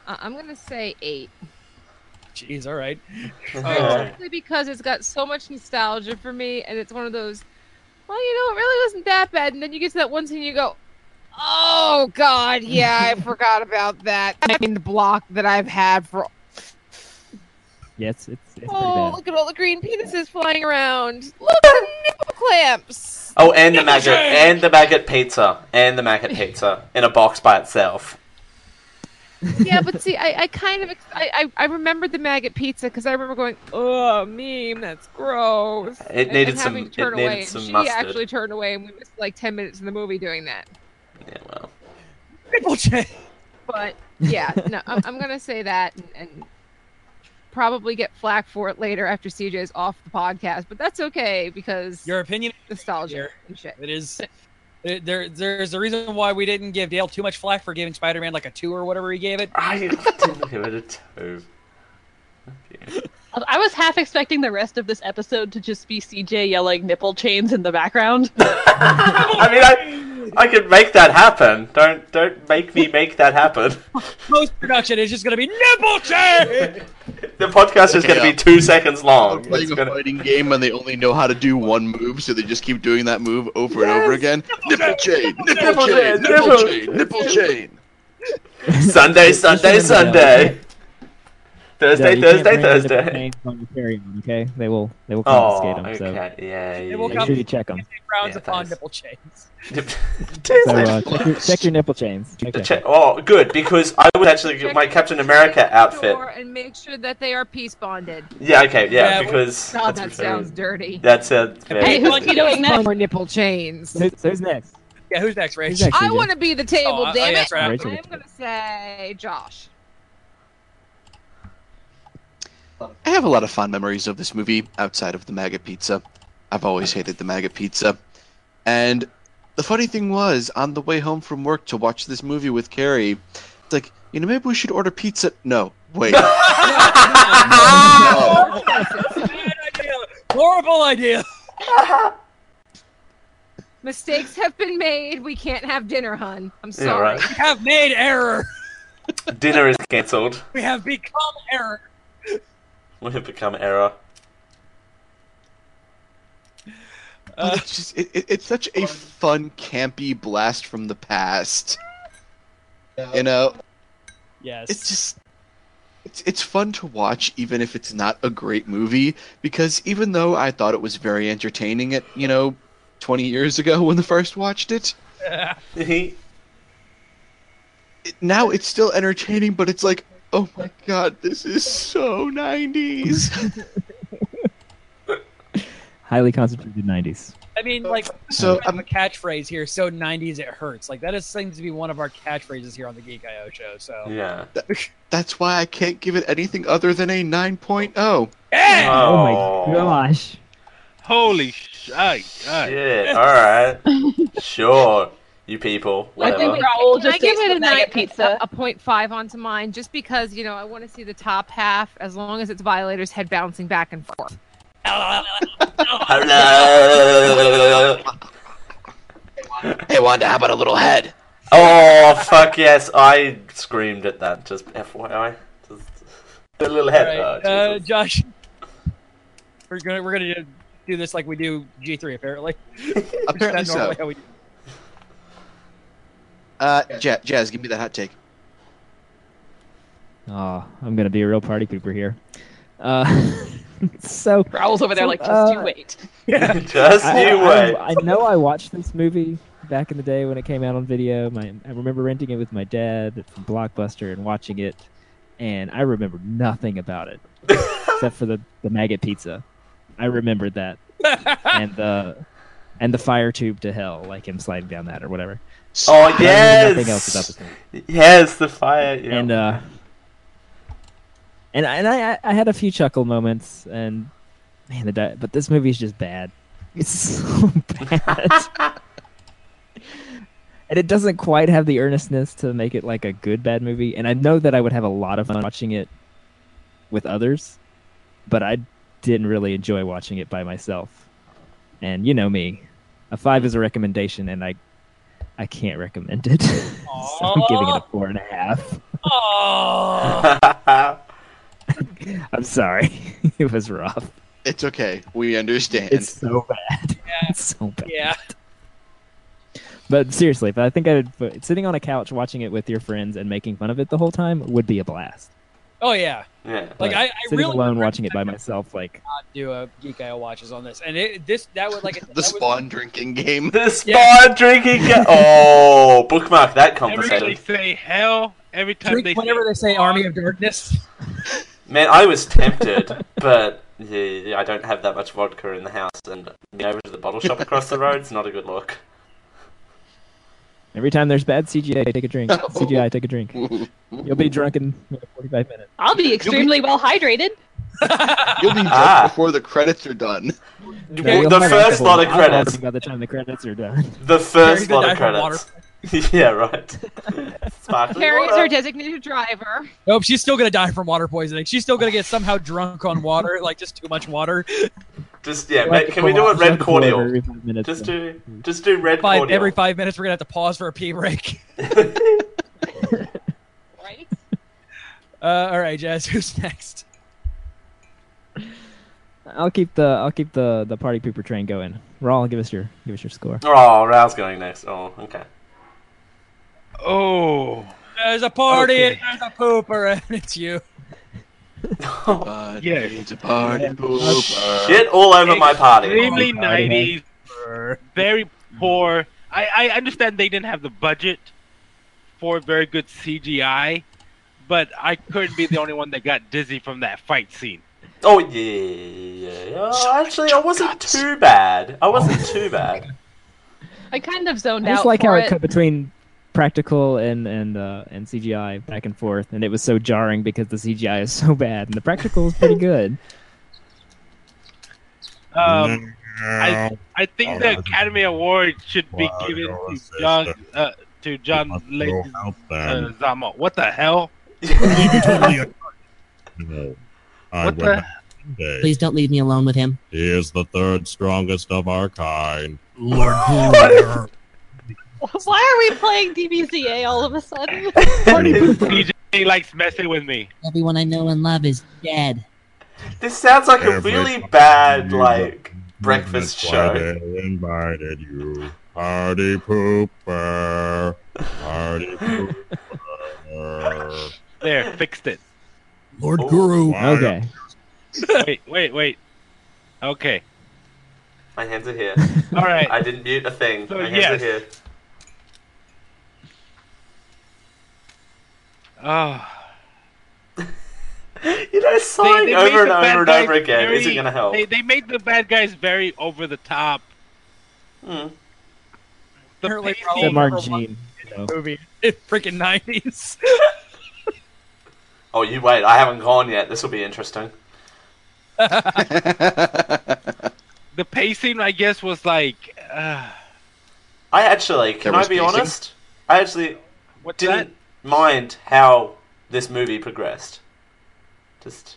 Speaker 8: Uh, I'm gonna say eight.
Speaker 6: Jeez, all right. Uh,
Speaker 9: Oh,
Speaker 8: Simply because it's got so much nostalgia for me, and it's one of those. Well, you know, it really wasn't that bad, and then you get to that one scene, and you go, "Oh God, yeah, I forgot about that." I mean, the block that I've had for.
Speaker 5: Yeah, it's it's, it's pretty
Speaker 8: Oh,
Speaker 5: bad.
Speaker 8: look at all the green penises flying around. Look at the nipple clamps.
Speaker 9: Oh, and the maggot, and the maggot pizza, and the maggot pizza in a box by itself.
Speaker 8: yeah, but see, I, I kind of, ex- I, I, I remembered the maggot pizza because I remember going, oh, meme, that's gross.
Speaker 9: It
Speaker 8: and,
Speaker 9: needed
Speaker 8: and having
Speaker 9: some-
Speaker 8: to turn
Speaker 9: it needed
Speaker 8: away. and
Speaker 9: some
Speaker 8: she
Speaker 9: mustard.
Speaker 8: actually turned away, and we missed like ten minutes in the movie doing that.
Speaker 9: Yeah, well.
Speaker 8: But yeah, no, I'm, I'm gonna say that and, and probably get flack for it later after CJ's off the podcast, but that's okay because
Speaker 6: your opinion
Speaker 8: nostalgia and shit.
Speaker 6: It is. it- there, there's a reason why we didn't give Dale too much flack for giving Spider-Man like a two or whatever he gave it.
Speaker 9: I didn't give it a two.
Speaker 11: I was half expecting the rest of this episode to just be CJ yelling nipple chains in the background.
Speaker 9: I mean, I, I could make that happen. Don't, don't make me make that happen.
Speaker 6: Post production is just gonna be nipple chain.
Speaker 9: The podcast is going to be two seconds long.
Speaker 10: Playing a fighting game and they only know how to do one move, so they just keep doing that move over and over again. Nipple chain,
Speaker 12: Nipple
Speaker 10: nipple chain,
Speaker 12: chain,
Speaker 10: nipple
Speaker 12: nipple
Speaker 10: chain, nipple chain.
Speaker 9: Sunday, Sunday, Sunday.
Speaker 5: Yeah,
Speaker 9: Thursday,
Speaker 5: you can't
Speaker 9: Thursday,
Speaker 5: bring in the
Speaker 9: Thursday.
Speaker 5: planes on your carry-on, okay, they will they will
Speaker 9: Oh,
Speaker 5: confiscate them. So
Speaker 9: okay, yeah, yeah,
Speaker 6: will
Speaker 5: make sure you check them.
Speaker 6: Rounds upon nipple chains.
Speaker 5: So, uh, check, your, check your nipple chains. Check
Speaker 9: The
Speaker 5: them.
Speaker 9: cha- oh, good because I would actually get my Captain America outfit.
Speaker 8: Or- And make sure that they are peace bonded.
Speaker 9: Yeah, okay, yeah, because
Speaker 8: God, that
Speaker 9: that's
Speaker 8: sounds dirty.
Speaker 9: That's a very.
Speaker 8: More nipple chains.
Speaker 5: Who's, who's next?
Speaker 6: Yeah, who's next, Rach?
Speaker 5: Who's next,
Speaker 8: I
Speaker 5: CJ?
Speaker 8: want to be the table,
Speaker 6: Oh, I-
Speaker 8: damn
Speaker 6: oh, yeah,
Speaker 8: it!
Speaker 6: that's right.
Speaker 8: I'm gonna say Josh.
Speaker 10: I have a lot of fond memories of this movie outside of the maggot pizza. I've always hated the maggot pizza. And the funny thing was, on the way home from work to watch this movie with Carrie, it's like, you know, maybe we should order pizza. No, wait.
Speaker 6: Horrible idea.
Speaker 8: Mistakes have been made. We can't have dinner, hun. I'm
Speaker 9: Yeah,
Speaker 8: sorry.
Speaker 9: right.
Speaker 6: We have made error.
Speaker 9: Dinner is cancelled.
Speaker 6: We have become error.
Speaker 9: We have become error.
Speaker 10: But it's just it, it- it's such a fun, campy blast from the past. You know,
Speaker 6: Yes.
Speaker 10: it's just it's it's fun to watch, even if it's not a great movie. Because even though I thought it was very entertaining, at you know, twenty years ago when the first watched it,
Speaker 9: it,
Speaker 10: now it's still entertaining. But it's like, oh my god, this is so nineties.
Speaker 5: Highly concentrated '90s.
Speaker 6: I mean, like,
Speaker 10: so um,
Speaker 6: I'm a catchphrase here. So '90s, it hurts. Like that is seems to be one of our catchphrases here on the Geek IO show. So
Speaker 9: Yeah.
Speaker 10: That's why I can't give it anything other than a 9.0.
Speaker 5: Oh my gosh!
Speaker 7: Holy shit!
Speaker 9: Shit. All right. Sure. You people.
Speaker 8: Wait, wait,
Speaker 9: Whatever.
Speaker 8: wait.
Speaker 11: Raoul
Speaker 8: Can I
Speaker 11: just
Speaker 8: give
Speaker 11: takes
Speaker 8: it
Speaker 11: the
Speaker 8: a
Speaker 11: bag
Speaker 8: nine,
Speaker 11: of pizza. Uh,
Speaker 8: a, a point five onto mine, just because you know I want to see the top half. As long as it's Violator's head bouncing back and forth.
Speaker 9: Hello.
Speaker 10: Hey, Wanda, how about a little head?
Speaker 9: Oh fuck yes! I screamed at that. Just FYI. Just the little
Speaker 6: All
Speaker 9: head.
Speaker 6: right,
Speaker 9: Oh,
Speaker 6: uh, Josh, we're gonna we're gonna do- do this like we do G3 apparently.
Speaker 10: Apparently
Speaker 6: That's not normally
Speaker 10: so.
Speaker 6: how we do
Speaker 10: Uh, Jazz, Jazz, give me that hot take.
Speaker 5: Oh, I'm gonna be a real party pooper here. Uh, so
Speaker 11: Raul's over there like, just you
Speaker 5: uh,
Speaker 11: wait.
Speaker 9: Just
Speaker 5: I-
Speaker 9: you
Speaker 5: I-
Speaker 9: wait.
Speaker 5: I, know I watched this movie back in the day when it came out on video. My I remember renting it with my dad from Blockbuster and watching it, and I remember nothing about it except for the the maggot pizza. I remembered that, and the and the fire tube to hell, like him sliding down that or whatever.
Speaker 9: Oh,
Speaker 5: I remember
Speaker 9: yes!
Speaker 5: Nothing else about this movie.
Speaker 9: Yes, the fire. Yeah.
Speaker 5: uh, And uh, and I, and I I had a few chuckle moments, and man, the di- but this movie is just bad. It's so bad, and it doesn't quite have the earnestness to make it like a good bad movie. And I know that I would have a lot of fun watching it with others, but I didn't really enjoy watching it by myself. And you know me, a five is a recommendation, and I I can't recommend it. so I'm giving it a four and a half. uh, I'm sorry. it was rough.
Speaker 10: It's okay. We understand.
Speaker 5: It's so bad. It's so bad.
Speaker 6: Yeah.
Speaker 5: But seriously, but I think I would sitting on a couch watching it with your friends and making fun of it the whole time would be a blast.
Speaker 6: Oh yeah. Like
Speaker 5: But
Speaker 6: I, I
Speaker 5: sitting
Speaker 6: really
Speaker 5: alone watching it by myself, like
Speaker 6: not do a geek IO watches on this, and it this that would like
Speaker 10: the spawn drinking game.
Speaker 9: The spawn drinking game. Oh, bookmark that
Speaker 7: Every time they
Speaker 9: conversation.
Speaker 7: say hell, every time
Speaker 6: Drink
Speaker 7: they
Speaker 6: whenever they say Army of Darkness.
Speaker 9: Man, I was tempted, but yeah, yeah, I don't have that much vodka in the house, and being over to the bottle shop across the road's not a good look.
Speaker 5: every time there's bad CGI, take a drink. CGI, take a drink. You'll be drunk in 45 minutes.
Speaker 11: I'll be extremely well hydrated.
Speaker 10: You'll be drunk
Speaker 5: Ah.
Speaker 10: before the credits are done.
Speaker 5: Yeah, you'll
Speaker 9: the
Speaker 5: have
Speaker 9: first
Speaker 5: alcohol
Speaker 9: lot of
Speaker 5: in your body
Speaker 9: credits.
Speaker 5: By the time the credits are done.
Speaker 9: The
Speaker 5: Harry's
Speaker 9: first
Speaker 5: gonna
Speaker 9: lot of
Speaker 5: die from water.
Speaker 9: credits. yeah, right. Sparkling
Speaker 8: Harry's
Speaker 9: water.
Speaker 8: our designated driver.
Speaker 6: Nope, she's still gonna die from water poisoning. She's still gonna get somehow drunk on water, like just too much water.
Speaker 9: Just yeah,
Speaker 6: Like
Speaker 9: ma- can we do a
Speaker 6: Barossa
Speaker 9: red cordial?
Speaker 5: every Mm-hmm. five minutes,
Speaker 9: Just
Speaker 5: though.
Speaker 9: do, just do red
Speaker 6: Five,
Speaker 9: cordial.
Speaker 6: every five minutes, we're gonna have to pause for a pee break.
Speaker 11: right?
Speaker 6: Uh, all right, Jazz, who's next?
Speaker 5: I'll keep the I'll keep the the party pooper train going. Rawl, give us your give us your score.
Speaker 9: Oh, Rao's going next. Oh, okay.
Speaker 7: Oh,
Speaker 6: There's a party,
Speaker 7: Okay.
Speaker 6: and there's a pooper, and it's you.
Speaker 10: yeah, it's a party pooper.
Speaker 9: Shit all over my party.
Speaker 7: Extremely
Speaker 9: Oh my God,
Speaker 7: nineties, very poor. I, I understand they didn't have the budget for very good CGI, but I couldn't be the only one that got dizzy from that fight scene.
Speaker 9: Oh yeah, yeah, yeah. Oh, actually, I wasn't too bad. I wasn't too bad.
Speaker 11: I kind of zoned
Speaker 5: I just
Speaker 11: out
Speaker 5: like
Speaker 11: for
Speaker 5: how
Speaker 11: it.
Speaker 5: it cut between practical and and uh, and CGI back and forth, and it was so jarring because the CGI is so bad and the practical is pretty good.
Speaker 2: Mm-hmm.
Speaker 7: Um, I, I think the Academy Award should be given to John uh, to John
Speaker 5: uh,
Speaker 16: then.
Speaker 7: Leguizamo. What the hell?
Speaker 16: No. I
Speaker 7: What
Speaker 16: would
Speaker 7: the-
Speaker 16: not someday.
Speaker 17: Please don't leave me alone with him.
Speaker 16: He is the third strongest of our kind.
Speaker 17: Lord.
Speaker 11: Why are we playing DBZA all of a sudden?
Speaker 7: DJ likes messing with me.
Speaker 17: Everyone I know and love is dead.
Speaker 9: This sounds like a
Speaker 16: Every
Speaker 9: really
Speaker 16: fucking
Speaker 9: bad
Speaker 16: year.
Speaker 9: like breakfast
Speaker 16: That's why
Speaker 9: show.
Speaker 16: they invited you. Party pooper. Party pooper.
Speaker 7: There, fixed it.
Speaker 16: Lord
Speaker 10: Oh,
Speaker 16: Guru.
Speaker 5: Okay.
Speaker 7: wait, wait, wait. Okay.
Speaker 9: My hands are here.
Speaker 7: All right.
Speaker 9: I didn't mute a thing.
Speaker 7: So,
Speaker 9: My hands
Speaker 7: yes.
Speaker 9: are here.
Speaker 7: Oh.
Speaker 9: You know, sighing
Speaker 7: made
Speaker 9: over and
Speaker 7: the bad
Speaker 9: over and over
Speaker 7: guys
Speaker 9: again isn't
Speaker 7: very-
Speaker 9: gonna help.
Speaker 7: They, they made the bad guys very over the top.
Speaker 9: Hmm.
Speaker 7: The
Speaker 6: Apparently,
Speaker 7: pacing-
Speaker 6: Raoul
Speaker 5: Except Martin
Speaker 6: never
Speaker 5: Sheen. you know.
Speaker 6: Movie, freaking nineties.
Speaker 9: Oh, you wait. I haven't gone yet. This will be interesting.
Speaker 7: the pacing, I guess, was like. Uh,
Speaker 9: I actually, can I
Speaker 7: was
Speaker 9: be
Speaker 7: pacing?
Speaker 9: honest? I actually
Speaker 7: What's
Speaker 9: didn't mind how this movie progressed. Just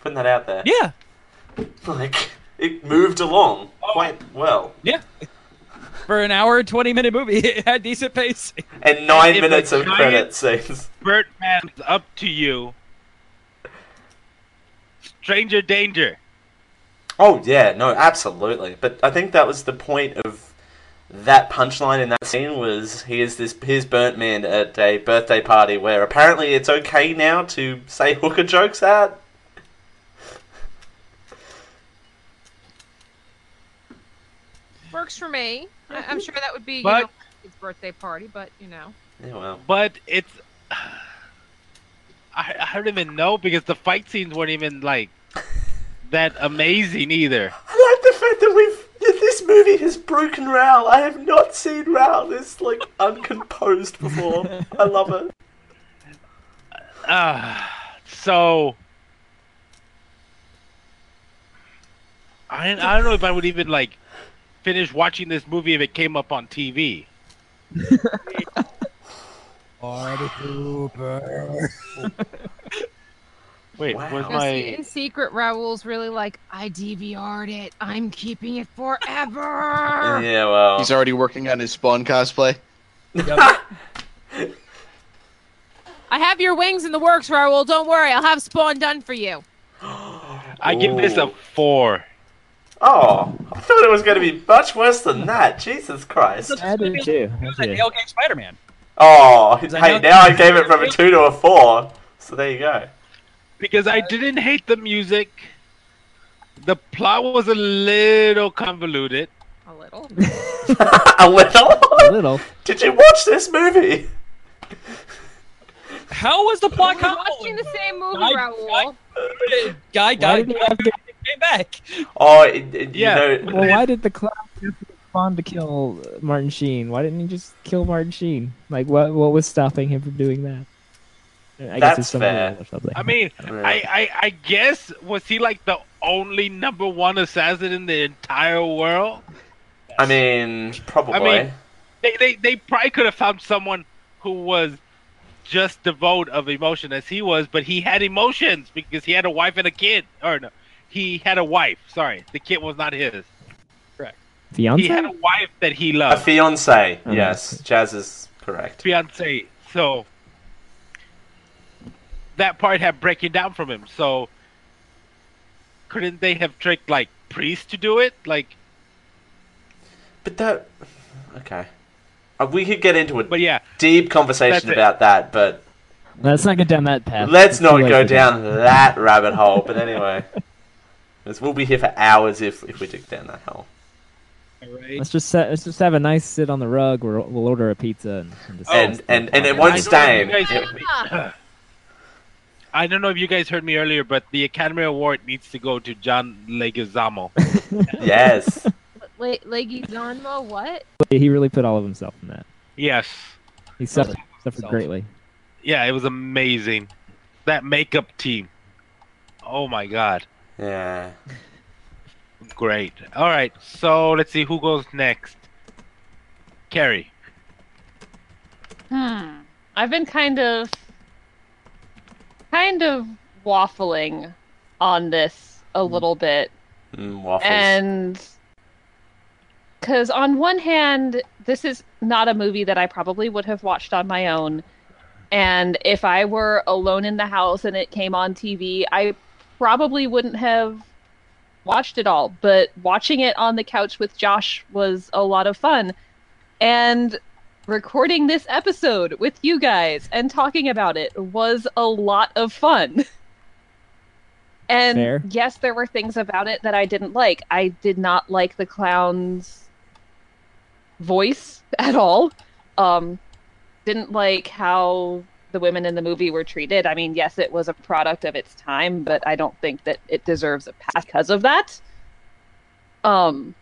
Speaker 9: putting that out there.
Speaker 6: Yeah.
Speaker 9: Like, it moved along quite well.
Speaker 6: Yeah. For an hour and twenty minute movie, it had decent pacing.
Speaker 9: And nine
Speaker 7: If a
Speaker 9: minutes of
Speaker 7: giant-
Speaker 9: credit scenes.
Speaker 7: Bert man's up to you. Stranger danger.
Speaker 9: Oh, yeah, no, absolutely. But I think that was the point of that punchline in that scene was here's this here's burnt man at a birthday party where apparently it's okay now to say hooker jokes out
Speaker 8: Works for me. I- I'm sure that would be you
Speaker 7: But-
Speaker 8: know, his birthday party, but you know.
Speaker 9: Yeah, well.
Speaker 7: But it's. I, I don't even know because the fight scenes weren't even like that amazing either.
Speaker 9: I like the fact that we've that this movie has broken Raoul. I have not seen Raoul this like uncomposed before. I love it.
Speaker 7: Uh, Ah, so I, I don't know if I would even like finish watching this movie if it came up on TV.
Speaker 12: Party pooper.
Speaker 7: Wait, was
Speaker 8: Now, see,
Speaker 7: my
Speaker 8: in secret, Raoul's really like, I DVR'd it. I'm keeping it forever.
Speaker 9: Yeah, well.
Speaker 10: He's already working on his Spawn cosplay.
Speaker 8: I have your wings in the works, Raoul. Don't worry. I'll have Spawn done for you.
Speaker 7: I give this a four.
Speaker 9: Oh, I thought it was going to be much worse than that. Jesus Christ.
Speaker 5: I do too.
Speaker 6: I Nail Gang Spider Man.
Speaker 9: Oh, hey,
Speaker 7: Is that how-
Speaker 9: now I gave it from a 2 to a 4. So there you go.
Speaker 7: because I didn't hate the music. The plot was a little convoluted.
Speaker 8: A little.
Speaker 9: a little.
Speaker 5: A little.
Speaker 9: Did you watch this movie?
Speaker 6: How was the plot
Speaker 8: We're
Speaker 6: convoluted?
Speaker 8: watching the same movie,
Speaker 6: I-
Speaker 8: Raoul.
Speaker 6: Guy died. Came back.
Speaker 9: Oh, it, it- you
Speaker 6: Yeah.
Speaker 9: know,
Speaker 5: Well, why did the clown have to respond to kill uh, Martin Sheen? Why didn't he just kill Martin Sheen? Like, what what was stopping him from doing that? I guess
Speaker 9: That's
Speaker 5: it's some rule
Speaker 9: fair.
Speaker 5: or something.
Speaker 7: I mean, I, I, I guess was he like the only number one assassin in the entire world?
Speaker 9: I mean, probably.
Speaker 7: I mean, they, they, they probably could have found someone who was just devoid of emotion as he was, but he had emotions because he had a wife and a kid. Or no, he had a wife. Sorry, the kid was not his. Correct.
Speaker 5: Fiance?
Speaker 7: He had a wife that he
Speaker 9: a
Speaker 7: loved.
Speaker 9: fiance.
Speaker 7: uh-huh.
Speaker 9: Yes, Jazz is correct.
Speaker 7: fiance. So that part had breaking down from him. So couldn't they have tricked like priests to do it? Like,
Speaker 9: but that Okay. Uh, We could get into a
Speaker 7: But yeah,
Speaker 9: deep
Speaker 7: that's
Speaker 9: conversation
Speaker 7: it.
Speaker 9: about that, but
Speaker 5: Let's not get down that path.
Speaker 9: let's
Speaker 5: It's
Speaker 9: not
Speaker 5: too late
Speaker 9: go
Speaker 5: for
Speaker 9: down that rabbit hole. But anyway, 'Cause we'll be here for hours if if we dig down that hole.
Speaker 5: Let's just set, let's just have a nice sit on the rug. We'll, we'll order a pizza and and, discuss
Speaker 9: Oh. and
Speaker 5: the
Speaker 9: and and it
Speaker 5: plot.
Speaker 9: won't
Speaker 7: I don't
Speaker 9: stain.
Speaker 7: know if you
Speaker 9: It-
Speaker 7: guys heard
Speaker 6: Ah.
Speaker 7: me. I don't know if you guys heard me earlier, but the Academy Award needs to go to John Leguizamo.
Speaker 9: yes.
Speaker 8: Le- Leguizamo, what?
Speaker 5: he really put all of himself in that.
Speaker 7: Yes.
Speaker 5: He suffered, suffered greatly.
Speaker 7: Yeah, it was amazing. That makeup team. Oh my god.
Speaker 9: Yeah.
Speaker 7: Great. All right. So let's see who goes next. Carrie.
Speaker 11: Hmm. I've been kind of kind of waffling on this a little bit.
Speaker 9: Mm, waffles.
Speaker 11: And because on one hand, this is not a movie that I probably would have watched on my own. And if I were alone in the house and it came on TV, I probably wouldn't have watched it all. But watching it on the couch with Josh was a lot of fun. And recording this episode with you guys and talking about it was a lot of fun. And
Speaker 5: Fair.
Speaker 11: yes, there were things about it that I didn't like. I did not like the clown's voice at all. Um, didn't like how the women in the movie were treated. I mean, yes, it was a product of its time, but I don't think that it deserves a pass because of that. Um,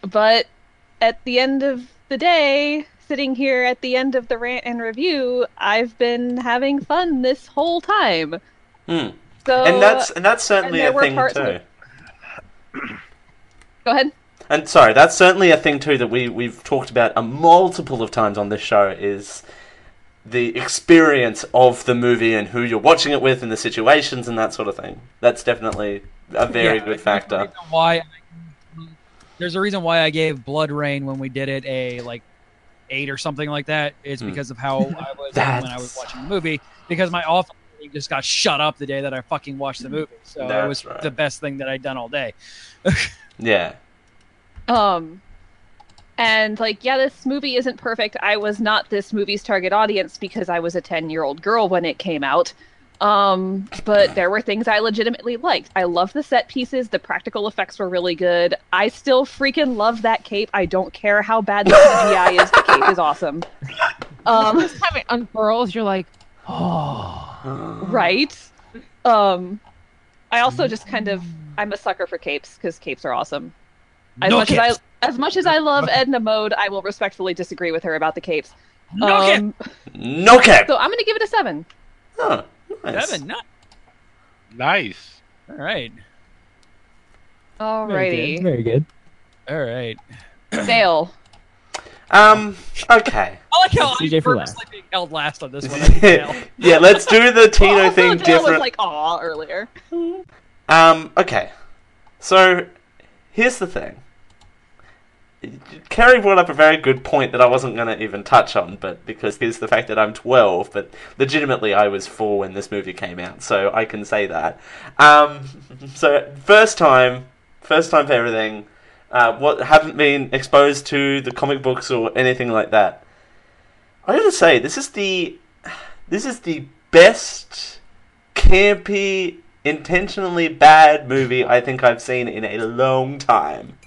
Speaker 11: but at the end of the day, sitting here at the end of the rant and review, I've been having fun this whole time.
Speaker 9: Hmm.
Speaker 11: So
Speaker 9: and that's and that's certainly
Speaker 11: there
Speaker 9: a
Speaker 11: were
Speaker 9: thing
Speaker 11: parts
Speaker 9: too.
Speaker 11: of it- go ahead.
Speaker 9: And sorry, that's certainly a thing too that we we've talked about a multiple of times on this show is the experience of the movie and who you're watching it with and the situations and that sort of thing. That's definitely a very
Speaker 6: Yeah,
Speaker 9: good factor.
Speaker 6: why I- there's a reason why I gave Blood Rain when we did it a like eight or something like that is
Speaker 9: Hmm.
Speaker 6: because of how I was when I was watching the movie because my office just got shut up the day that I fucking watched the movie. So it
Speaker 9: That's
Speaker 6: was
Speaker 9: right.
Speaker 6: the best thing that I'd done all day.
Speaker 9: Yeah.
Speaker 11: Um, and like, yeah, this movie isn't perfect. I was not this movie's target audience because I was a 10 year old girl when it came out. Um, but there were things I legitimately liked. I love the set pieces. The practical effects were really good. I still freaking love that cape. I don't care how bad the CGI is. The cape is awesome. Um,
Speaker 8: Just have it unfurls. You're like, oh.
Speaker 11: right um i also just kind of i'm a sucker for capes because capes are awesome as
Speaker 12: No
Speaker 11: much as
Speaker 12: capes.
Speaker 11: i as much as i love edna mode i will respectfully disagree with her about the capes Um,
Speaker 12: No
Speaker 9: No cap.
Speaker 11: so i'm gonna give it a seven
Speaker 9: Huh. Oh, Nice.
Speaker 6: Seven, not
Speaker 7: Nice.
Speaker 6: all right.
Speaker 11: Alrighty.
Speaker 5: Very good.
Speaker 6: All right.
Speaker 11: Sale.
Speaker 9: Um. Okay.
Speaker 6: I like how
Speaker 9: CJ
Speaker 6: I'm
Speaker 9: for
Speaker 6: purposely being held last on this one.
Speaker 9: yeah. Let's do the Tino
Speaker 11: Well, also,
Speaker 9: thing
Speaker 11: Adele was
Speaker 9: different.
Speaker 11: like, aw, earlier.
Speaker 9: Um, okay. So, here's the thing. Carrie brought up a very good point that I wasn't going to even touch on, but because there's the fact that I'm 12, but legitimately I was 4 when this movie came out, so I can say that. Um, so, first time, first time for everything. Uh, what haven't been exposed to the comic books or anything like that. I gotta say, this is the this is the best campy, intentionally bad movie I think I've seen in a long time.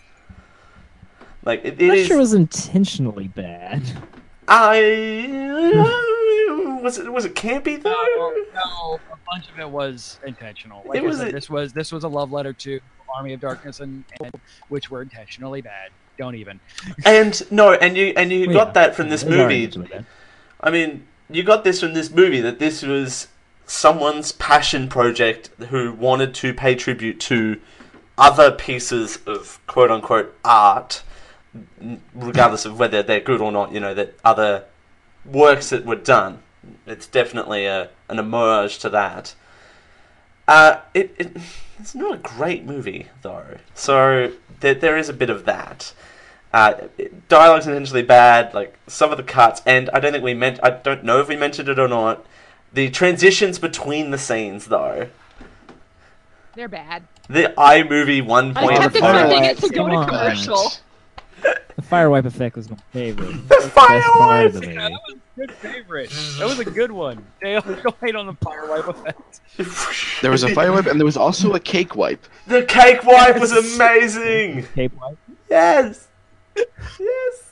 Speaker 9: Like it, it
Speaker 5: I'm not
Speaker 9: is-
Speaker 5: sure it was intentionally bad.
Speaker 9: I was it was it campy though?
Speaker 6: Oh, No, a bunch of it was intentional. Like
Speaker 9: It
Speaker 6: I
Speaker 9: was
Speaker 6: said,
Speaker 9: a-
Speaker 6: this was this was a love letter to Army of Darkness and, and which were intentionally bad. Don't even.
Speaker 9: And no, and you and you
Speaker 6: Well,
Speaker 9: got
Speaker 6: yeah.
Speaker 9: that from this
Speaker 6: Those are
Speaker 9: movie.
Speaker 6: originally bad.
Speaker 9: I mean, you got this from this movie that this was someone's passion project who wanted to pay tribute to other pieces of quote unquote art, n- regardless of whether they're good or not. You know that other works that were done. It's definitely a an homage to that. Uh, it, it it's not a great movie though, so there there is a bit of that. Uh, it- dialogue's intentionally bad. Like some of the cuts, and I don't think we meant. I don't know if we mentioned it or not. The transitions between the scenes, though,
Speaker 8: They're bad.
Speaker 9: the iMovie one
Speaker 8: I
Speaker 9: point
Speaker 8: kept expecting it to go
Speaker 5: Come
Speaker 8: to
Speaker 5: on.
Speaker 8: commercial.
Speaker 5: The fire wipe effect was my favorite. the best part of the movie.
Speaker 6: Yeah, that was a good favorite. That was a good one. Dale, go hate on the fire wipe effect.
Speaker 10: There was a fire wipe, and there was also a cake wipe.
Speaker 9: The cake wipe was amazing.
Speaker 5: Cake wipe.
Speaker 9: Yes. Yes.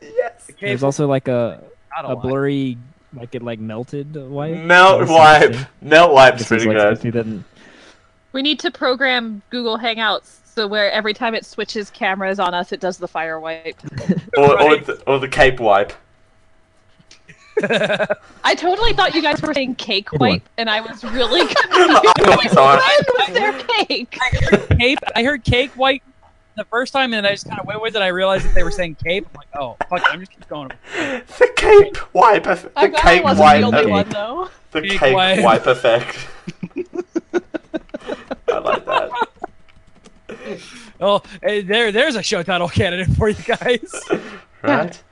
Speaker 9: Yes.
Speaker 5: There's also like a
Speaker 6: Not a
Speaker 5: a blurry, like it like melted wipe.
Speaker 9: Melt
Speaker 5: That's
Speaker 9: wipe.
Speaker 5: interesting.
Speaker 9: Melt wipe's
Speaker 5: This is,
Speaker 9: pretty
Speaker 5: like,
Speaker 9: good.
Speaker 5: supposed to be the-
Speaker 11: We need to program Google Hangouts so where every time it switches cameras on us, it does the fire wipe.
Speaker 9: Or, or, the, or the cape wipe.
Speaker 11: I totally thought you guys were saying cake
Speaker 9: Good one.
Speaker 11: wipe, and I was really
Speaker 9: I'm
Speaker 11: confused.
Speaker 9: sorry.
Speaker 11: was their cake?
Speaker 6: Cape. I heard cake white the first time, and then I just kind of went with it. I realized that they were saying cape. I'm like, oh fuck, it, I'm just keep going.
Speaker 9: The cape wipe. eff- The
Speaker 6: I'm glad I
Speaker 9: cape
Speaker 6: wasn't the
Speaker 9: wipe.
Speaker 6: only
Speaker 9: eff-
Speaker 6: one, though.
Speaker 9: The
Speaker 6: Cake
Speaker 9: cake,
Speaker 6: wipe.
Speaker 9: wipe. effect. I like that.
Speaker 6: Oh, hey, there, there's a show title candidate for you guys.
Speaker 9: Right.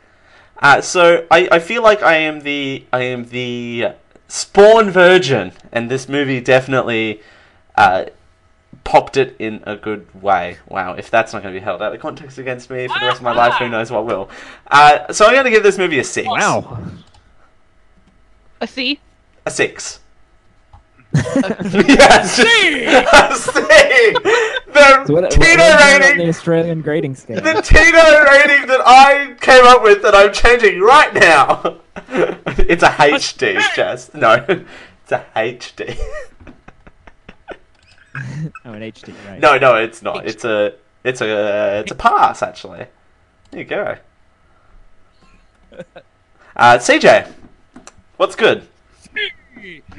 Speaker 9: Uh, so I, I feel like I am the I am the spawn virgin, and this movie definitely uh, popped it in a good way. Wow! If that's not going to be held out of context against me for the rest of my
Speaker 5: Ah!
Speaker 9: life, who knows what will? Uh, so I'm going to give this movie a six.
Speaker 5: Oh.
Speaker 9: Wow.
Speaker 11: A C?
Speaker 9: A six. yes. A C. The
Speaker 5: So what, what-
Speaker 9: Tino
Speaker 5: what is it on
Speaker 9: rating.
Speaker 5: the Australian grading scale.
Speaker 9: The Tino rating that I came up with that I'm changing right now. it's a HD, Jess. No, it's a HD.
Speaker 5: oh, an HD, right?
Speaker 9: No, no, it's not. It's a, it's a, it's a pass actually. There you go. Uh, CJ, what's good?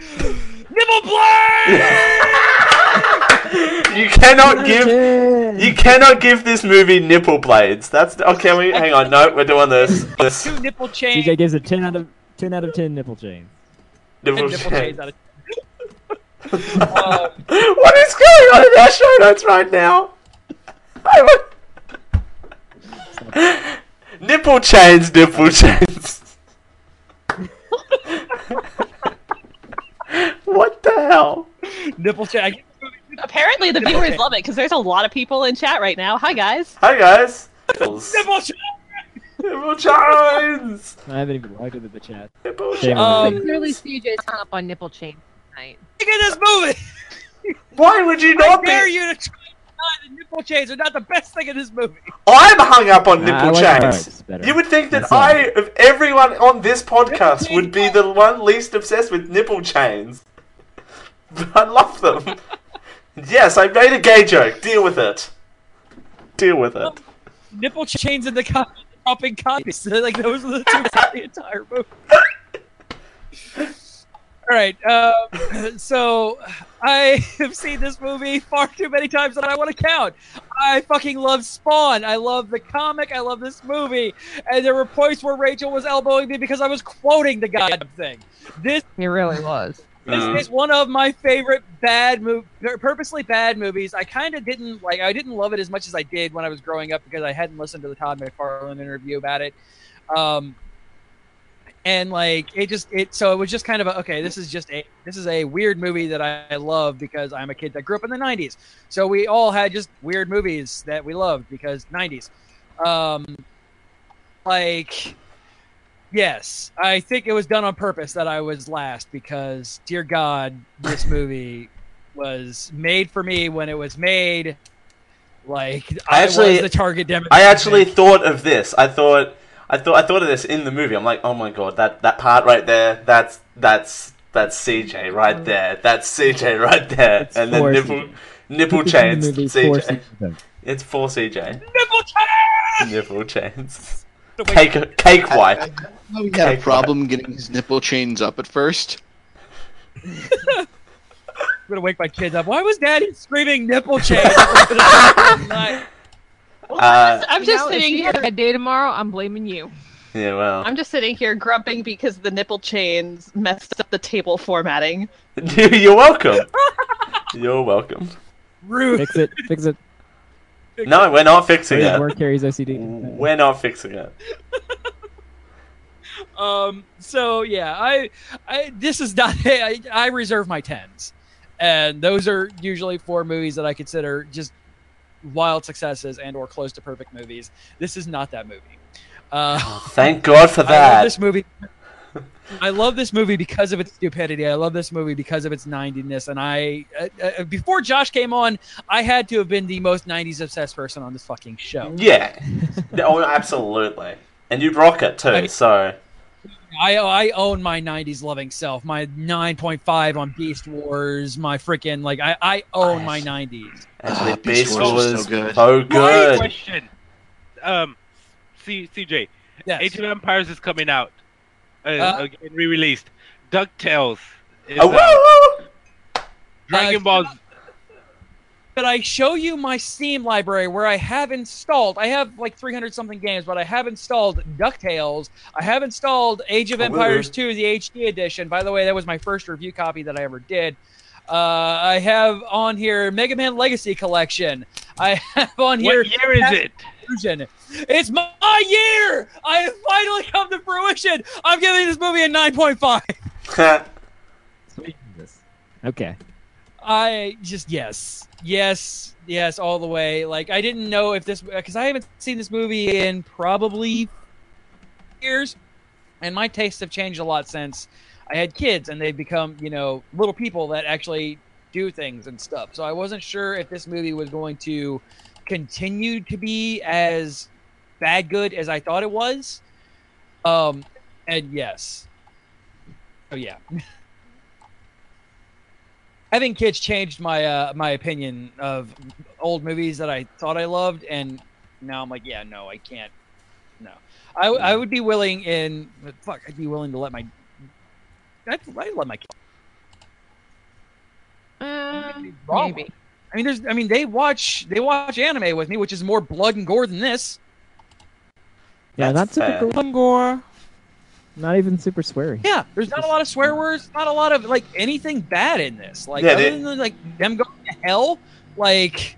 Speaker 6: Nibble blade!
Speaker 9: You cannot give you cannot give this movie nipple blades. That's okay. We hang on. No, we're doing this. This
Speaker 6: Two nipple chains.
Speaker 5: CJ gives a ten out of ten out of ten nipple chain.
Speaker 9: nipple.
Speaker 6: and nipple chains out of
Speaker 9: what is going on in our show notes right now? I wa- nipple chains, nipple chains. what the hell?
Speaker 6: nipple chain.
Speaker 11: Apparently, the
Speaker 6: Nipple
Speaker 11: viewers
Speaker 6: chain.
Speaker 11: love it because there's a lot of people in chat right now. Hi, guys.
Speaker 9: Hi guys.
Speaker 6: Nipple chain.
Speaker 9: Nipple chains.
Speaker 5: I haven't even logged into the chat.
Speaker 9: Nipple
Speaker 5: Shame on
Speaker 8: Um,
Speaker 5: me.
Speaker 8: Clearly, CJ's hung up on nipple chain tonight.
Speaker 6: Look at this movie.
Speaker 9: Why would you
Speaker 6: I
Speaker 9: not be?
Speaker 6: dare you to try to deny the nipple chains are not the best thing in this movie.
Speaker 9: I'm hung up on
Speaker 5: Nah,
Speaker 9: nipple
Speaker 5: I like
Speaker 9: chains.
Speaker 5: cards better.
Speaker 9: You would think that
Speaker 5: That's all.
Speaker 9: I, of everyone on this podcast, would be the one least obsessed with nipple chains. But I love them. yes, I made a gay joke. Deal with it. Deal with it.
Speaker 6: Nipple chains and the co- dropping copies. like those are the two of the entire movie. All right. Um, so I have seen this movie far too many times that I want to count. I fucking love Spawn. I love the comic. I love this movie. And there were points where Rachel was elbowing me because I was quoting the goddamn thing. This
Speaker 8: He really was.
Speaker 6: this
Speaker 9: Uh-huh.
Speaker 5: Uh,
Speaker 6: is one of my favorite bad mov purposely bad movies. I kind of didn't like. I didn't love it as much as I did when I was growing up because I hadn't listened to the Todd McFarlane interview about it. Um, and like it just it so it was just kind of a, okay this is just a this is a weird movie that I love because I'm a kid that grew up in the 90s so we all had just weird movies that we loved because 90s um like yes I think it was done on purpose that I was last because dear god this movie was made for me when it was made like I, was the target demographic
Speaker 9: I actually thought of this. I thought I thought I thought of this in the movie. I'm like, oh my god, that, that part right there, that's that's that's CJ right there. That's CJ right there. and then
Speaker 5: for
Speaker 9: nipple
Speaker 5: CJ.
Speaker 9: nipple
Speaker 5: It's in the
Speaker 9: chains
Speaker 5: movie
Speaker 9: CJ.
Speaker 5: for CJ.
Speaker 9: It's for CJ. Nipple chains.
Speaker 6: Nipple
Speaker 9: chains. Cake cake wife.
Speaker 10: He had a problem getting his nipple chains up at first.
Speaker 6: I'm gonna wake my kids up. Why was Daddy screaming nipple chain? I
Speaker 9: Uh,
Speaker 11: I'm just
Speaker 8: You know, if
Speaker 11: sitting
Speaker 8: she had
Speaker 11: here-
Speaker 8: a bad day tomorrow. I'm blaming you.
Speaker 9: yeah, well.
Speaker 11: I'm just sitting here grumping because the nipple chains messed up the table formatting.
Speaker 9: You're welcome. You're welcome.
Speaker 6: Rude.
Speaker 5: Fix it. Fix it.
Speaker 9: No, we're not fixing
Speaker 5: Rated
Speaker 9: it.
Speaker 5: R carries OCD.
Speaker 9: We're not fixing it.
Speaker 6: um. So yeah, I, I this is not. I, I reserve my tens, and those are usually four movies that I consider just wild successes and or close to perfect movies. This is not that movie. Uh,
Speaker 9: Thank God for
Speaker 6: I love
Speaker 9: that.
Speaker 6: this movie. I love this movie because of its stupidity. I love this movie because of its 90ness. And I, uh, uh, before Josh came on, I had to have been the most 90s obsessed person on this fucking show.
Speaker 9: Yeah. oh, absolutely. And you rock it too, so.
Speaker 6: I, I own my 90s loving self, my 9.5 on Beast Wars, my freaking, like, I, I own my 90s.
Speaker 9: Actually,
Speaker 10: Ah, Beast
Speaker 9: Beast
Speaker 10: Wars was
Speaker 9: was
Speaker 10: so good.
Speaker 9: so
Speaker 7: My
Speaker 9: good. Oh,
Speaker 7: question, um, C- CJ,
Speaker 6: yes.
Speaker 7: Age of Empires is coming out, uh,
Speaker 6: Uh?
Speaker 7: again, re-released. Ducktales, is
Speaker 9: Oh,
Speaker 7: out.
Speaker 9: woo, woo!
Speaker 7: Dragon Ball.
Speaker 6: But I show you my Steam library where I have installed, I have like 300 something games, but I have installed DuckTales. I have installed Age of
Speaker 9: Oh,
Speaker 6: Empires
Speaker 9: word.
Speaker 6: 2, the HD edition. By the way, that was my first review copy that I ever did. Uh, I have on here Mega Man Legacy Collection. I have on here.
Speaker 7: What year is it?
Speaker 6: Fusion. It's my year! I have finally come to fruition! I'm giving this movie a 9.5.
Speaker 5: Okay.
Speaker 6: I just yes, yes, yes, all the way. Like I didn't know if this because I haven't seen this movie in probably years, and my tastes have changed a lot since I had kids, and they've become you know little people that actually do things and stuff. So I wasn't sure if this movie was going to continue to be as bad good as I thought it was. Um, and yes, oh yeah. having kids changed my uh, my opinion of old movies that I thought I loved, and now I'm like, yeah, no, I can't. No, I, I would be willing in fuck, I'd be willing to let my I'd, I'd let my kids
Speaker 8: Um,
Speaker 6: wrong.
Speaker 8: maybe.
Speaker 6: I mean, there's I mean they watch they watch anime with me, which is more blood and gore than this.
Speaker 5: Yeah, not
Speaker 9: That's
Speaker 5: super gore. Not even super sweary.
Speaker 6: Yeah, there's not a lot of swear words, not a lot of like anything bad in this. Like
Speaker 5: Yeah,
Speaker 6: other
Speaker 5: they-
Speaker 6: than like them going to hell, like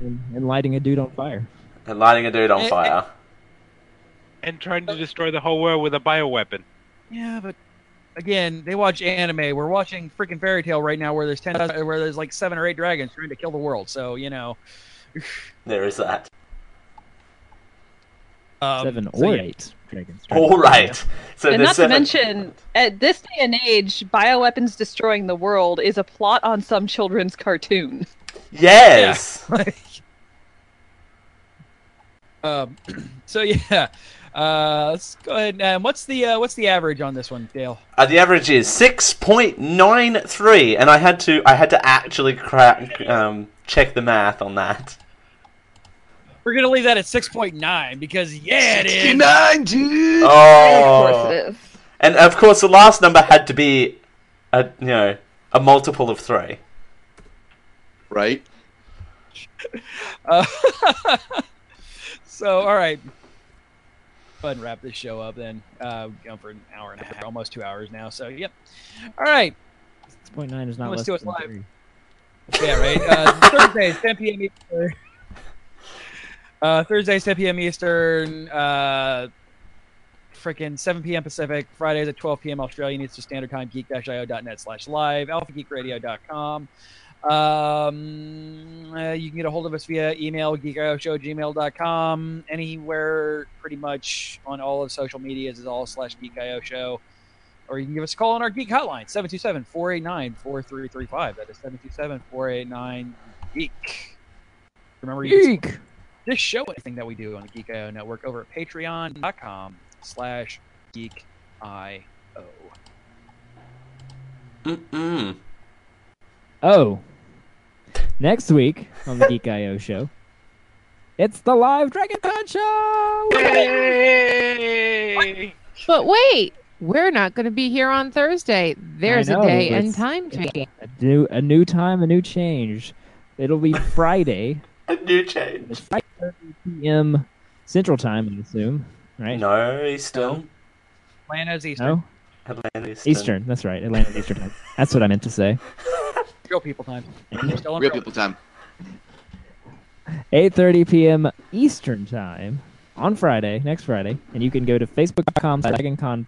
Speaker 5: And, and lighting a dude on fire.
Speaker 9: And lighting a
Speaker 11: Eh,
Speaker 9: dude on fire.
Speaker 7: and trying to destroy the whole world with a bioweapon.
Speaker 6: Yeah, but again, they watch anime. We're watching freaking Fairy Tale right now, where there's ten, where there's like seven or eight dragons trying to kill the world. So you know,
Speaker 9: There is that.
Speaker 6: um,
Speaker 5: Seven
Speaker 6: so
Speaker 5: or
Speaker 6: yeah.
Speaker 5: eight dragons.
Speaker 9: All right. So
Speaker 11: and
Speaker 9: Uh, there's
Speaker 11: not
Speaker 9: seven-
Speaker 11: to mention, at this day and age, bioweapons destroying the world is a plot on some children's cartoon.
Speaker 9: Yes.
Speaker 6: Um, so yeah, uh, let's go ahead. And, um, what's the uh, what's the average on this one, Dale?
Speaker 9: Uh, the average is six point nine three, and I had to I had to actually crack um, check the math on that.
Speaker 6: We're gonna leave that at six point nine because yeah, it is.
Speaker 10: dude.
Speaker 9: Oh,
Speaker 6: Of course it
Speaker 9: And of course, the last number had to be a you know a multiple of three.
Speaker 10: right?
Speaker 6: Uh, so, all right. Go ahead and wrap this show up then. Uh, we've gone for an hour and a half, almost two hours now. So, yep. All right.
Speaker 5: Six point nine is not
Speaker 6: Let's
Speaker 5: less
Speaker 6: do it
Speaker 5: than
Speaker 6: live.
Speaker 5: three.
Speaker 6: Yeah, right. Uh, Thursday, 10 p.m. Eastern. Uh, Thursday, 10 p.m. Eastern. Uh, freaking 7 p.m. Pacific. Fridays at 12 p.m. Australian Eastern Standard Time. Geek-io.net slash live. AlphaGeekRadio.com. Um, uh, you can get a hold of us via email, geekioshow, gmail.com. Anywhere, pretty much on all of social medias is all slash geekio show or you can give us a call on our geek hotline 727-489-4335 that is 727-489 geek remember you can
Speaker 5: support
Speaker 6: this show and anything that we do on the geek io network over at patreon.com slash geek io
Speaker 9: Mm-mm.
Speaker 5: Oh, next week on the Geek IO show, it's the live Dragon Con show.
Speaker 8: But wait, we're not going to be here on Thursday. There's
Speaker 5: I
Speaker 8: a
Speaker 5: know,
Speaker 8: day
Speaker 5: but
Speaker 8: and
Speaker 5: it's-
Speaker 8: time
Speaker 5: it's
Speaker 8: change.
Speaker 5: A new, a new time, a new change. It'll be Friday,
Speaker 9: A new change.
Speaker 5: 5 p.m. Central Time, I assume. Right?
Speaker 9: No, Eastern.
Speaker 6: atlanta's eastern
Speaker 5: No.
Speaker 6: Um,
Speaker 9: Atlanta Eastern.
Speaker 5: Eastern. That's right. Atlanta Eastern Time. That's what I meant to say.
Speaker 6: real people time We're still on
Speaker 10: Real people time.
Speaker 5: 8:30 p.m. Eastern Time on Friday, next Friday, and you can go to facebook.com DragonCon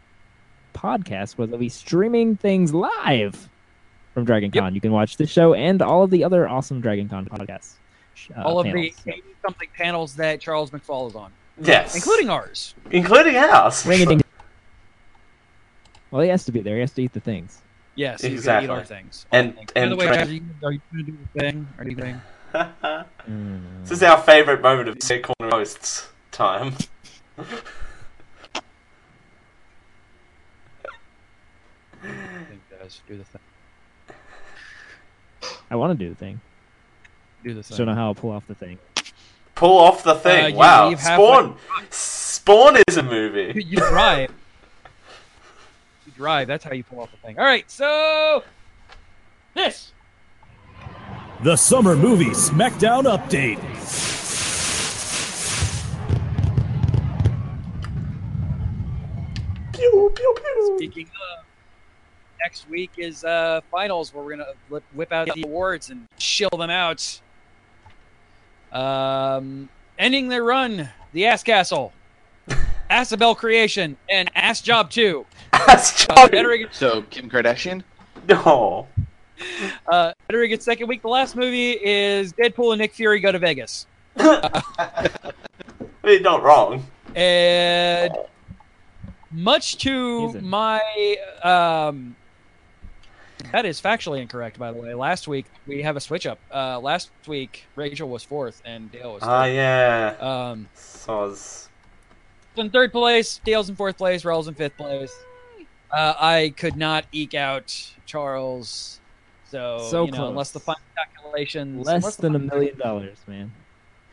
Speaker 5: podcast where they'll be streaming things live from DragonCon. You can watch this show and all of the other awesome DragonCon podcasts. uh,
Speaker 6: all of
Speaker 5: panels.
Speaker 6: the 80 something panels that charles mcfall is on
Speaker 5: Yes.
Speaker 6: including ours
Speaker 9: Including ours.
Speaker 5: Ring-a-ding. Well, he has to be there. He has to eat the things.
Speaker 6: yes he's gonna eat
Speaker 5: Exactly.
Speaker 6: our things all
Speaker 9: And-
Speaker 6: things.
Speaker 9: and
Speaker 6: by the way
Speaker 9: try-
Speaker 6: Josh, are you, are you gonna do a thing or anything
Speaker 5: Mm.
Speaker 9: This is our favorite moment of Sick Corner Roasts time.
Speaker 6: I think guys do the thing
Speaker 5: I want to do the thing.
Speaker 6: do the
Speaker 5: Just
Speaker 6: thing
Speaker 5: don't know how I'll pull off the thing.
Speaker 9: Pull off the
Speaker 6: Uh,
Speaker 9: thing.
Speaker 6: you
Speaker 9: wow.
Speaker 6: leave halfway-
Speaker 9: Spawn. Spawn is a movie.
Speaker 6: you drive. you drive. That's how you pull off the thing. All right. So this.
Speaker 18: The Summer Movie Smackdown Update.
Speaker 6: Speaking of, next week is uh finals where we're gonna whip- whip out the awards and shill them out. Um, ending their run, the Ass Castle, Asabel Creation, and Ass Job Two.
Speaker 9: Ass
Speaker 7: Uh,
Speaker 6: Job. Entering
Speaker 10: So Kim Kardashian.
Speaker 9: No.
Speaker 6: Uh, entering its second week, the last movie is Deadpool and Nick Fury go to Vegas. Uh,
Speaker 9: I mean, not wrong.
Speaker 6: and much to my um, that is factually incorrect, by the way. Last week we have a switch up. Uh, last week Rachel was fourth and Dale was.
Speaker 9: Ah,
Speaker 6: third.
Speaker 9: yeah.
Speaker 6: Um,
Speaker 9: Soz.
Speaker 6: In third place, Dale's in fourth place, Rawls in fifth place. Uh, I could not eke out Charles, so,
Speaker 5: So
Speaker 6: you know, unless the
Speaker 5: close.
Speaker 6: final calculations
Speaker 5: Less
Speaker 6: unless the
Speaker 5: than a
Speaker 6: final
Speaker 5: million dollars, man.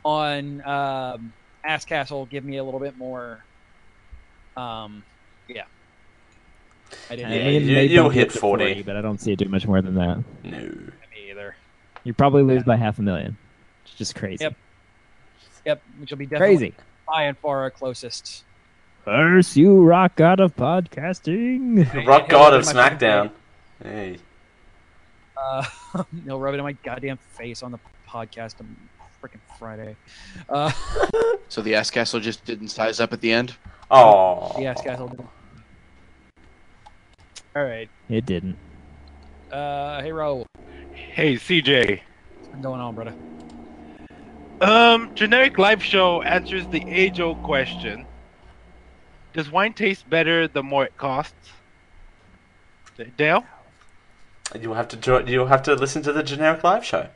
Speaker 6: on um, Ass Castle give me a little bit more. Um, yeah, I didn't.
Speaker 5: I
Speaker 6: I
Speaker 5: mean,
Speaker 6: didn't
Speaker 5: it
Speaker 6: make
Speaker 5: may
Speaker 6: them
Speaker 5: be
Speaker 6: get
Speaker 5: good
Speaker 6: to
Speaker 5: to but I don't see it do much more than that.
Speaker 9: No.
Speaker 6: me either.
Speaker 5: You probably lose by half a million. It's just crazy.
Speaker 6: Yep. Yep, which will be definitely
Speaker 5: Crazy.
Speaker 6: by and far our closest.
Speaker 5: Curse you, rock god of podcasting.
Speaker 9: Rock God of
Speaker 6: my fucking
Speaker 9: SmackDown. Hey.
Speaker 6: Uh, he'll rub it in my goddamn face on the podcast on freaking Friday. Uh,
Speaker 10: So the ass castle just didn't size up at the end.
Speaker 9: Oh.
Speaker 6: yes, guys, I'll do. All right.
Speaker 5: It didn't.
Speaker 6: Uh, hey, Raul.
Speaker 7: Hey, CJ.
Speaker 6: What's been going on, brother?
Speaker 7: Um, generic live show answers the age-old question: Does wine taste better the more it costs? D- Dale.
Speaker 9: You'll have to join, you'll have to listen to the generic live show.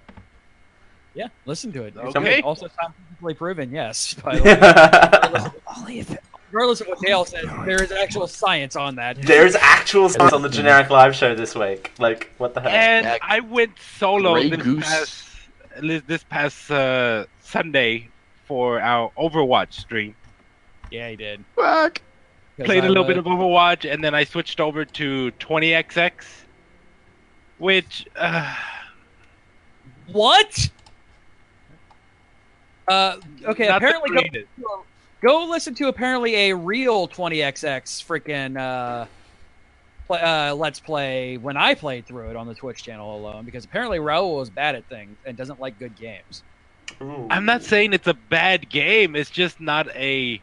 Speaker 6: Yeah, listen to it.
Speaker 7: Okay.
Speaker 6: Also scientifically proven, yes. By the way. Regardless of- Regardless of what Dale says, there is actual science on that.
Speaker 9: There's actual science on the generic live show this week. Like, what the heck?
Speaker 7: And I went solo
Speaker 9: Grey
Speaker 7: this
Speaker 9: Goose.
Speaker 7: past, li- this past uh, Sunday for our Overwatch stream.
Speaker 6: Yeah, he did.
Speaker 10: Fuck.
Speaker 7: Played a little bit of Overwatch, and then I switched over to 20xx, which uh,
Speaker 6: What? Uh, okay,
Speaker 7: Not the
Speaker 6: apparently go,
Speaker 7: greatest.
Speaker 6: go listen to apparently a real 20xx freaking uh, pl- uh, let's play when I played through it on the Twitch channel alone because apparently Raul is bad at things and doesn't like good games.
Speaker 7: I'm not saying it's a bad game. It's just not a.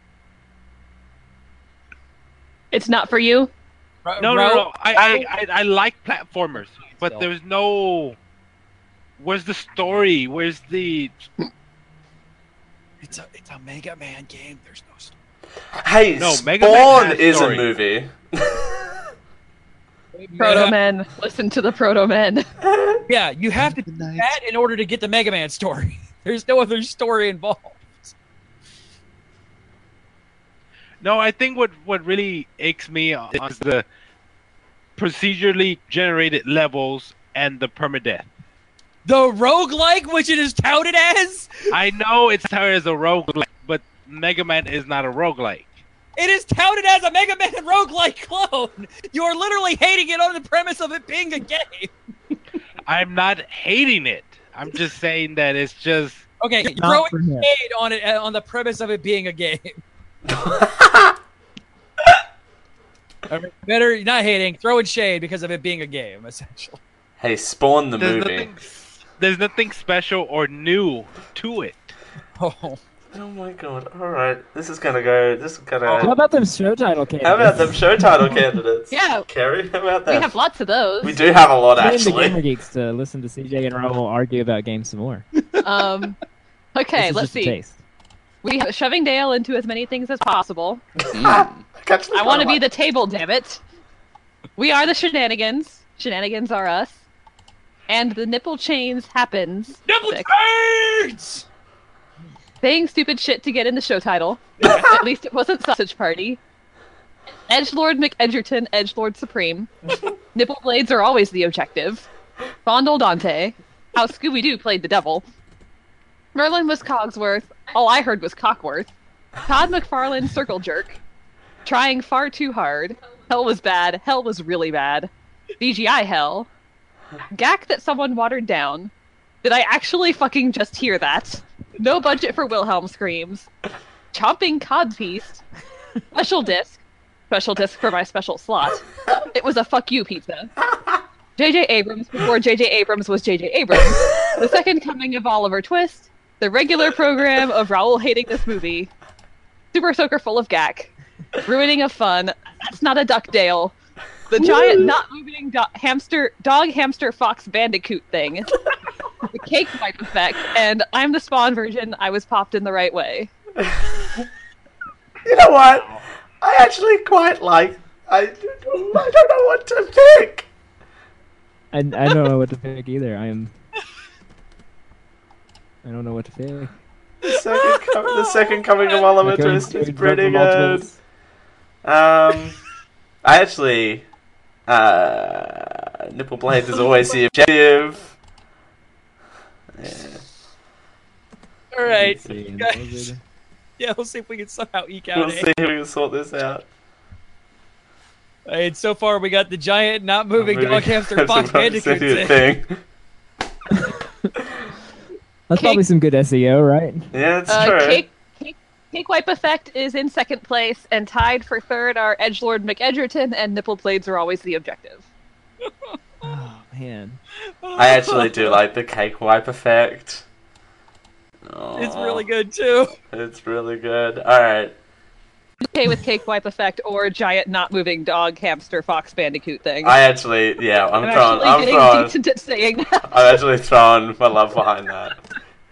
Speaker 11: It's not for you.
Speaker 7: No, no, no. I, I, I, I like platformers, but there's no. Where's the story? Where's the?
Speaker 6: It's a it's a Mega Man game. There's no story.
Speaker 9: Hey,
Speaker 7: No, Mega Man
Speaker 9: Spawn
Speaker 7: has
Speaker 9: is
Speaker 7: story.
Speaker 9: a movie.
Speaker 11: Proto Men. Listen to the Proto Men.
Speaker 6: Yeah, you have to do that in order to get the Mega Man story. There's no other story involved.
Speaker 7: No, I think what what really aches me is the procedurally generated levels and the permadeath.
Speaker 6: The roguelike, which it is touted as?
Speaker 7: I know it's touted as a roguelike, but Mega Man is not a roguelike.
Speaker 6: It is touted as a Mega Man roguelike clone. You are literally hating it on the premise of it being a game.
Speaker 7: I'm not hating it. I'm just saying that it's just
Speaker 6: Okay,
Speaker 7: Not for
Speaker 6: throwing
Speaker 7: him.
Speaker 6: shade on it uh, on the premise of it being a game. I mean, better not hating, throwing shade because of it being a game, essentially.
Speaker 9: Hey, Spawn the
Speaker 7: there's
Speaker 9: movie.
Speaker 7: Nothing, there's nothing special or new to it.
Speaker 6: Oh.
Speaker 9: Oh my god! All right, this is gonna go. This is gonna.
Speaker 7: Oh,
Speaker 5: How about them show title candidates?
Speaker 9: How about them show title candidates?
Speaker 11: Yeah.
Speaker 9: Carrie, how about
Speaker 11: We
Speaker 9: that?
Speaker 11: have lots of those.
Speaker 9: We do have a lot,
Speaker 5: Get into
Speaker 9: actually.
Speaker 5: Gamer Geeks to listen to CJ and Raul argue about games some more.
Speaker 11: Um,
Speaker 5: This
Speaker 11: okay,
Speaker 5: is
Speaker 11: let's
Speaker 5: just a
Speaker 11: see.
Speaker 5: taste.
Speaker 11: We have shoving Dale into as many things as possible. I want to be the table, damn it. We are the shenanigans. Shenanigans are us. And the nipple chains happens.
Speaker 6: Nipple chains!
Speaker 11: Saying stupid shit to get in the show title. At least it wasn't Sausage Party. Edgelord McEdgerton, Edgelord Supreme. nipple blades are always the objective. Fondle Dante. How Scooby Doo played the devil. Merlin was Cogsworth. All I heard was Cockworth. Todd McFarlane, Circle Jerk trying far too hard. Hell was bad. Hell was really bad. BGI hell. Gack that someone watered down. Did I actually fucking just hear that? No budget for Wilhelm screams. Chomping codpiece. Special disc. Special disc for my special slot. It was a fuck you pizza. JJ Abrams before JJ Abrams was JJ Abrams. The second coming of Oliver Twist. The regular program of Raoul hating this movie. Super Soaker full of gack. Ruining of fun. That's not a Duckdale. The giant not moving do- hamster, dog, hamster, fox, bandicoot thing. the cake wipe effect. And I'm the spawn version. I was popped in the right way.
Speaker 9: You know what? I actually quite like. I, I don't know what to pick.
Speaker 5: I, I don't know what to pick either. I'm. I don't know what to pick.
Speaker 9: The second, com- the second coming of Oliver
Speaker 5: Okay,
Speaker 9: Twist is
Speaker 5: good,
Speaker 9: pretty good.
Speaker 5: multiples.
Speaker 9: Um, I actually, uh, nipple blades is always the objective.
Speaker 6: All right,
Speaker 5: see,
Speaker 6: guys.
Speaker 5: that was it.
Speaker 6: Yeah, we'll see if we can somehow eke out.
Speaker 9: We'll
Speaker 6: a-
Speaker 9: see if we can sort this out.
Speaker 6: And so far, we got the giant, not moving,
Speaker 9: Moving-
Speaker 6: dog hamster, fox,
Speaker 9: That's
Speaker 6: bandicoot
Speaker 9: about the
Speaker 6: thing.
Speaker 9: thing.
Speaker 5: That's probably some good SEO, right?
Speaker 9: Yeah, it's
Speaker 11: Uh,
Speaker 9: true.
Speaker 11: cake, cake, cake wipe effect is in second place, and tied for third are Edgelord McEdgerton and Nipple Blades are always the objective.
Speaker 6: Oh,
Speaker 5: Man,
Speaker 9: I actually do like the cake wipe effect.
Speaker 6: It's
Speaker 9: Aw,
Speaker 6: really good too.
Speaker 9: It's really good. All right.
Speaker 11: Okay with cake wipe effect or giant not moving dog hamster fox bandicoot thing.
Speaker 9: I actually, yeah, I'm,
Speaker 11: I'm
Speaker 9: throwing.
Speaker 11: actually
Speaker 9: I'm
Speaker 11: getting
Speaker 9: throwing.
Speaker 11: decent at saying that.
Speaker 9: I'm actually throwing my love behind that.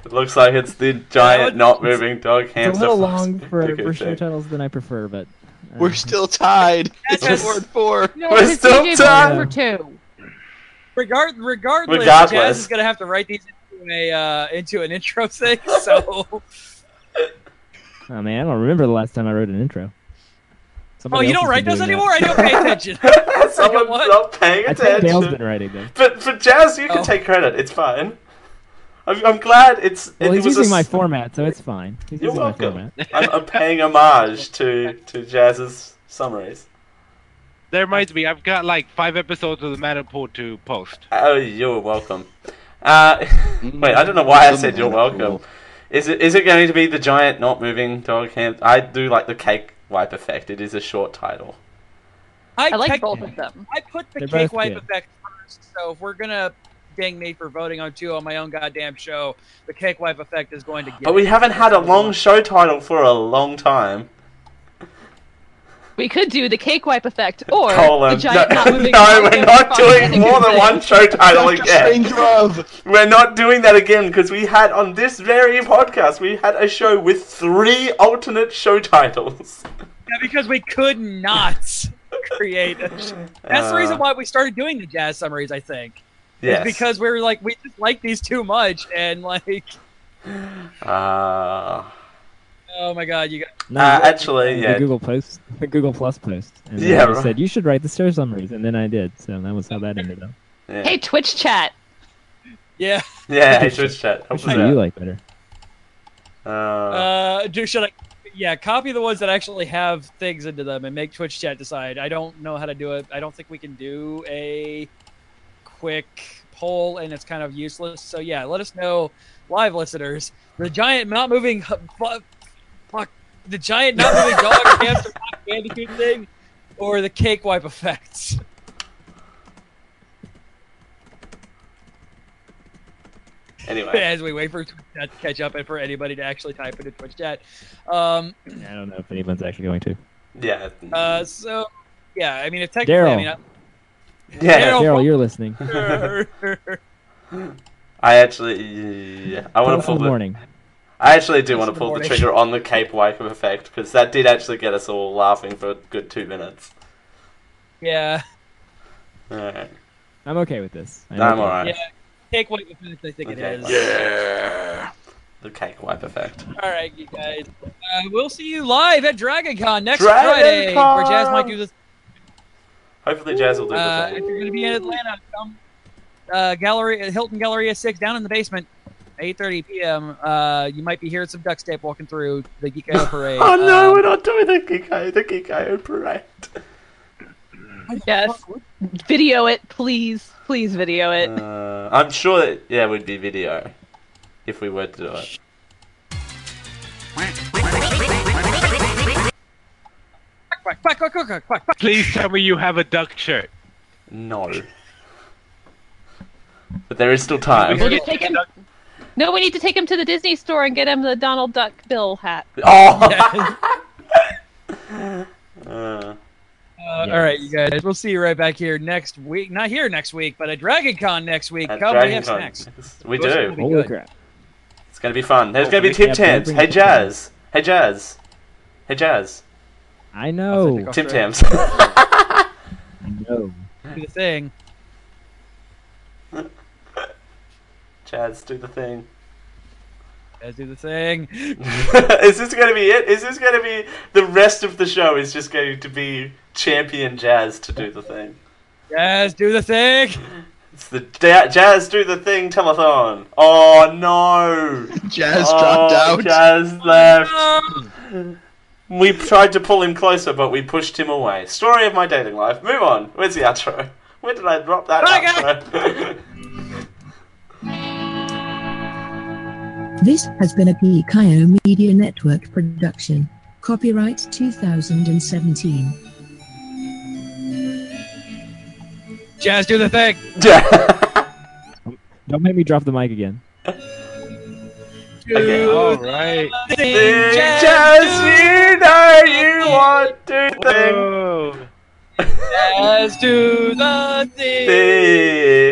Speaker 9: It looks like it's the giant, not moving dog hamster.
Speaker 5: it's a little
Speaker 9: fox
Speaker 5: long for,
Speaker 9: bandicoot
Speaker 5: for show
Speaker 9: thing.
Speaker 5: titles than I prefer, but uh,
Speaker 10: We're still tied.
Speaker 6: Yes.
Speaker 10: It's ward four.
Speaker 9: No, We're it's still DJ tied.
Speaker 8: Number
Speaker 11: two.
Speaker 6: Regard, regardless, Jazz
Speaker 9: Regardless.
Speaker 6: is gonna have to write these into a uh, into an intro thing. So,
Speaker 5: oh man, I don't remember the last time I wrote an intro.
Speaker 6: oh,
Speaker 5: Somebody
Speaker 6: you don't
Speaker 5: else has
Speaker 6: write
Speaker 5: been
Speaker 6: those
Speaker 5: doing
Speaker 6: anymore. I don't pay attention.
Speaker 9: that. Someone's not paying
Speaker 5: I think Dale's
Speaker 9: attention.
Speaker 5: been writing them.
Speaker 9: But for Jazz, you can take credit. It's fine. I'm, I'm glad it's.
Speaker 5: Well,
Speaker 9: it
Speaker 5: he's
Speaker 9: was a
Speaker 5: using my
Speaker 9: s-
Speaker 5: format, so it's fine. He's
Speaker 9: You're
Speaker 5: using my
Speaker 9: welcome.
Speaker 5: format.
Speaker 9: I'm, I'm paying homage to to Jazz's summaries.
Speaker 7: That reminds me, I've got like five episodes of the Manipool to post.
Speaker 9: Oh, you're welcome. Uh, wait, I don't know why I said you're welcome. Is it is it going to be the giant not moving dog hand? I do like the cake wipe effect. It is a short title.
Speaker 6: I,
Speaker 11: like
Speaker 6: tech-
Speaker 11: both of them.
Speaker 6: I put the
Speaker 9: They're
Speaker 6: cake
Speaker 9: both
Speaker 6: wipe
Speaker 9: good.
Speaker 6: effect first, so if we're gonna dang me for voting on two on my own goddamn show, the cake wipe effect is going to get.
Speaker 9: But we
Speaker 6: it.
Speaker 9: haven't had a long show title for a long time.
Speaker 11: We could do the cake wipe effect or the
Speaker 9: Colon. No,
Speaker 11: giant not moving
Speaker 9: no, we're
Speaker 11: dog
Speaker 9: not
Speaker 11: hand.
Speaker 9: doing more than one show title
Speaker 11: Dr.
Speaker 9: again. We're not doing that again because we had on this very podcast we had a show with three alternate show titles.
Speaker 6: Yeah, because we could not create. A sh- That's the
Speaker 9: Uh.
Speaker 6: reason why we started doing the jazz summaries. I think. Is
Speaker 9: Yes.
Speaker 6: Because we were like, we just like these too much, and like,
Speaker 9: Ah.
Speaker 6: oh my god, you got.
Speaker 5: No,
Speaker 9: Uh, actually, yeah.
Speaker 5: The Google post, the Google Plus post. And then
Speaker 9: Yeah,
Speaker 5: they
Speaker 9: right.
Speaker 5: said you should write the show summaries, and then I did. So that was how that ended up.
Speaker 11: Hey, Twitch chat.
Speaker 6: Yeah.
Speaker 9: yeah, hey, Twitch chat. Help
Speaker 5: Which
Speaker 9: us
Speaker 5: do
Speaker 9: out.
Speaker 5: you like better?
Speaker 9: Uh,
Speaker 6: Uh, do should I? Yeah, copy the ones that actually have things into them and make Twitch chat decide. I don't know how to do it. I don't think we can do a quick poll, and it's kind of useless. So yeah, let us know, live listeners. The giant not moving, fu- fuck, the giant not moving dog hamster cock, bandicoot thing, or the cake wipe effects.
Speaker 9: Anyway.
Speaker 6: as we wait for Twitch chat to catch up and for anybody to actually type into Twitch chat. Um,
Speaker 5: I don't know if anyone's actually going to.
Speaker 9: yeah.
Speaker 6: Uh, so yeah, I mean, if technically,
Speaker 5: Daryl.
Speaker 6: I mean, I-
Speaker 9: Yeah.
Speaker 5: Daryl, you're listening.
Speaker 9: I actually, yeah, I
Speaker 5: Tell
Speaker 9: want
Speaker 5: us
Speaker 9: to pull
Speaker 5: in the
Speaker 9: the.
Speaker 5: morning.
Speaker 9: I actually do want
Speaker 5: in the
Speaker 9: to pull the
Speaker 5: morning.
Speaker 9: trigger on the Cape Wake effect because that did actually get us all laughing for a good two minutes.
Speaker 6: yeah,
Speaker 9: Alright.
Speaker 5: I'm okay with this.
Speaker 9: No, I'm alright.
Speaker 6: yeah, take what you finish, I think it is.
Speaker 9: Yeah. The cake wipe effect.
Speaker 6: All right, you guys. Uh, we'll see you live at DragonCon next
Speaker 9: Dragon
Speaker 6: Friday, where Jazz
Speaker 9: Con!
Speaker 6: might do this.
Speaker 9: Hopefully, Jazz will do
Speaker 6: Uh, if
Speaker 9: the thing.
Speaker 6: you're going to be in Atlanta, come uh, gallery at Hilton Galleria Six down in the basement, 8:30 p.m. Uh, you might be hearing some duct tape walking through the Geek Out Parade.
Speaker 9: Oh no,
Speaker 6: Um,
Speaker 9: we're not doing the Geeko, the Geeko parade.
Speaker 11: Yes. Video it, please. Please video it.
Speaker 9: Uh, I'm sure that yeah, it would be video if we were to do it.
Speaker 6: Quack, quack, quack, quack, quack, quack, quack.
Speaker 7: Please tell me you have a duck shirt.
Speaker 9: No. But there is still time.
Speaker 11: We need to take him. No, we need to take him to the Disney store and get him the Donald Duck Bill hat.
Speaker 9: Oh. Uh,
Speaker 6: Uh, All right, you guys. We'll see you right back here next week. Not here next week, but at Dragon Con next week.
Speaker 9: At
Speaker 6: Come, we have
Speaker 9: DragonCon.
Speaker 6: snacks.
Speaker 9: We
Speaker 6: Those
Speaker 9: do.
Speaker 6: will be good.
Speaker 9: It's gonna be fun. There's
Speaker 5: Oh,
Speaker 9: gonna be
Speaker 5: we
Speaker 9: tip
Speaker 5: have to
Speaker 9: tams.
Speaker 5: bring
Speaker 9: Hey
Speaker 5: tip
Speaker 9: Jazz. Hey Jazz. Hey Jazz.
Speaker 5: I know.
Speaker 9: Tip tams.
Speaker 5: No.
Speaker 6: Do the thing.
Speaker 9: Jazz, do the thing.
Speaker 6: Let's do the thing.
Speaker 9: is this gonna be it? Is this gonna be the rest of the show? Is just going to be champion Jazz to do the thing.
Speaker 6: Yes, do the thing.
Speaker 9: It's the da- Jazz do the thing telethon. Oh no!
Speaker 10: Jazz
Speaker 9: Oh,
Speaker 10: dropped out.
Speaker 9: Jazz left. We tried to pull him closer, but we pushed him away. Story of my dating life. Move on. Where's the outro? Where did I drop that outro?
Speaker 19: This has been a Geekio Media Network production. Copyright 2017.
Speaker 6: Jazz, do the thing.
Speaker 5: Don't make me drop the mic again.
Speaker 9: Okay.
Speaker 7: All right.
Speaker 9: Jazz, you know you want to think.
Speaker 6: Jazz, do the thing.
Speaker 9: Thing.